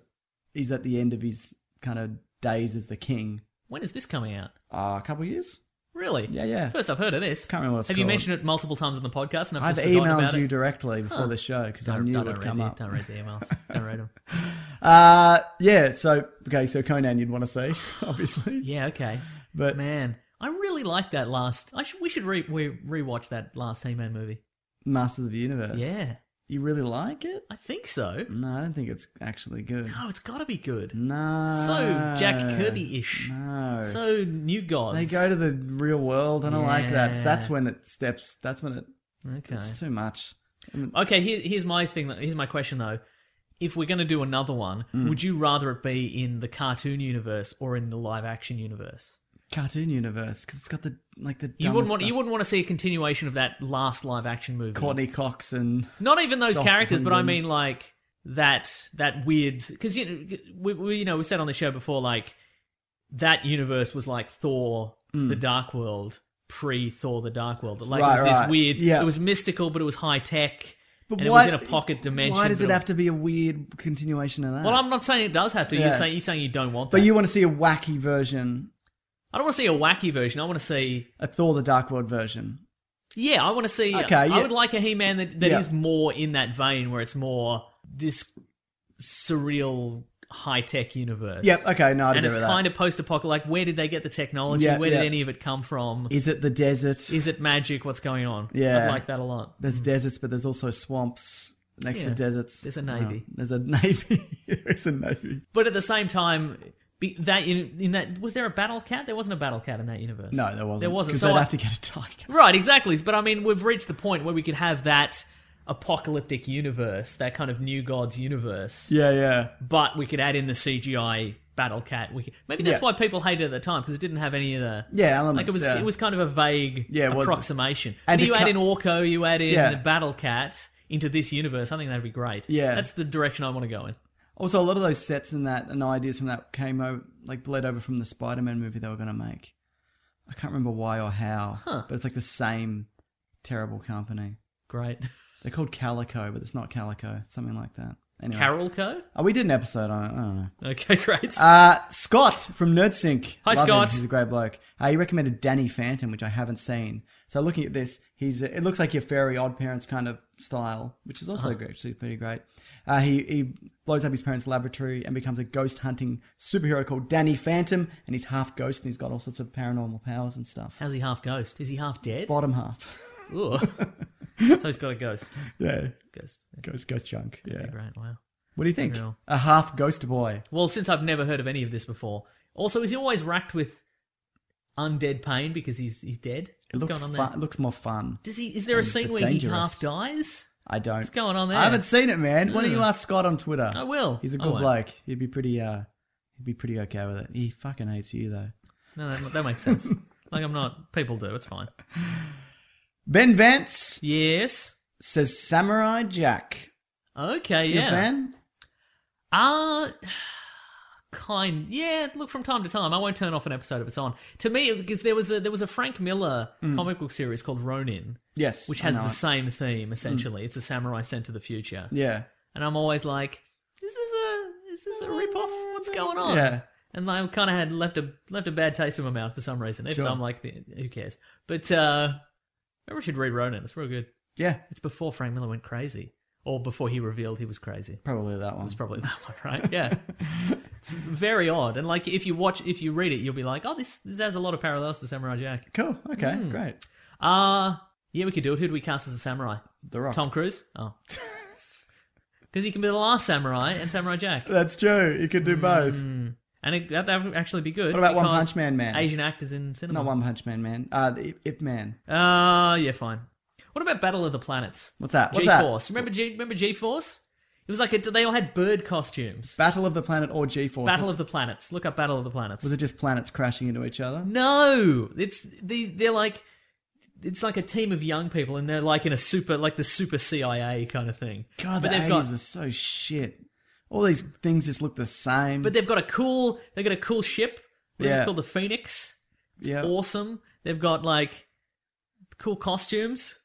A: he's at the end of his kind of days as the king.
C: When is this coming out?
A: Uh, a couple of years?
C: Really?
A: Yeah, yeah.
C: First I've heard of this.
A: Can't remember what it's
C: Have you
A: called.
C: mentioned it multiple times on the podcast and I've,
A: I've
C: just forgotten
A: emailed
C: about
A: you
C: it?
A: directly before
C: Huh.
A: the show because I
C: Don't,
A: knew
C: don't,
A: it would
C: read
A: come
C: the,
A: up.
C: don't read the emails. don't read them.
A: Uh, yeah, so, okay, so Conan you'd want to see, obviously.
C: Yeah, okay.
A: But
C: Man, I really liked that last. I should, we should re, we rewatch that last He-Man movie.
A: Masters of the Universe.
C: Yeah,
A: You really like it?
C: I think so.
A: No, I don't think it's actually good.
C: No, it's got to be good.
A: No.
C: So Jack Kirby ish.
A: No.
C: So New Gods.
A: They go to the real world. I don't like that.
C: Yeah.
A: That's when it steps. That's when it.
C: okay.
A: It's too much.
C: Okay. Here, here's my thing. though- Here's my question though. If we're going to do another one,
A: Hmm.
C: would you rather it be in the cartoon universe or in the live action universe?
A: Cartoon universe because it's got the like the.
C: You wouldn't want.
A: dumbest
C: You
A: stuff.
C: wouldn't want to see a continuation of that last live action movie.
A: Courtney Cox and
C: Not even those
A: Dolph
C: characters, but I
A: Lundgren.
C: mean like that that weird because you know we, we you know we said on the show before like that universe was like Thor the Dark World pre Thor the Dark World. Like
A: Hmm. Right,
C: it was this
A: right.
C: weird.
A: Yeah.
C: It was mystical, but it was high tech.
A: But
C: and
A: why-
C: it was in a pocket dimension.
A: Why does
C: but
A: it have to be a weird continuation of that?
C: Well, I'm not saying it does have to.
A: Ah. Yeah.
C: You're saying you're saying you don't want that.
A: But you want to see a wacky version,
C: I don't want to see a wacky version. I want to see.
A: a Thor: The Dark World version.
C: Yeah, I want to see.
A: Okay,
C: I
A: yeah.
C: would like a He-Man that, that is
A: Yeah.
C: more in that vein, where it's more this surreal high-tech universe.
A: Yep. Okay. No, I'd
C: and
A: agree
C: it's
A: with that.
C: kind of post-apocalyptic. Like, where did they get the technology?
A: Yeah,
C: where
A: yeah.
C: did any of it come from?
A: Is it the desert?
C: Is it magic? What's going on?
A: Yeah.
C: I like that a lot.
A: there's deserts, but there's also swamps next to
C: Yeah.
A: deserts.
C: There's a
A: No,
C: navy.
A: there's a navy. there's a navy.
C: But at the same time, be, that in, in that was there a battle cat? There wasn't a battle cat in that universe.
A: No, there wasn't.
C: There wasn't.
A: Because
C: So
A: they'd
C: I-
A: have to get a tiger.
C: Right, exactly. But I mean, we've reached the point where we could have that apocalyptic universe, that kind of new gods universe,
A: Yeah, yeah.
C: but we could add in the CGI battle cat. We could, maybe that's
A: Yeah.
C: why people hated it at the time because it didn't have any of the
A: Yeah, elements.
C: like it was
A: yeah.
C: it was kind of a vague
A: Yeah, it was.
C: approximation.
A: And
C: And you
A: it
C: add
A: cut-
C: in Orko, you add in
A: Yeah.
C: the battle cat into this universe. I think that'd be great.
A: Yeah.
C: that's the direction I want to go in.
A: Also, a lot of those sets and that and the ideas from that came over, like bled over from the Spider-Man movie they were going to make. I can't remember why or how, but it's like the same terrible company.
C: Great.
A: They're called Calico, but it's not Calico. It's something like that. Anyway,
C: Carol Co.
A: oh, we did an episode on it. I don't know.
C: Okay, great.
A: Uh, Scott from NerdSync.
C: Hi,
A: Love
C: Scott.
A: him. He's a great bloke. Uh, he recommended Danny Phantom, which I haven't seen. So looking at this, he's it looks like your fairy odd parents kind of style, which is
C: Uh-huh.
A: also great, actually pretty great. Uh, he he blows up his parents' laboratory and becomes a ghost hunting superhero called Danny Phantom, and he's half ghost and he's got all sorts of paranormal powers and stuff.
C: How's he half ghost? Is he half dead?
A: Bottom half,
C: Ooh. so he's got a ghost.
A: yeah,
C: Ghost.
A: ghost ghost junk. Yeah,
C: Great. Wow.
A: what do you think?
C: Unreal.
A: A half ghost boy.
C: Well, since I've never heard of any of this before, also is he always racked with undead pain because he's he's dead?
A: It
C: What's
A: looks
C: going on there?
A: fun. It looks more fun.
C: Does he? Is there a
A: and
C: scene
A: but
C: where he
A: dangerous.
C: half dies?
A: I don't.
C: What's going on there?
A: I haven't seen it, man. Why don't you
C: Mm.
A: ask Scott on Twitter?
C: I will.
A: He's a
C: I
A: good
C: won't.
A: bloke. He'd be pretty. uh He'd be pretty okay with it. He fucking hates you though.
C: No, that, that makes sense. like I'm not. People do. It's fine.
A: Ben Vance
C: Yes.
A: says Samurai Jack.
C: Okay.
A: You
C: Yeah.
A: a fan?
C: Uh kind yeah look from time to time i won't turn off an episode if it's on to me because there was a there was a frank miller comic book series called ronin
A: Yes.
C: which
A: Hmm. I
C: has
A: know
C: the
A: it. Hmm.
C: same theme essentially it's a samurai sent to the future
A: Yeah.
C: and i'm always like is this a is this a rip-off what's going on
A: Yeah.
C: and i kind of had left a left a bad taste in my mouth for some reason even
A: Sure.
C: though i'm like who cares but uh maybe we should read ronin it's real good
A: Yeah.
C: it's before frank miller went crazy or before he revealed he was crazy
A: Probably that one.
C: it's probably that one, right? Yeah. it's very odd. And like if you watch if you read it, you'll be like, Oh, this this has a lot of parallels to Samurai Jack.
A: Cool. Okay.
C: Hmm.
A: Great.
C: Uh yeah, we could do it. Who do we cast as a samurai?
A: The Rock.
C: Tom Cruise? Oh. because he can be the last samurai and Samurai Jack,
A: That's true. You could do both.
C: Hmm. and it, that, that would actually be good.
A: What about One
C: because
A: Punch Man Man?
C: Asian actors in cinema.
A: Not One Punch Man Man. Uh, the Ip- Ip Man.
C: Uh, yeah, fine. What about Battle of the Planets?
A: What's that? What's
C: G
A: that?
C: Force. Remember G? Remember G Force? It was like a, they all had bird costumes.
A: Battle of the Planet or G Force?
C: Battle of the Planets. Look up Battle of the Planets.
A: Was it just planets crashing into each other?
C: No, it's the they're like it's like a team of young people, and they're like in a super like the super CIA kind of thing.
A: God, the
C: but they've
A: eighties
C: got
A: was so shit. All these things just look the same.
C: but they've got a cool they got a cool ship. I think
A: Yeah.
C: It's called the Phoenix.
A: yeah,
C: Awesome. They've got like cool costumes.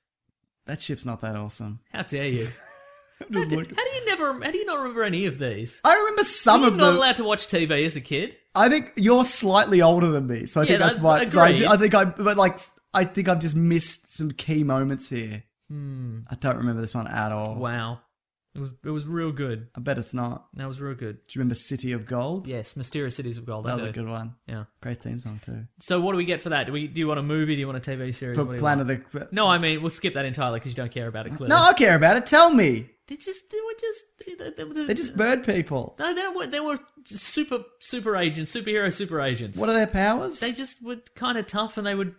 A: that ship's not that awesome.
C: How dare you? how,
A: Just
C: do,
A: look-
C: how do you never? How do you not remember any of these?
A: I remember some
C: You're
A: of
C: not
A: them.
C: allowed to watch TV as a kid.
A: I think you're slightly older than me, so I
C: Yeah,
A: think that's
C: that-
A: why. So I,
C: agreed.
A: I think I, but like, I think I've just missed some key moments here. I don't remember this one at all.
C: Hmm. Wow, it was it was real good.
A: I bet it's not.
C: That was real good.
A: Do you remember City of Gold?
C: Yes, Mysterious Cities of Gold. I
A: that was a
C: do.
A: good one.
C: Yeah.
A: Great theme song too.
C: So what do we get for that? Do we? Do you want a movie? Do you want a TV series?
A: For
C: What do you
A: Planet
C: want?
A: of the.
C: No, I mean we'll skip that entirely because you don't care about it. Clearly.
A: No, I don't care about it. Tell me,
C: they just they were just they, they, they-
A: they're just bird people.
C: no, they were they were super super agents, superhero super agents.
A: What are their powers?
C: they just were kind of tough, and they would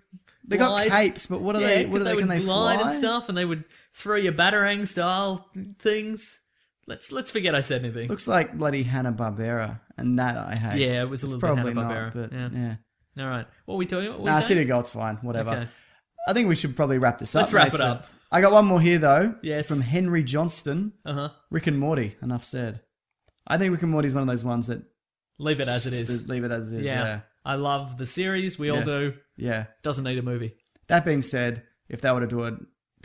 A: They got
C: glide.
A: capes, but what are
C: yeah,
A: they?
C: 'cause
A: What are
C: they
A: they? Can
C: would
A: they
C: glide
A: fly?
C: and stuff, and they would throw your batarang style things. Let's let's forget I said anything.
A: Looks like bloody Hanna Barbera, and that I hate.
C: Yeah, it was a
A: It's
C: little bit
A: probably
C: Hanna-Barbera,
A: not, but
C: yeah.
A: yeah.
C: All right, what are we talking about? What were we
A: Nah,
C: saying?
A: City of Gold's fine. Whatever.
C: Okay.
A: I think we should probably wrap this up.
C: Let's wrap it
A: Mason.
C: up.
A: I got one more here though.
C: Yes.
A: From Henry Johnston,
C: Uh huh.
A: Rick and Morty. Enough said. I think Rick and Morty is one of those ones that
C: Leave it as it
A: just
C: is.
A: leave it as it is.
C: yeah.
A: Yeah. yeah,
C: I love the series. We all
A: Yeah.
C: do. Doesn't need a movie.
A: That being said, if they were to do a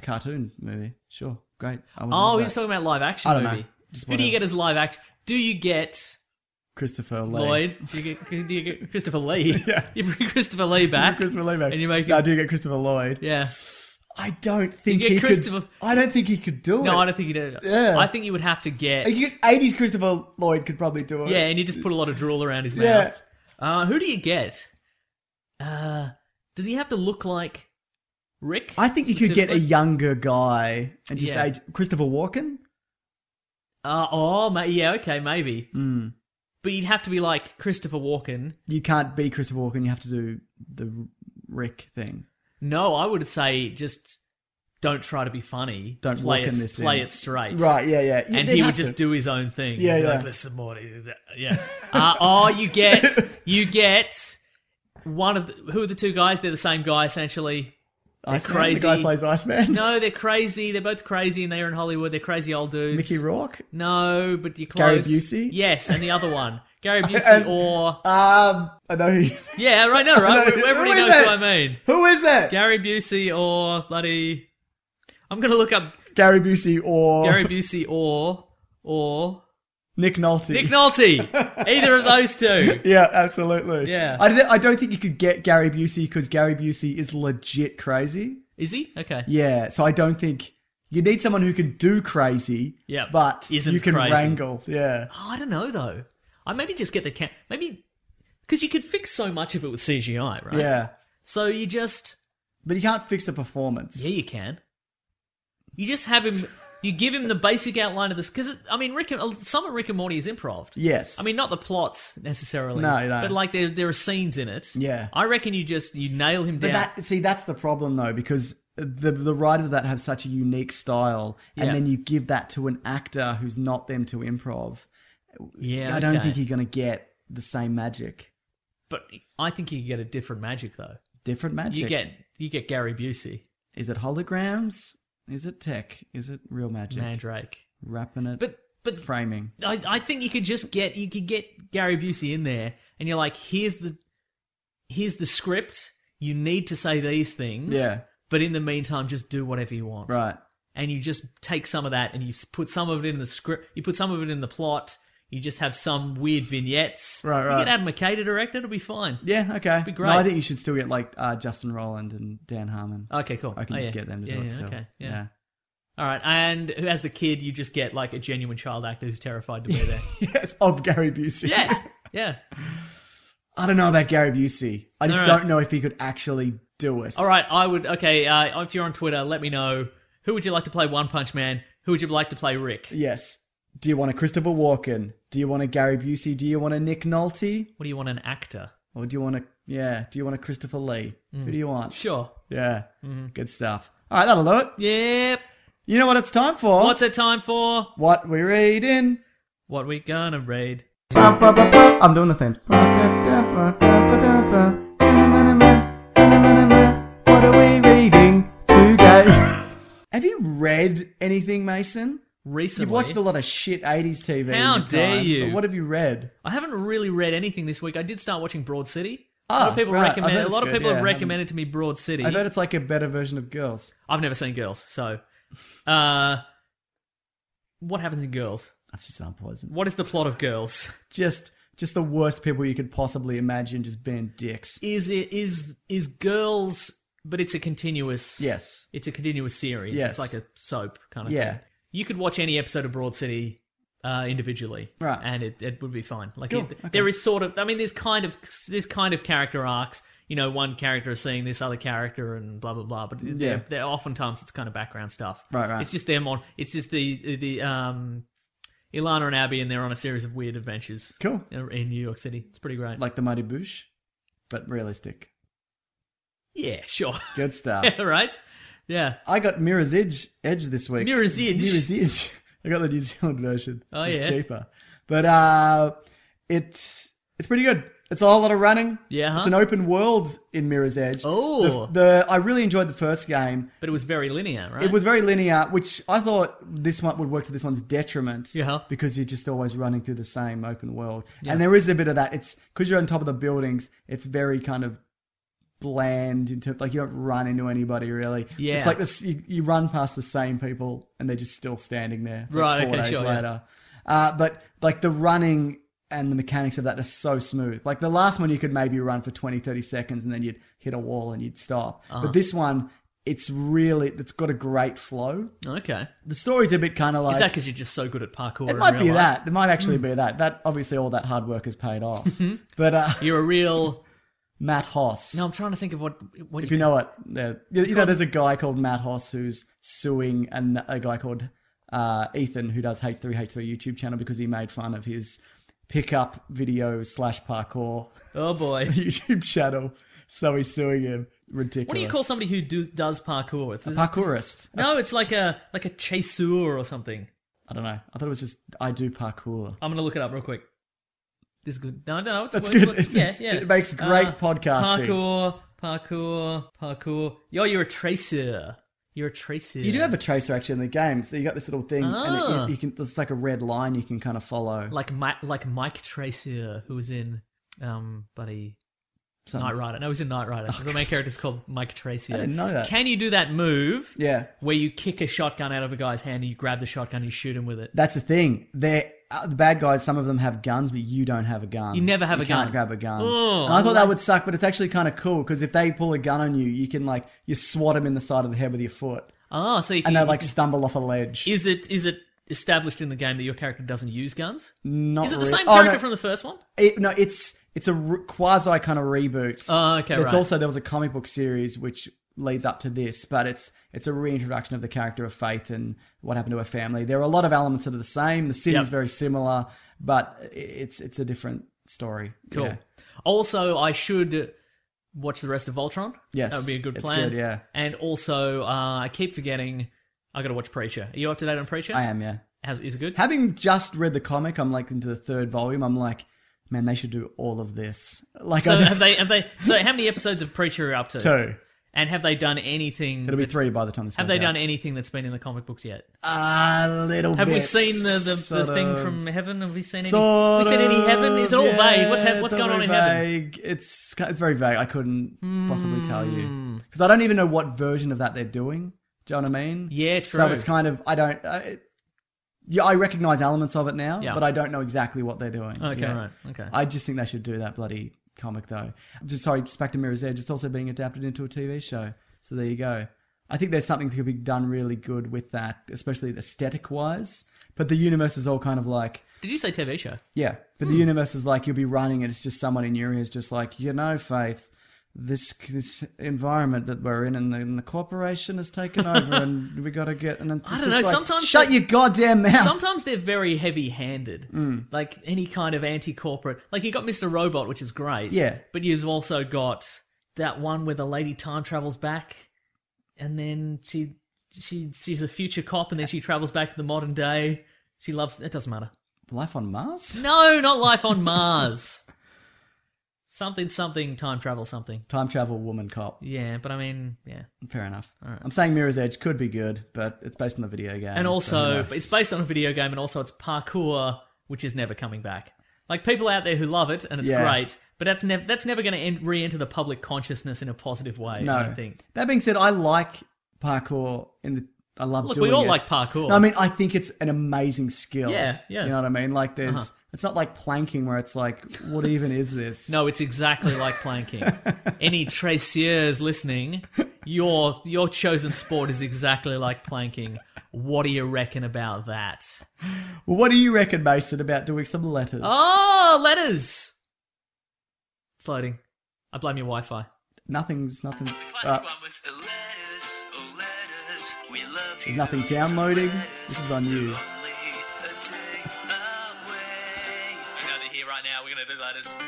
A: cartoon movie, sure, great. I would love
C: Oh,
A: that.
C: he's talking about live action
A: I don't know.
C: movie.
A: Just
C: Who do you
A: whatever.
C: get as live action? Do you get
A: Christopher Lee.
C: Lloyd? Do you get, do you get Christopher Lee?
A: Yeah.
C: You bring Christopher Lee back.
A: Christopher Lee.
C: And you make
A: No, I
C: him.
A: do get Christopher Lloyd.
C: Yeah.
A: I don't think
C: get
A: he
C: Christopher-
A: could. I don't think he could do it.
C: No, I don't think you do.
A: Yeah.
C: I think you would have to get.
A: Eighties Christopher Lloyd could probably do it.
C: Yeah, and you just put a lot of drool around his mouth.
A: yeah.
C: Uh, who do you get? Uh, does he have to look like Rick?
A: I think you could get a
C: specifically?
A: younger guy and just
C: Yeah.
A: age Christopher Walken.
C: Uh, oh, ma- yeah, okay, maybe.
A: Hmm.
C: But you'd have to be like Christopher Walken.
A: You can't be Christopher Walken. You have to do the Rick thing.
C: No, I would say just don't try to be funny.
A: Don't
C: play
A: walk
C: it,
A: in this
C: play
A: in.
C: it straight.
A: Right? Yeah. Yeah.
C: and
A: they'd
C: he would
A: have
C: just
A: to.
C: do his own thing.
A: Yeah,
C: He'd be
A: yeah.
C: Like, Listen, Morty. Yeah. Uh, oh, you get you get one of the, who are the two guys? They're the same guy essentially.
A: Iceman.
C: crazy-
A: The guy plays Iceman.
C: No, they're crazy. They're both crazy, and they're in Hollywood. They're crazy old dudes.
A: Mickey Rourke.
C: No, but you're
A: Gary
C: close.
A: Busey?
C: Yes, and the other one, Gary Busey,
A: And-
C: or
A: Um, I know who.
C: yeah, right now,
A: I know.
C: right? Everybody
A: Who is
C: knows
A: it?
C: who I mean.
A: Who is it?
C: Gary Busey or bloody. I'm gonna look up
A: Gary Busey or
C: Gary Busey or or
A: Nick Nolte?
C: Nick Nolte. Either of those two.
A: Yeah, absolutely.
C: Yeah.
A: I, don't- I don't think you could get Gary Busey because Gary Busey is legit crazy.
C: Is he? Okay.
A: Yeah, so I don't think you need someone who can do crazy.
C: Yeah,
A: but
C: isn't
A: you can
C: crazy.
A: wrangle. Yeah,
C: Oh, I don't know though. I maybe just get the cam. Maybe because you could fix so much of it with CGI, right?
A: yeah,
C: So you just
A: but you can't fix a performance.
C: yeah, you can. You just have him. You give him the basic outline of this because I mean, Rick and some of Rick and Morty is improv.
A: Yes,
C: I mean, not the plots necessarily.
A: No, no.
C: But like there, there are scenes in it.
A: Yeah.
C: I reckon you just you nail him
A: but
C: down.
A: that see that's the problem though because the the writers of that have such a unique style,
C: Yeah.
A: and then you give that to an actor who's not them to improv.
C: yeah.
A: I don't
C: okay.
A: think you're gonna get the same magic,
C: But I think you get a different magic though.
A: different magic.
C: You get you get Gary Busey,
A: Is it holograms? Is it tech? Is it real magic?
C: Mandrake.
A: Wrapping it,
C: But but
A: framing.
C: I, I think you could just get you could get Gary Busey in there, and you're like, here's the here's the script. You need to say these things.
A: Yeah.
C: But in the meantime, just do whatever you want.
A: Right.
C: And you just take some of that and you s- put some of it in the script. You put some of it in the plot. You just have some weird vignettes.
A: Right,
C: You
A: right.
C: get Adam McKay to direct it. It'll be fine.
A: Yeah, okay.
C: Be
A: No,
C: great.
A: I think you should still get like uh, Justin Roland and Dan Harmon.
C: Okay, cool.
A: I can
C: Oh, yeah.
A: get them to
C: Yeah,
A: do
C: yeah,
A: it still.
C: okay, yeah. All right. And as the kid, you just get like a genuine child actor who's terrified to be there.
A: yeah. it's of Gary Busey.
C: yeah. Yeah.
A: I don't know about Gary Busey. I just
C: All right.
A: don't know if he could actually do it.
C: All right, I would. Okay, uh, if you're on Twitter, let me know who would you like to play One Punch Man. Who would you like to play Rick?
A: Yes. Do you want a Christopher Walken? Do you want a Gary Busey? Do you want a Nick Nolte?
C: What do you want an actor?
A: Or do you want a yeah? Do you want a Christopher Lee?
C: Mm.
A: Who do you want?
C: Sure.
A: Yeah,
C: Mm-hmm.
A: good stuff. All right, that'll do it.
C: Yep.
A: You know what it's time for?
C: What's it time for?
A: what we read in?
C: What we gonna raid?
A: I'm doing the thing. What are we reading today? Have you read anything, Mason?
C: Recently,
A: You've watched a lot of shit 80s TV. in
C: How
A: your
C: dare
A: time,
C: you.
A: But what have you read?
C: I haven't really read anything this week. I did start watching Broad City. a
A: Ah,
C: lot of people
A: right. I've
C: recommend.
A: heard
C: A
A: it's
C: lot of
A: good,
C: people
A: yeah.
C: have recommended to me Broad City.
A: I've heard it's like a better version of Girls.
C: I've never seen Girls, so uh, what happens in Girls?
A: That's just unpleasant.
C: What is the plot of Girls?
A: Just, just the worst people you could possibly imagine just being dicks.
C: Is it is is Girls? But it's a continuous.
A: Yes.
C: It's a continuous series.
A: Yes.
C: It's like a soap kind of
A: Yeah.
C: thing. You could watch any episode of Broad City uh, individually,
A: Right.
C: And it, it would be fine. Like
A: Cool,
C: it-
A: okay.
C: there is sort of, I mean, there's kind of there's kind of character arcs. You know, one character is seeing this other character and blah blah blah. But
A: Yeah.
C: they're, they're oftentimes it's kind of background stuff.
A: Right, right.
C: It's just them on. It's just the the um, Ilana and Abby, and they're on a series of weird adventures
A: Cool.
C: in in New York City. It's pretty great.
A: Like the Mighty Boosh, but realistic.
C: yeah, sure,
A: Good stuff.
C: yeah, right, yeah.
A: I got Mirror's Edge, Edge this week.
C: Mirror's Edge?
A: Mirror's Edge. I got the New Zealand version.
C: Oh,
A: it's
C: yeah.
A: cheaper. But uh, it's it's pretty good. It's a whole lot of running.
C: Yeah, huh?
A: It's an open world in Mirror's Edge.
C: Oh.
A: The, the I really enjoyed the first game.
C: But it was very linear, right?
A: It was very linear, which I thought this one would work to this one's detriment.
C: Yeah.
A: Because you're just always running through the same open world. And there is a bit of that. It's because you're on top of the buildings, it's very kind of bland in terms like you don't run into anybody really.
C: Yeah.
A: It's like this you, you run past the same people and they're just still standing there. It's
C: Right,
A: like four
C: okay,
A: days
C: sure, yeah.
A: later. Uh, but like the running and the mechanics of that are so smooth. Like the last one you could maybe run for 20, 30 seconds and then you'd hit a wall and you'd stop.
C: Uh-huh.
A: But this one, it's really, it's got a great flow.
C: okay.
A: The story's a bit kind of like.
C: Is that because you're just so good at parkour?
A: it
C: in
A: might
C: real
A: be
C: life? Hmm.
A: that. It might actually be that. That obviously all that hard work has paid off.
C: Mm-hmm.
A: but uh,
C: You're a real.
A: Matt Hoss.
C: No, I'm trying to think of what. what
A: if you know it, there- you, you know, there's a guy called Matt Hoss who's suing an, a guy called uh, Ethan who does H3H3 YouTube channel because he made fun of his pickup video slash parkour
C: Oh boy.
A: YouTube channel. So he's suing him. Ridiculous.
C: What do you call somebody who do, does parkour? It's this-
A: Parkourist.
C: No, it's like a like a chasseur or something.
A: I don't know. I thought it was just I do parkour.
C: I'm gonna look it up real quick. This is good. No, no, it's
A: That's
C: a
A: good.
C: word.
A: It's-
C: yeah,
A: it's-
C: yeah. Uh,
A: it makes great podcasting.
C: Parkour, parkour, parkour. Yo, you're a tracer. You're a tracer.
A: You do have a tracer actually in the game, so you got this little thing, and
C: Ah.
A: it, you, you can. It's like a red line you can kind of follow.
C: like Mike, like Mike Tracer, who was in um, buddy Night Rider. No, he was in Night Rider. the main character's called Mike Tracer.
A: I didn't know that.
C: Can you do that move?
A: yeah,
C: where you kick a shotgun out of a guy's hand and you grab the shotgun and you shoot him with it.
A: that's the thing. They're uh, the bad guys. Some of them have guns, but you don't have a gun.
C: You never have a gun.
A: Can't grab a gun.
C: Oh,
A: and I thought that would suck, but it's actually kind of cool because if they pull a gun on you, you can like you swat them in the side of the head with your foot,
C: Oh, so you can,
A: and they like stumble off a ledge.
C: is it is it established in the game that your character doesn't use guns?
A: Not
C: Is it the
A: really-
C: same
A: Oh,
C: character
A: no.
C: from the first one?
A: It, no, it's it's a re- quasi kind of reboot.
C: Oh, okay,
A: But it's
C: right.
A: also there was a comic book series which leads up to this, but it's it's a reintroduction of the character of Faith and what happened to her family. There are a lot of elements that are the same. The city's
C: Yep.
A: very similar, but i- it's it's a different story.
C: Cool.
A: Yeah.
C: Also, I should watch the rest of Voltron.
A: Yes,
C: that would be a good
A: it's
C: plan.
A: good, yeah.
C: And also, uh, I keep forgetting I got to watch Preacher. Are you up to date on Preacher?
A: I am, yeah.
C: Has, is it good?
A: Having just read the comic, I'm like into the third volume. I'm like, man, they should do all of this. Like
C: so
A: I do
C: have they? Have they? So how many episodes of Preacher are you up to?
A: two.
C: And have they done anything?
A: It'll be
C: that's-
A: three by the time this
C: Have
A: comes
C: they done
A: out.
C: anything that's been in the comic books yet?
A: a little?
C: Have we
A: bit,
C: seen the, the,
A: sort
C: the thing
A: of.
C: from heaven? Have we seen any?
A: Sort
C: we seen any
A: of,
C: heaven? Is it all
A: yeah,
C: vague? What's hap-
A: it's
C: what's
A: all
C: going on
A: very
C: in heaven?
A: vague. It's, ki- it's very vague. I couldn't possibly tell
C: Hmm.
A: you because I don't even know what version of that they're doing. Do you know what I mean?
C: Yeah,
A: So
C: true.
A: it's kind of I don't. I, it- yeah, I recognize elements of it now,
C: Yeah.
A: but I don't know exactly what they're doing.
C: Okay,
A: Yeah.
C: right. Okay.
A: I just think they should do that bloody comic though. Just sorry, just back to Mirror's Edge. It's also being adapted into a TV show. So there you go. I think there's something that could be done really good with that, especially aesthetic wise. But the universe is all kind of like
C: Did you say TV show? Hmm.
A: yeah, but the universe is like you'll be running, and it's just someone in your ear is just like, you know, Faith, this this environment that we're in, and the, and the corporation has taken over, and we got to get. And it's
C: I
A: just
C: don't know,
A: like,
C: sometimes
A: shut
C: they-
A: your goddamn mouth.
C: Sometimes they're very heavy-handed,
A: Mm.
C: like any kind of anti-corporate. Like you got Mr. Robot, which is great.
A: Yeah.
C: but you've also got that one where the lady time travels back, and then she she she's a future cop, and then she travels back to the modern day. She loves. It doesn't matter.
A: Life on Mars.
C: No, not life on Mars. Something, something, time travel, something.
A: Time travel woman cop.
C: Yeah, but I mean, yeah.
A: Fair enough. I'm saying Mirror's Edge could be good, but it's based on the video game.
C: and
A: so who
C: also
A: knows?
C: it's based on a video game and also it's parkour which is never coming back like people out there who love it and it's
A: Yeah.
C: great but that's never that's never going to re-enter the public consciousness in a positive way
A: no.
C: i don't think
A: That being said, I like parkour. In the I love
C: Look, we
A: doing
C: all
A: it.
C: like parkour.
A: No, I mean, I think it's an amazing skill.
C: Yeah, yeah. Uh-huh.
A: You know what I mean? Like, there's it's not like planking where it's like, what even is this?
C: no it's exactly like planking any traceurs listening your your chosen sport is exactly like planking what do you reckon about that
A: Well, what do you reckon, Mason, about doing some letters?
C: oh letters it's loading i blame your wi-fi
A: Nothing's nothing.
B: Classic
A: Uh,
B: one was oh, letters, oh, letters, we love
A: there's
B: you.
A: nothing downloading. This is on you.
B: Only a day away. Hang on, they're here right now. We're gonna do letters.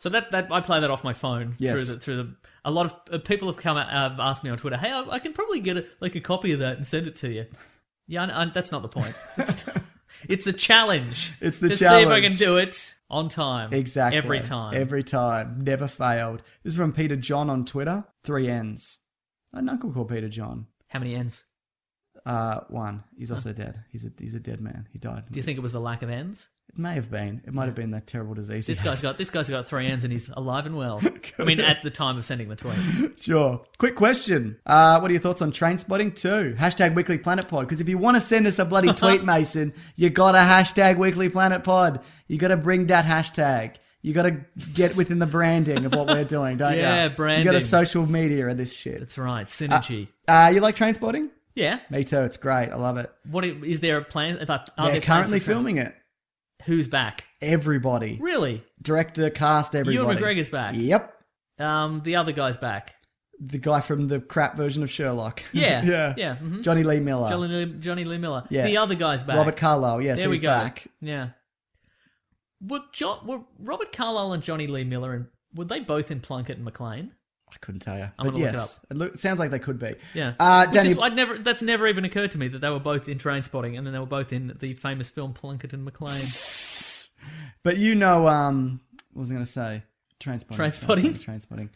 C: So that, that I play that off my phone
A: Yes.
C: through the through the. A lot of uh, people have come uh, have asked me on Twitter, "Hey, I, I can probably get a, like a copy of that and send it to you." Yeah, I, I- that's not the point. It's, it's the challenge.
A: It's the
C: to see if I can
A: challenge.
C: do it on time.
A: Exactly.
C: Every time.
A: Every time. Never failed. This is from Peter John on Twitter. Three N's. An uncle called Peter John.
C: How many ends?
A: Uh, one. He's also dead. He's a he's a dead man. He died.
C: Do you think it was the lack of ends?
A: It may have been. It might have been that terrible disease. he
C: This
A: had.
C: guy's got this guy's got three ends and he's alive and well. I mean, at the time of sending the tweet.
A: Sure. Quick question. Uh, what are your thoughts on train spotting too? Hashtag Weekly Planet Pod. Because if you want to send us a bloody tweet, Mason, you gotta hashtag Weekly Planet Pod. You gotta bring that hashtag. You gotta get within the branding of what we're doing, don't you?
C: Yeah,
A: You gotta
C: branding.
A: social media and this shit.
C: That's right. Synergy.
A: Uh, you like train spotting?
C: yeah.
A: Me too. It's great. I love it.
C: What i- is there a plan? Are
A: They're
C: there plans
A: currently
C: for tra-
A: filming it.
C: Who's back?
A: Everybody,
C: Really?
A: director, cast,
C: Ewan
A: everybody.
C: McGregor's back.
A: Yep.
C: Um, the other guy's back.
A: The guy from the crap version of Sherlock.
C: Yeah,
A: yeah.
C: yeah, mhm.
A: Johnny Lee Miller.
C: Johnny, Lee- Johnny Lee Miller.
A: Yeah.
C: The other guy's back.
A: Robert Carlyle. Yes,
C: There
A: he's
C: we go.
A: back.
C: Yeah. Were, jo- were Robert Carlyle and Johnny Lee Miller and were they both in Plunkett and McLean?
A: I couldn't tell you.
C: I'm
A: but
C: gonna look it
A: yes, it, look, it sounds like they could be.
C: Yeah.
A: Uh,
C: Which
A: Danny,
C: is, I'd never. That's never even occurred to me that they were both in Train Spotting and then they were both in the famous film Plunkett and McLean.
A: but you know, um, what was I going to say? Transpotting.
C: Trainspotting.
A: Transpotting.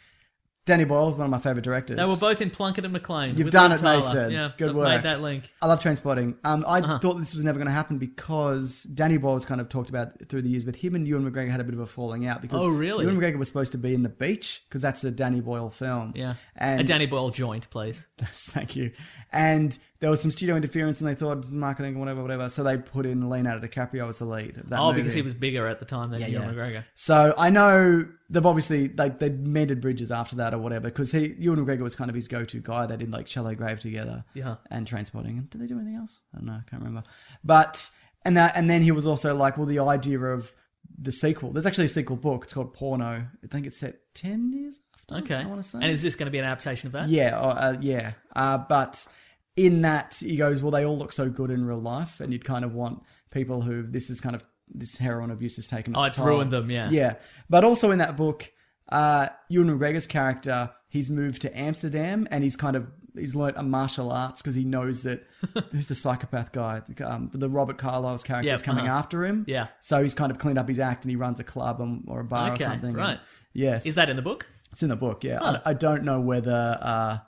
A: Danny Boyle is one of my favorite directors.
C: They were both in Plunkett and McLean.
A: You've
C: with
A: done
C: Liv
A: it,
C: Tyler.
A: Mason.
C: Yeah,
A: Good
C: I've
A: work.
C: Made that link.
A: I love Transpotting. Um, I
C: Uh-huh.
A: thought this was never going to happen because Danny Boyle was kind of talked about through the years, but him and Ewan McGregor had a bit of a falling out because
C: Oh, really?
A: Ewan McGregor was supposed to be in The Beach because that's a Danny Boyle film.
C: Yeah.
A: And
C: a Danny Boyle joint, please.
A: Thank you. And there was some studio interference, and they thought marketing, whatever, whatever. So they put in Leonardo DiCaprio as the lead of that
C: Oh, because
A: movie.
C: he was bigger at the time than Ewan McGregor.
A: So I know they've obviously like they mended bridges after that or whatever because he Ewan McGregor was kind of his go-to guy. They did like Shallow Grave together,
C: Yeah.
A: and Trainspotting. And did they do anything else? I don't know. I can't remember. But and that and then he was also like, well, the idea of the sequel. There's actually a sequel book. It's called Porno. I think it's set ten years after.
C: Okay.
A: I want to say.
C: And is this going to be an adaptation of that?
A: Yeah, uh, uh, yeah. Uh, but in that, he goes, well, they all look so good in real life, and you'd kind of want people who this is kind of this heroin abuse has taken.
C: Oh, it's
A: toll.
C: ruined them. Yeah.
A: Yeah, but also in that book, uh, Ewan McGregor's character, he's moved to Amsterdam, and he's kind of he's learnt a martial arts because he knows that who's the psychopath guy, um, the Robert Carlyle's character is
C: Yeah,
A: coming
C: uh-huh.
A: after him.
C: Yeah.
A: so he's kind of cleaned up his act, and he runs a club and, or a bar
C: Okay,
A: or something.
C: right.
A: Yes.
C: Is that in the book?
A: It's in the book, yeah. I, I don't know whether uh,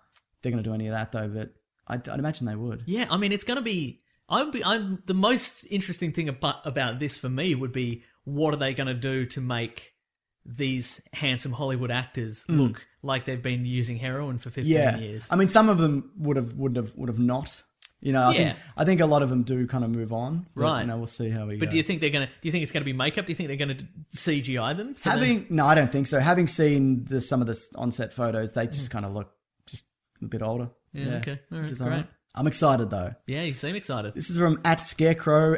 A: they're going to do any of that though, but I'd, I'd imagine they would.
C: Yeah, I mean, it's going to be. I'd be. I'm the most interesting thing about about this for me would be what are they going to do to make these handsome Hollywood actors look like they've been using heroin for 15
A: Yeah,
C: years?
A: I mean, some of them would have, would have, would have not. You know, I think
C: Yeah.
A: I think a lot of them do kind of move on. but,
C: Right.
A: You know, we'll see how we
C: but
A: go.
C: do you think they're going to? Do you think it's going to be makeup? Do you think they're going to CGI them? So they-
A: having no, I don't think so. Having seen the some of the s- on-set photos, they just kind of look just a bit older.
C: Hmm. yeah, okay, all right,
A: which is
C: great.
A: alright. I'm excited though.
C: Yeah, you seem excited.
A: This is from at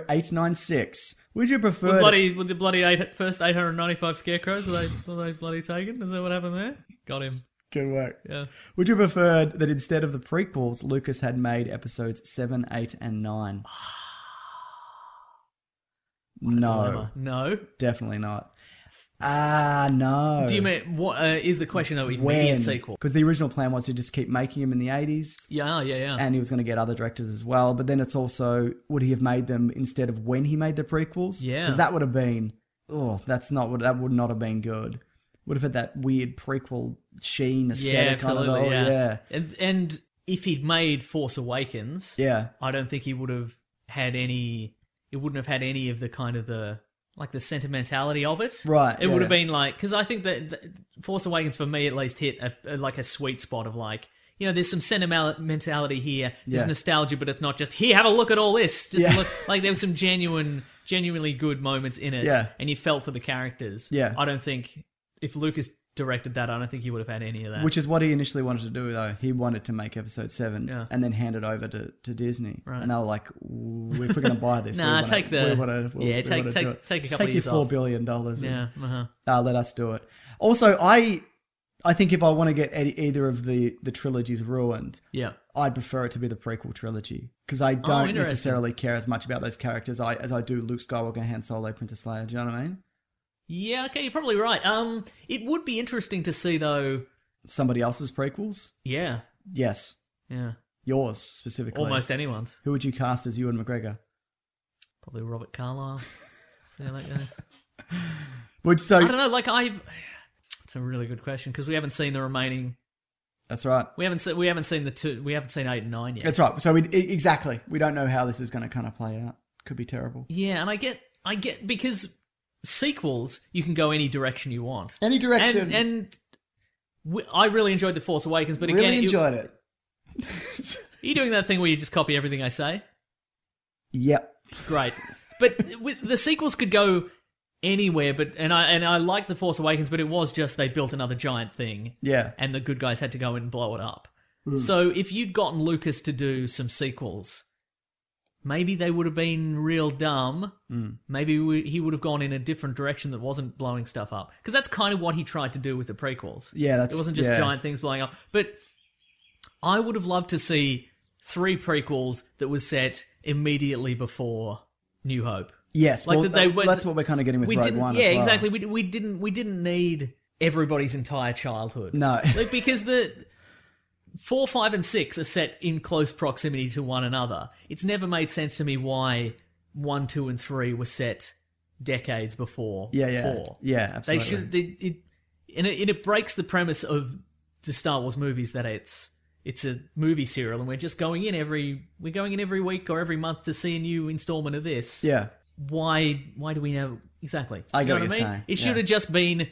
A: Scarecrow896. Would you prefer.
C: With
A: to-
C: bloody, with the bloody eight, first 895 scarecrows, were they, were they bloody taken? Is that what happened there? Got him.
A: Good work.
C: Yeah.
A: Would you have preferred that instead of the prequels, Lucas had made episodes 7, 8, and 9? no,
C: Dilemma. No.
A: definitely not. Ah, no.
C: Do you mean, what, uh, is the question though, immediate
A: when?
C: sequel?
A: Because the original plan was to just keep making him in the 80s,
C: Yeah, yeah, yeah.
A: and he was going to get other directors as well. But then it's also, would he have made them instead of when he made the prequels?
C: Yeah.
A: Because that would have been, oh, that's not what, that would not have been good. Would have had that weird prequel sheen
C: yeah,
A: aesthetic on it
C: absolutely.
A: all.
C: yeah.
A: yeah.
C: And, and if he'd made Force Awakens,
A: Yeah.
C: I don't think he would have had any. It wouldn't have had any of the kind of the like the sentimentality of it.
A: Right,
C: It
A: yeah,
C: would have
A: yeah.
C: been like because I think that, that Force Awakens for me at least hit a, a- like a sweet spot of like. You know, there's some sentimentality here. There's
A: Yeah.
C: nostalgia, but it's not just here. Have a look at all this. Just
A: Yeah.
C: look like there was some genuine, genuinely good moments in it,
A: Yeah.
C: and you felt for the characters.
A: Yeah.
C: I don't think if Lucas directed that, I don't think he would have had any of that.
A: Which is what he initially wanted to do, though. He wanted to make episode seven
C: Yeah.
A: and then hand it over to, to Disney. And they were like, "Ooh, if we're going to buy this,
C: Nah,
A: we wanna,
C: take the-
A: we wanna, we-
C: yeah,
A: we
C: take-
A: wanna
C: take-
A: do it.
C: take a
A: Just
C: couple
A: take
C: years
A: your four
C: off."
A: billion dollars. and
C: yeah, uh-huh.
A: uh, let us do it. Also, I, I think if I want to get any, either of the the trilogies ruined,
C: yeah.
A: I'd prefer it to be the prequel trilogy because I don't
C: Oh, interesting.
A: necessarily care as much about those characters I, as I do Luke Skywalker, Han Solo, Princess Leia. Do you know what I mean?
C: Yeah, okay, you're probably right. Um, it would be interesting to see though.
A: Somebody else's prequels,
C: Yeah,
A: yes,
C: yeah,
A: yours specifically.
C: almost anyone's.
A: Who would you cast as Ewan McGregor?
C: Probably Robert Carlyle. see how that goes.
A: Which so
C: I don't know. Like I've. It's a really good question because we haven't seen the remaining.
A: That's right.
C: We haven't seen. We haven't seen the two. We haven't seen eight and nine yet.
A: That's right. So we, e- exactly, we don't know how this is going to kind of play out. Could be terrible.
C: yeah, and I get. I get because sequels you can go any direction you want.
A: Any direction.
C: And and we, I really enjoyed the Force Awakens, but
A: really
C: again,
A: enjoyed it.
C: You, are you doing that thing where you just copy everything I say?
A: Yep.
C: great. But with, the sequels could go anywhere. But and I and I like the Force Awakens, but it was just they built another giant thing,
A: Yeah.
C: and the good guys had to go and blow it up.
A: Hmm.
C: So if you'd gotten Lucas to do some sequels, maybe they would have been real dumb.
A: Hmm.
C: Maybe we, he would have gone in a different direction that wasn't blowing stuff up, because that's kind of what he tried to do with the prequels.
A: Yeah, that's-
C: it wasn't just
A: yeah.
C: giant things blowing up. But I would have loved to see three prequels that was set immediately before New Hope.
A: Yes.
C: Like
A: well,
C: that they
A: uh,
C: went-
A: that's what we're kind of getting with
C: we
A: Rogue
C: didn't,
A: One. as
C: yeah,
A: well.
C: exactly. We, d- we didn't we didn't need everybody's entire childhood.
A: No.
C: like because the four, five, and six are set in close proximity to one another. It's never made sense to me why one, two, and three were set decades before.
A: Yeah, yeah,
C: four.
A: yeah. Absolutely.
C: They should. They, it, and it and it breaks the premise of the Star Wars movies that it's it's a movie serial, and we're just going in every we're going in every week or every month to see a new installment of this.
A: Yeah.
C: Why? Why do we know exactly?
A: I get
C: You know
A: what
C: I
A: you're
C: mean?
A: saying,
C: It
A: yeah.
C: should have just been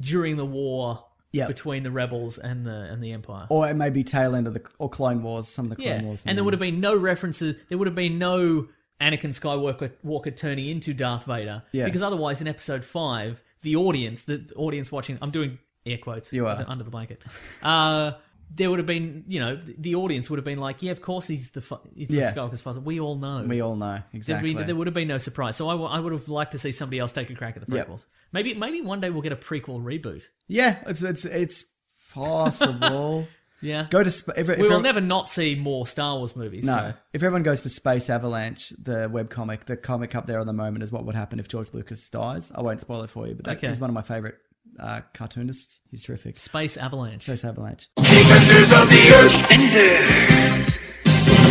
C: during the war
A: Yeah.
C: between the rebels and the and the empire.
A: Or it may be tail end of the or Clone Wars, some of the Clone
C: yeah,
A: Wars.
C: and there would have been no references. There would have been no Anakin Skywalker Walker turning into Darth Vader.
A: Yeah.
C: Because otherwise, in Episode Five, the audience, the audience watching, I'm doing air quotes
A: You are.
C: under the blanket. Uh, there would have been, you know, the the audience would have been like, yeah, of course he's the fu- he's
A: Yeah.
C: Luke Skywalker's father. We all know.
A: We all know
C: There'd
A: exactly.
C: be, there would have been no surprise. So I, w- I would have liked to see somebody else take a crack at the
A: Yep.
C: prequels. Maybe maybe one day we'll get a prequel reboot.
A: yeah, it's it's it's possible.
C: Yeah.
A: Go to sp- every,
C: we
A: if
C: will
A: every-
C: never not see more Star Wars movies.
A: No.
C: so-
A: If everyone goes to Space Avalanche, the webcomic, the comic up there on the moment is what would happen if George Lucas dies. I won't spoil it for you, but that is
C: Okay.
A: one of my favorite uh, cartoonists. He's terrific.
C: Space Avalanche.
A: Space Avalanche.
B: Defenders of the earth enders.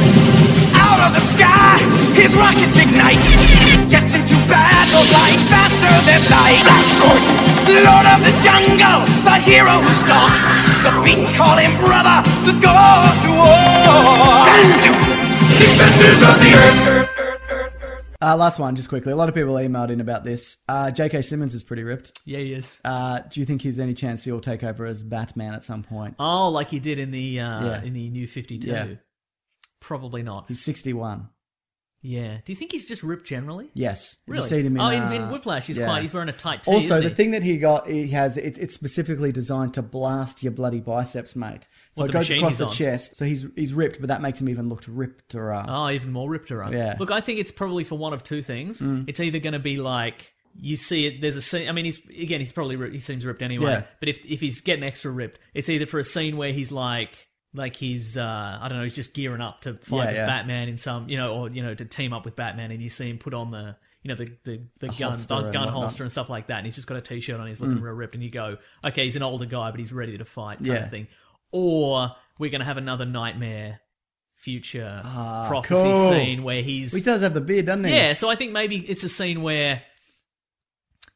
B: Out of the sky, his rockets ignite. Jets into battle, flying faster than light. Flash Gordon, Lord of the jungle, the hero who stalks. The beasts call him brother, the goes to war. Tanzu, defenders of the earth.
A: Uh, last one, just quickly. A lot of people emailed in about this. Uh, J.K. Simmons is pretty ripped.
C: Yeah, he is.
A: Uh, do you think he's any chance he'll take over as Batman at some point?
C: Oh, like he did in the uh,
A: Yeah.
C: in the New Fifty Two.
A: Yeah.
C: Probably not.
A: He's 61.
C: Yeah. Do you think he's just ripped generally?
A: Yes, You
C: Really?
A: see him in,
C: oh, in,
A: uh,
C: in Whiplash, he's
A: yeah.
C: quite. He's wearing a tight tee.
A: Also,
C: isn't
A: the
C: he?
A: thing that he got, he has, it, it's specifically designed to blast your bloody biceps, mate. So
C: What,
A: it
C: the
A: goes
C: machine
A: across
C: he's
A: the
C: on?
A: chest. So he's he's ripped, but that makes him even look ripped or uh,
C: Oh, even more ripped her up.
A: Yeah. Mm.
C: Look, I think it's probably for one of two things. It's either going to be like you see it. There's a scene. I mean, he's again. He's probably ripped, he seems ripped anyway.
A: Yeah.
C: But if if he's getting extra ripped, it's either for a scene where he's like like he's uh I don't know. He's just gearing up to fight
A: Yeah,
C: with
A: yeah.
C: Batman in some you know or you know to team up with Batman, and you see him put on the you know the the, the, gun
A: holster
C: the
A: and
C: gun
A: whatnot. Mm.
C: holster and stuff like that, and he's just got a t-shirt on. He's looking real ripped, and you go, okay, he's an older guy, but he's ready to fight kind
A: Yeah.
C: of thing. Or we're going to have another nightmare future prophecy
A: Ah, cool.
C: scene where he's
A: He does have the beard, doesn't he?
C: yeah so i think maybe it's a scene where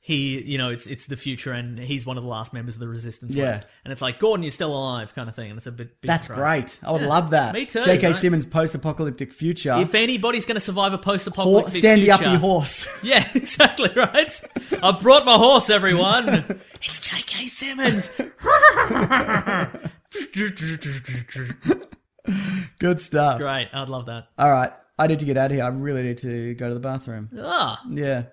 C: he you know it's it's the future and he's one of the last members of the resistance
A: Yeah.
C: left and it's like gordon you're still alive kind of thing and it's a bit, bit
A: That's
C: surprising.
A: great. I would love that.
C: Me too,
A: J.K.
C: right?
A: Simmons' post-apocalyptic future.
C: if anybody's going to survive a
A: Hor-
C: post-apocalyptic
A: Standy
C: future,
A: uppy horse.
C: yeah exactly right i brought my horse everyone it's jk simmons
A: Good stuff.
C: great i'd love that
A: All right. I need to get out of here. I really need to go to the bathroom.
C: ah Oh.
A: Yeah.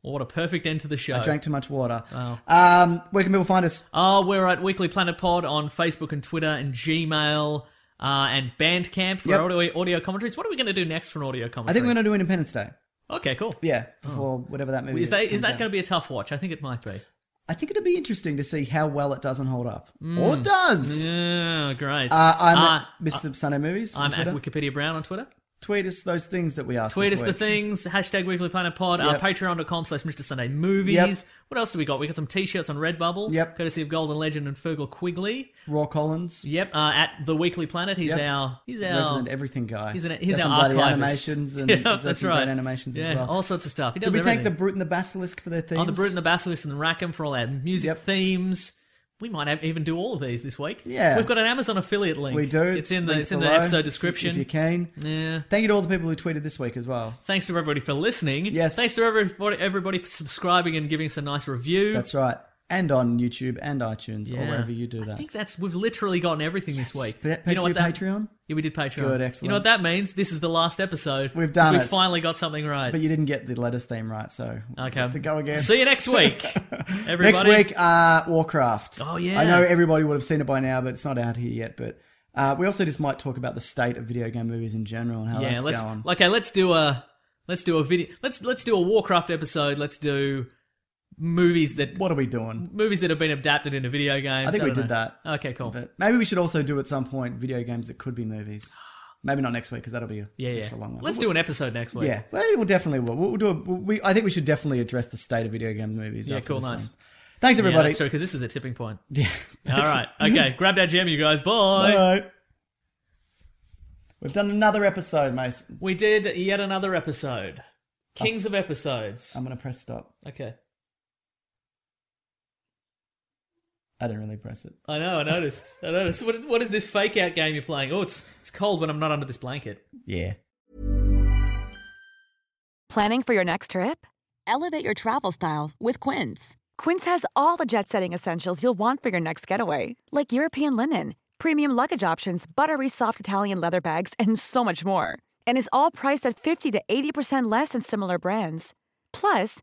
C: what a perfect end to the show
A: I drank too much water. Um, where can people find us?
C: Uh, we're at Weekly Planet Pod on Facebook and Twitter and Gmail uh, and Bandcamp for
A: Yep.
C: audio, audio commentaries. What are we going to do next for an audio
A: I
C: commentary?
A: think we're going to do Independence Day.
C: Okay, cool.
A: Yeah, before whatever that movie
C: Oh. Is that is
A: comes
C: that
A: out.
C: going to be a tough watch? I think it might be.
A: I think it'd be interesting to see how well it doesn't hold up. Or it does.
C: Hmm. Yeah, Oh, great.
A: Uh, I'm
C: Uh,
A: at Mr. Sunday Movies. on
C: I'm at
A: Twitter.
C: Wikipedia Brown on Twitter.
A: Tweet us those things that we asked.
C: Tweet
A: this
C: us the
A: week.
C: things. Hashtag Weekly Planet Pod. Uh,
A: Yep.
C: Patreon.com slash Mr. Sunday Movies.
A: Yep.
C: What else do we got? We got some t shirts on Redbubble.
A: Yep.
C: Courtesy of Golden Legend and Fergal Quigley.
A: Raw Collins.
C: Yep. Uh, at The Weekly Planet. He's
A: Yep.
C: our. He's our.
A: Resident Everything Guy.
C: He's, an, he's
A: Does
C: our
A: some bloody
C: archivist.
A: animations and
C: Yeah,
A: does some great animations
C: yeah,
A: as well.
C: All sorts of stuff. He
A: Did
C: does
A: we thank
C: everything.
A: the Brute and the Basilisk for their themes?
C: oh, the Brute and the Basilisk and the Rackham for all our music
A: Yep.
C: themes. We might have, even do all of these this week.
A: Yeah.
C: we've got an Amazon affiliate link.
A: We do.
C: It's in the
A: Links
C: it's in the
A: below,
C: episode
A: if-
C: description.
A: If you can.
C: yeah.
A: Thank you to all the people who tweeted this week as well.
C: Thanks to everybody for listening.
A: Yes.
C: Thanks to everybody everybody for subscribing and giving us a nice review.
A: That's right. And on YouTube and iTunes or
C: Yeah.
A: wherever you do that.
C: I think that's we've literally gotten everything this week.
A: Pa-
C: you know
A: to
C: what that
A: Patreon?
C: Yeah, we did Patreon.
A: Good,
C: You
A: excellent.
C: know what that means? This is the last episode.
A: We've done
C: We've
A: it.
C: finally got something right.
A: But you didn't get the lettuce theme right, so we'll
C: Okay.
A: have to go again.
C: See you next week, everybody.
A: Next week, uh, Warcraft.
C: Oh, yeah.
A: I know everybody would have seen it by now, but it's not out here yet. But uh, we also just might talk about the state of video game movies in general and how
C: Yeah,
A: that's
C: let's
A: going.
C: okay. Let's do a let's do a video. Let's let's do a Warcraft episode. Let's do movies that
A: what are we doing?
C: movies that have been adapted into video games.
A: I think we
C: don't
A: did
C: know.
A: that.
C: Okay, cool.
A: But maybe we should also do at some point video games that could be movies. Maybe not next week because that'll be a
C: yeah, yeah.
A: extra long one.
C: Let's do an episode next week.
A: Yeah, well, we'll definitely will. We'll do. A, we I think we should definitely address the state of video game movies.
C: Yeah,
A: after
C: cool,
A: this
C: nice.
A: one. Thanks
C: yeah
A: everybody.
C: that's true because this is a tipping point.
A: Yeah.
C: All right, okay. Grab that gem, you guys. Bye.
A: Bye. We've done another episode, Mason.
C: We did yet another episode.
A: Oh.
C: Kings of episodes.
A: I'm gonna press stop.
C: okay.
A: I didn't really press it.
C: I know. I noticed. I noticed. What, what is this fake out game you're playing? Oh, it's it's cold when I'm not under this blanket.
A: Yeah.
F: Planning for your next trip? Elevate your travel style with Quince. Quince has all the jet setting essentials you'll want for your next getaway, like European linen, premium luggage options, buttery soft Italian leather bags, and so much more. And is all priced at 50 to 80% less than similar brands. Plus,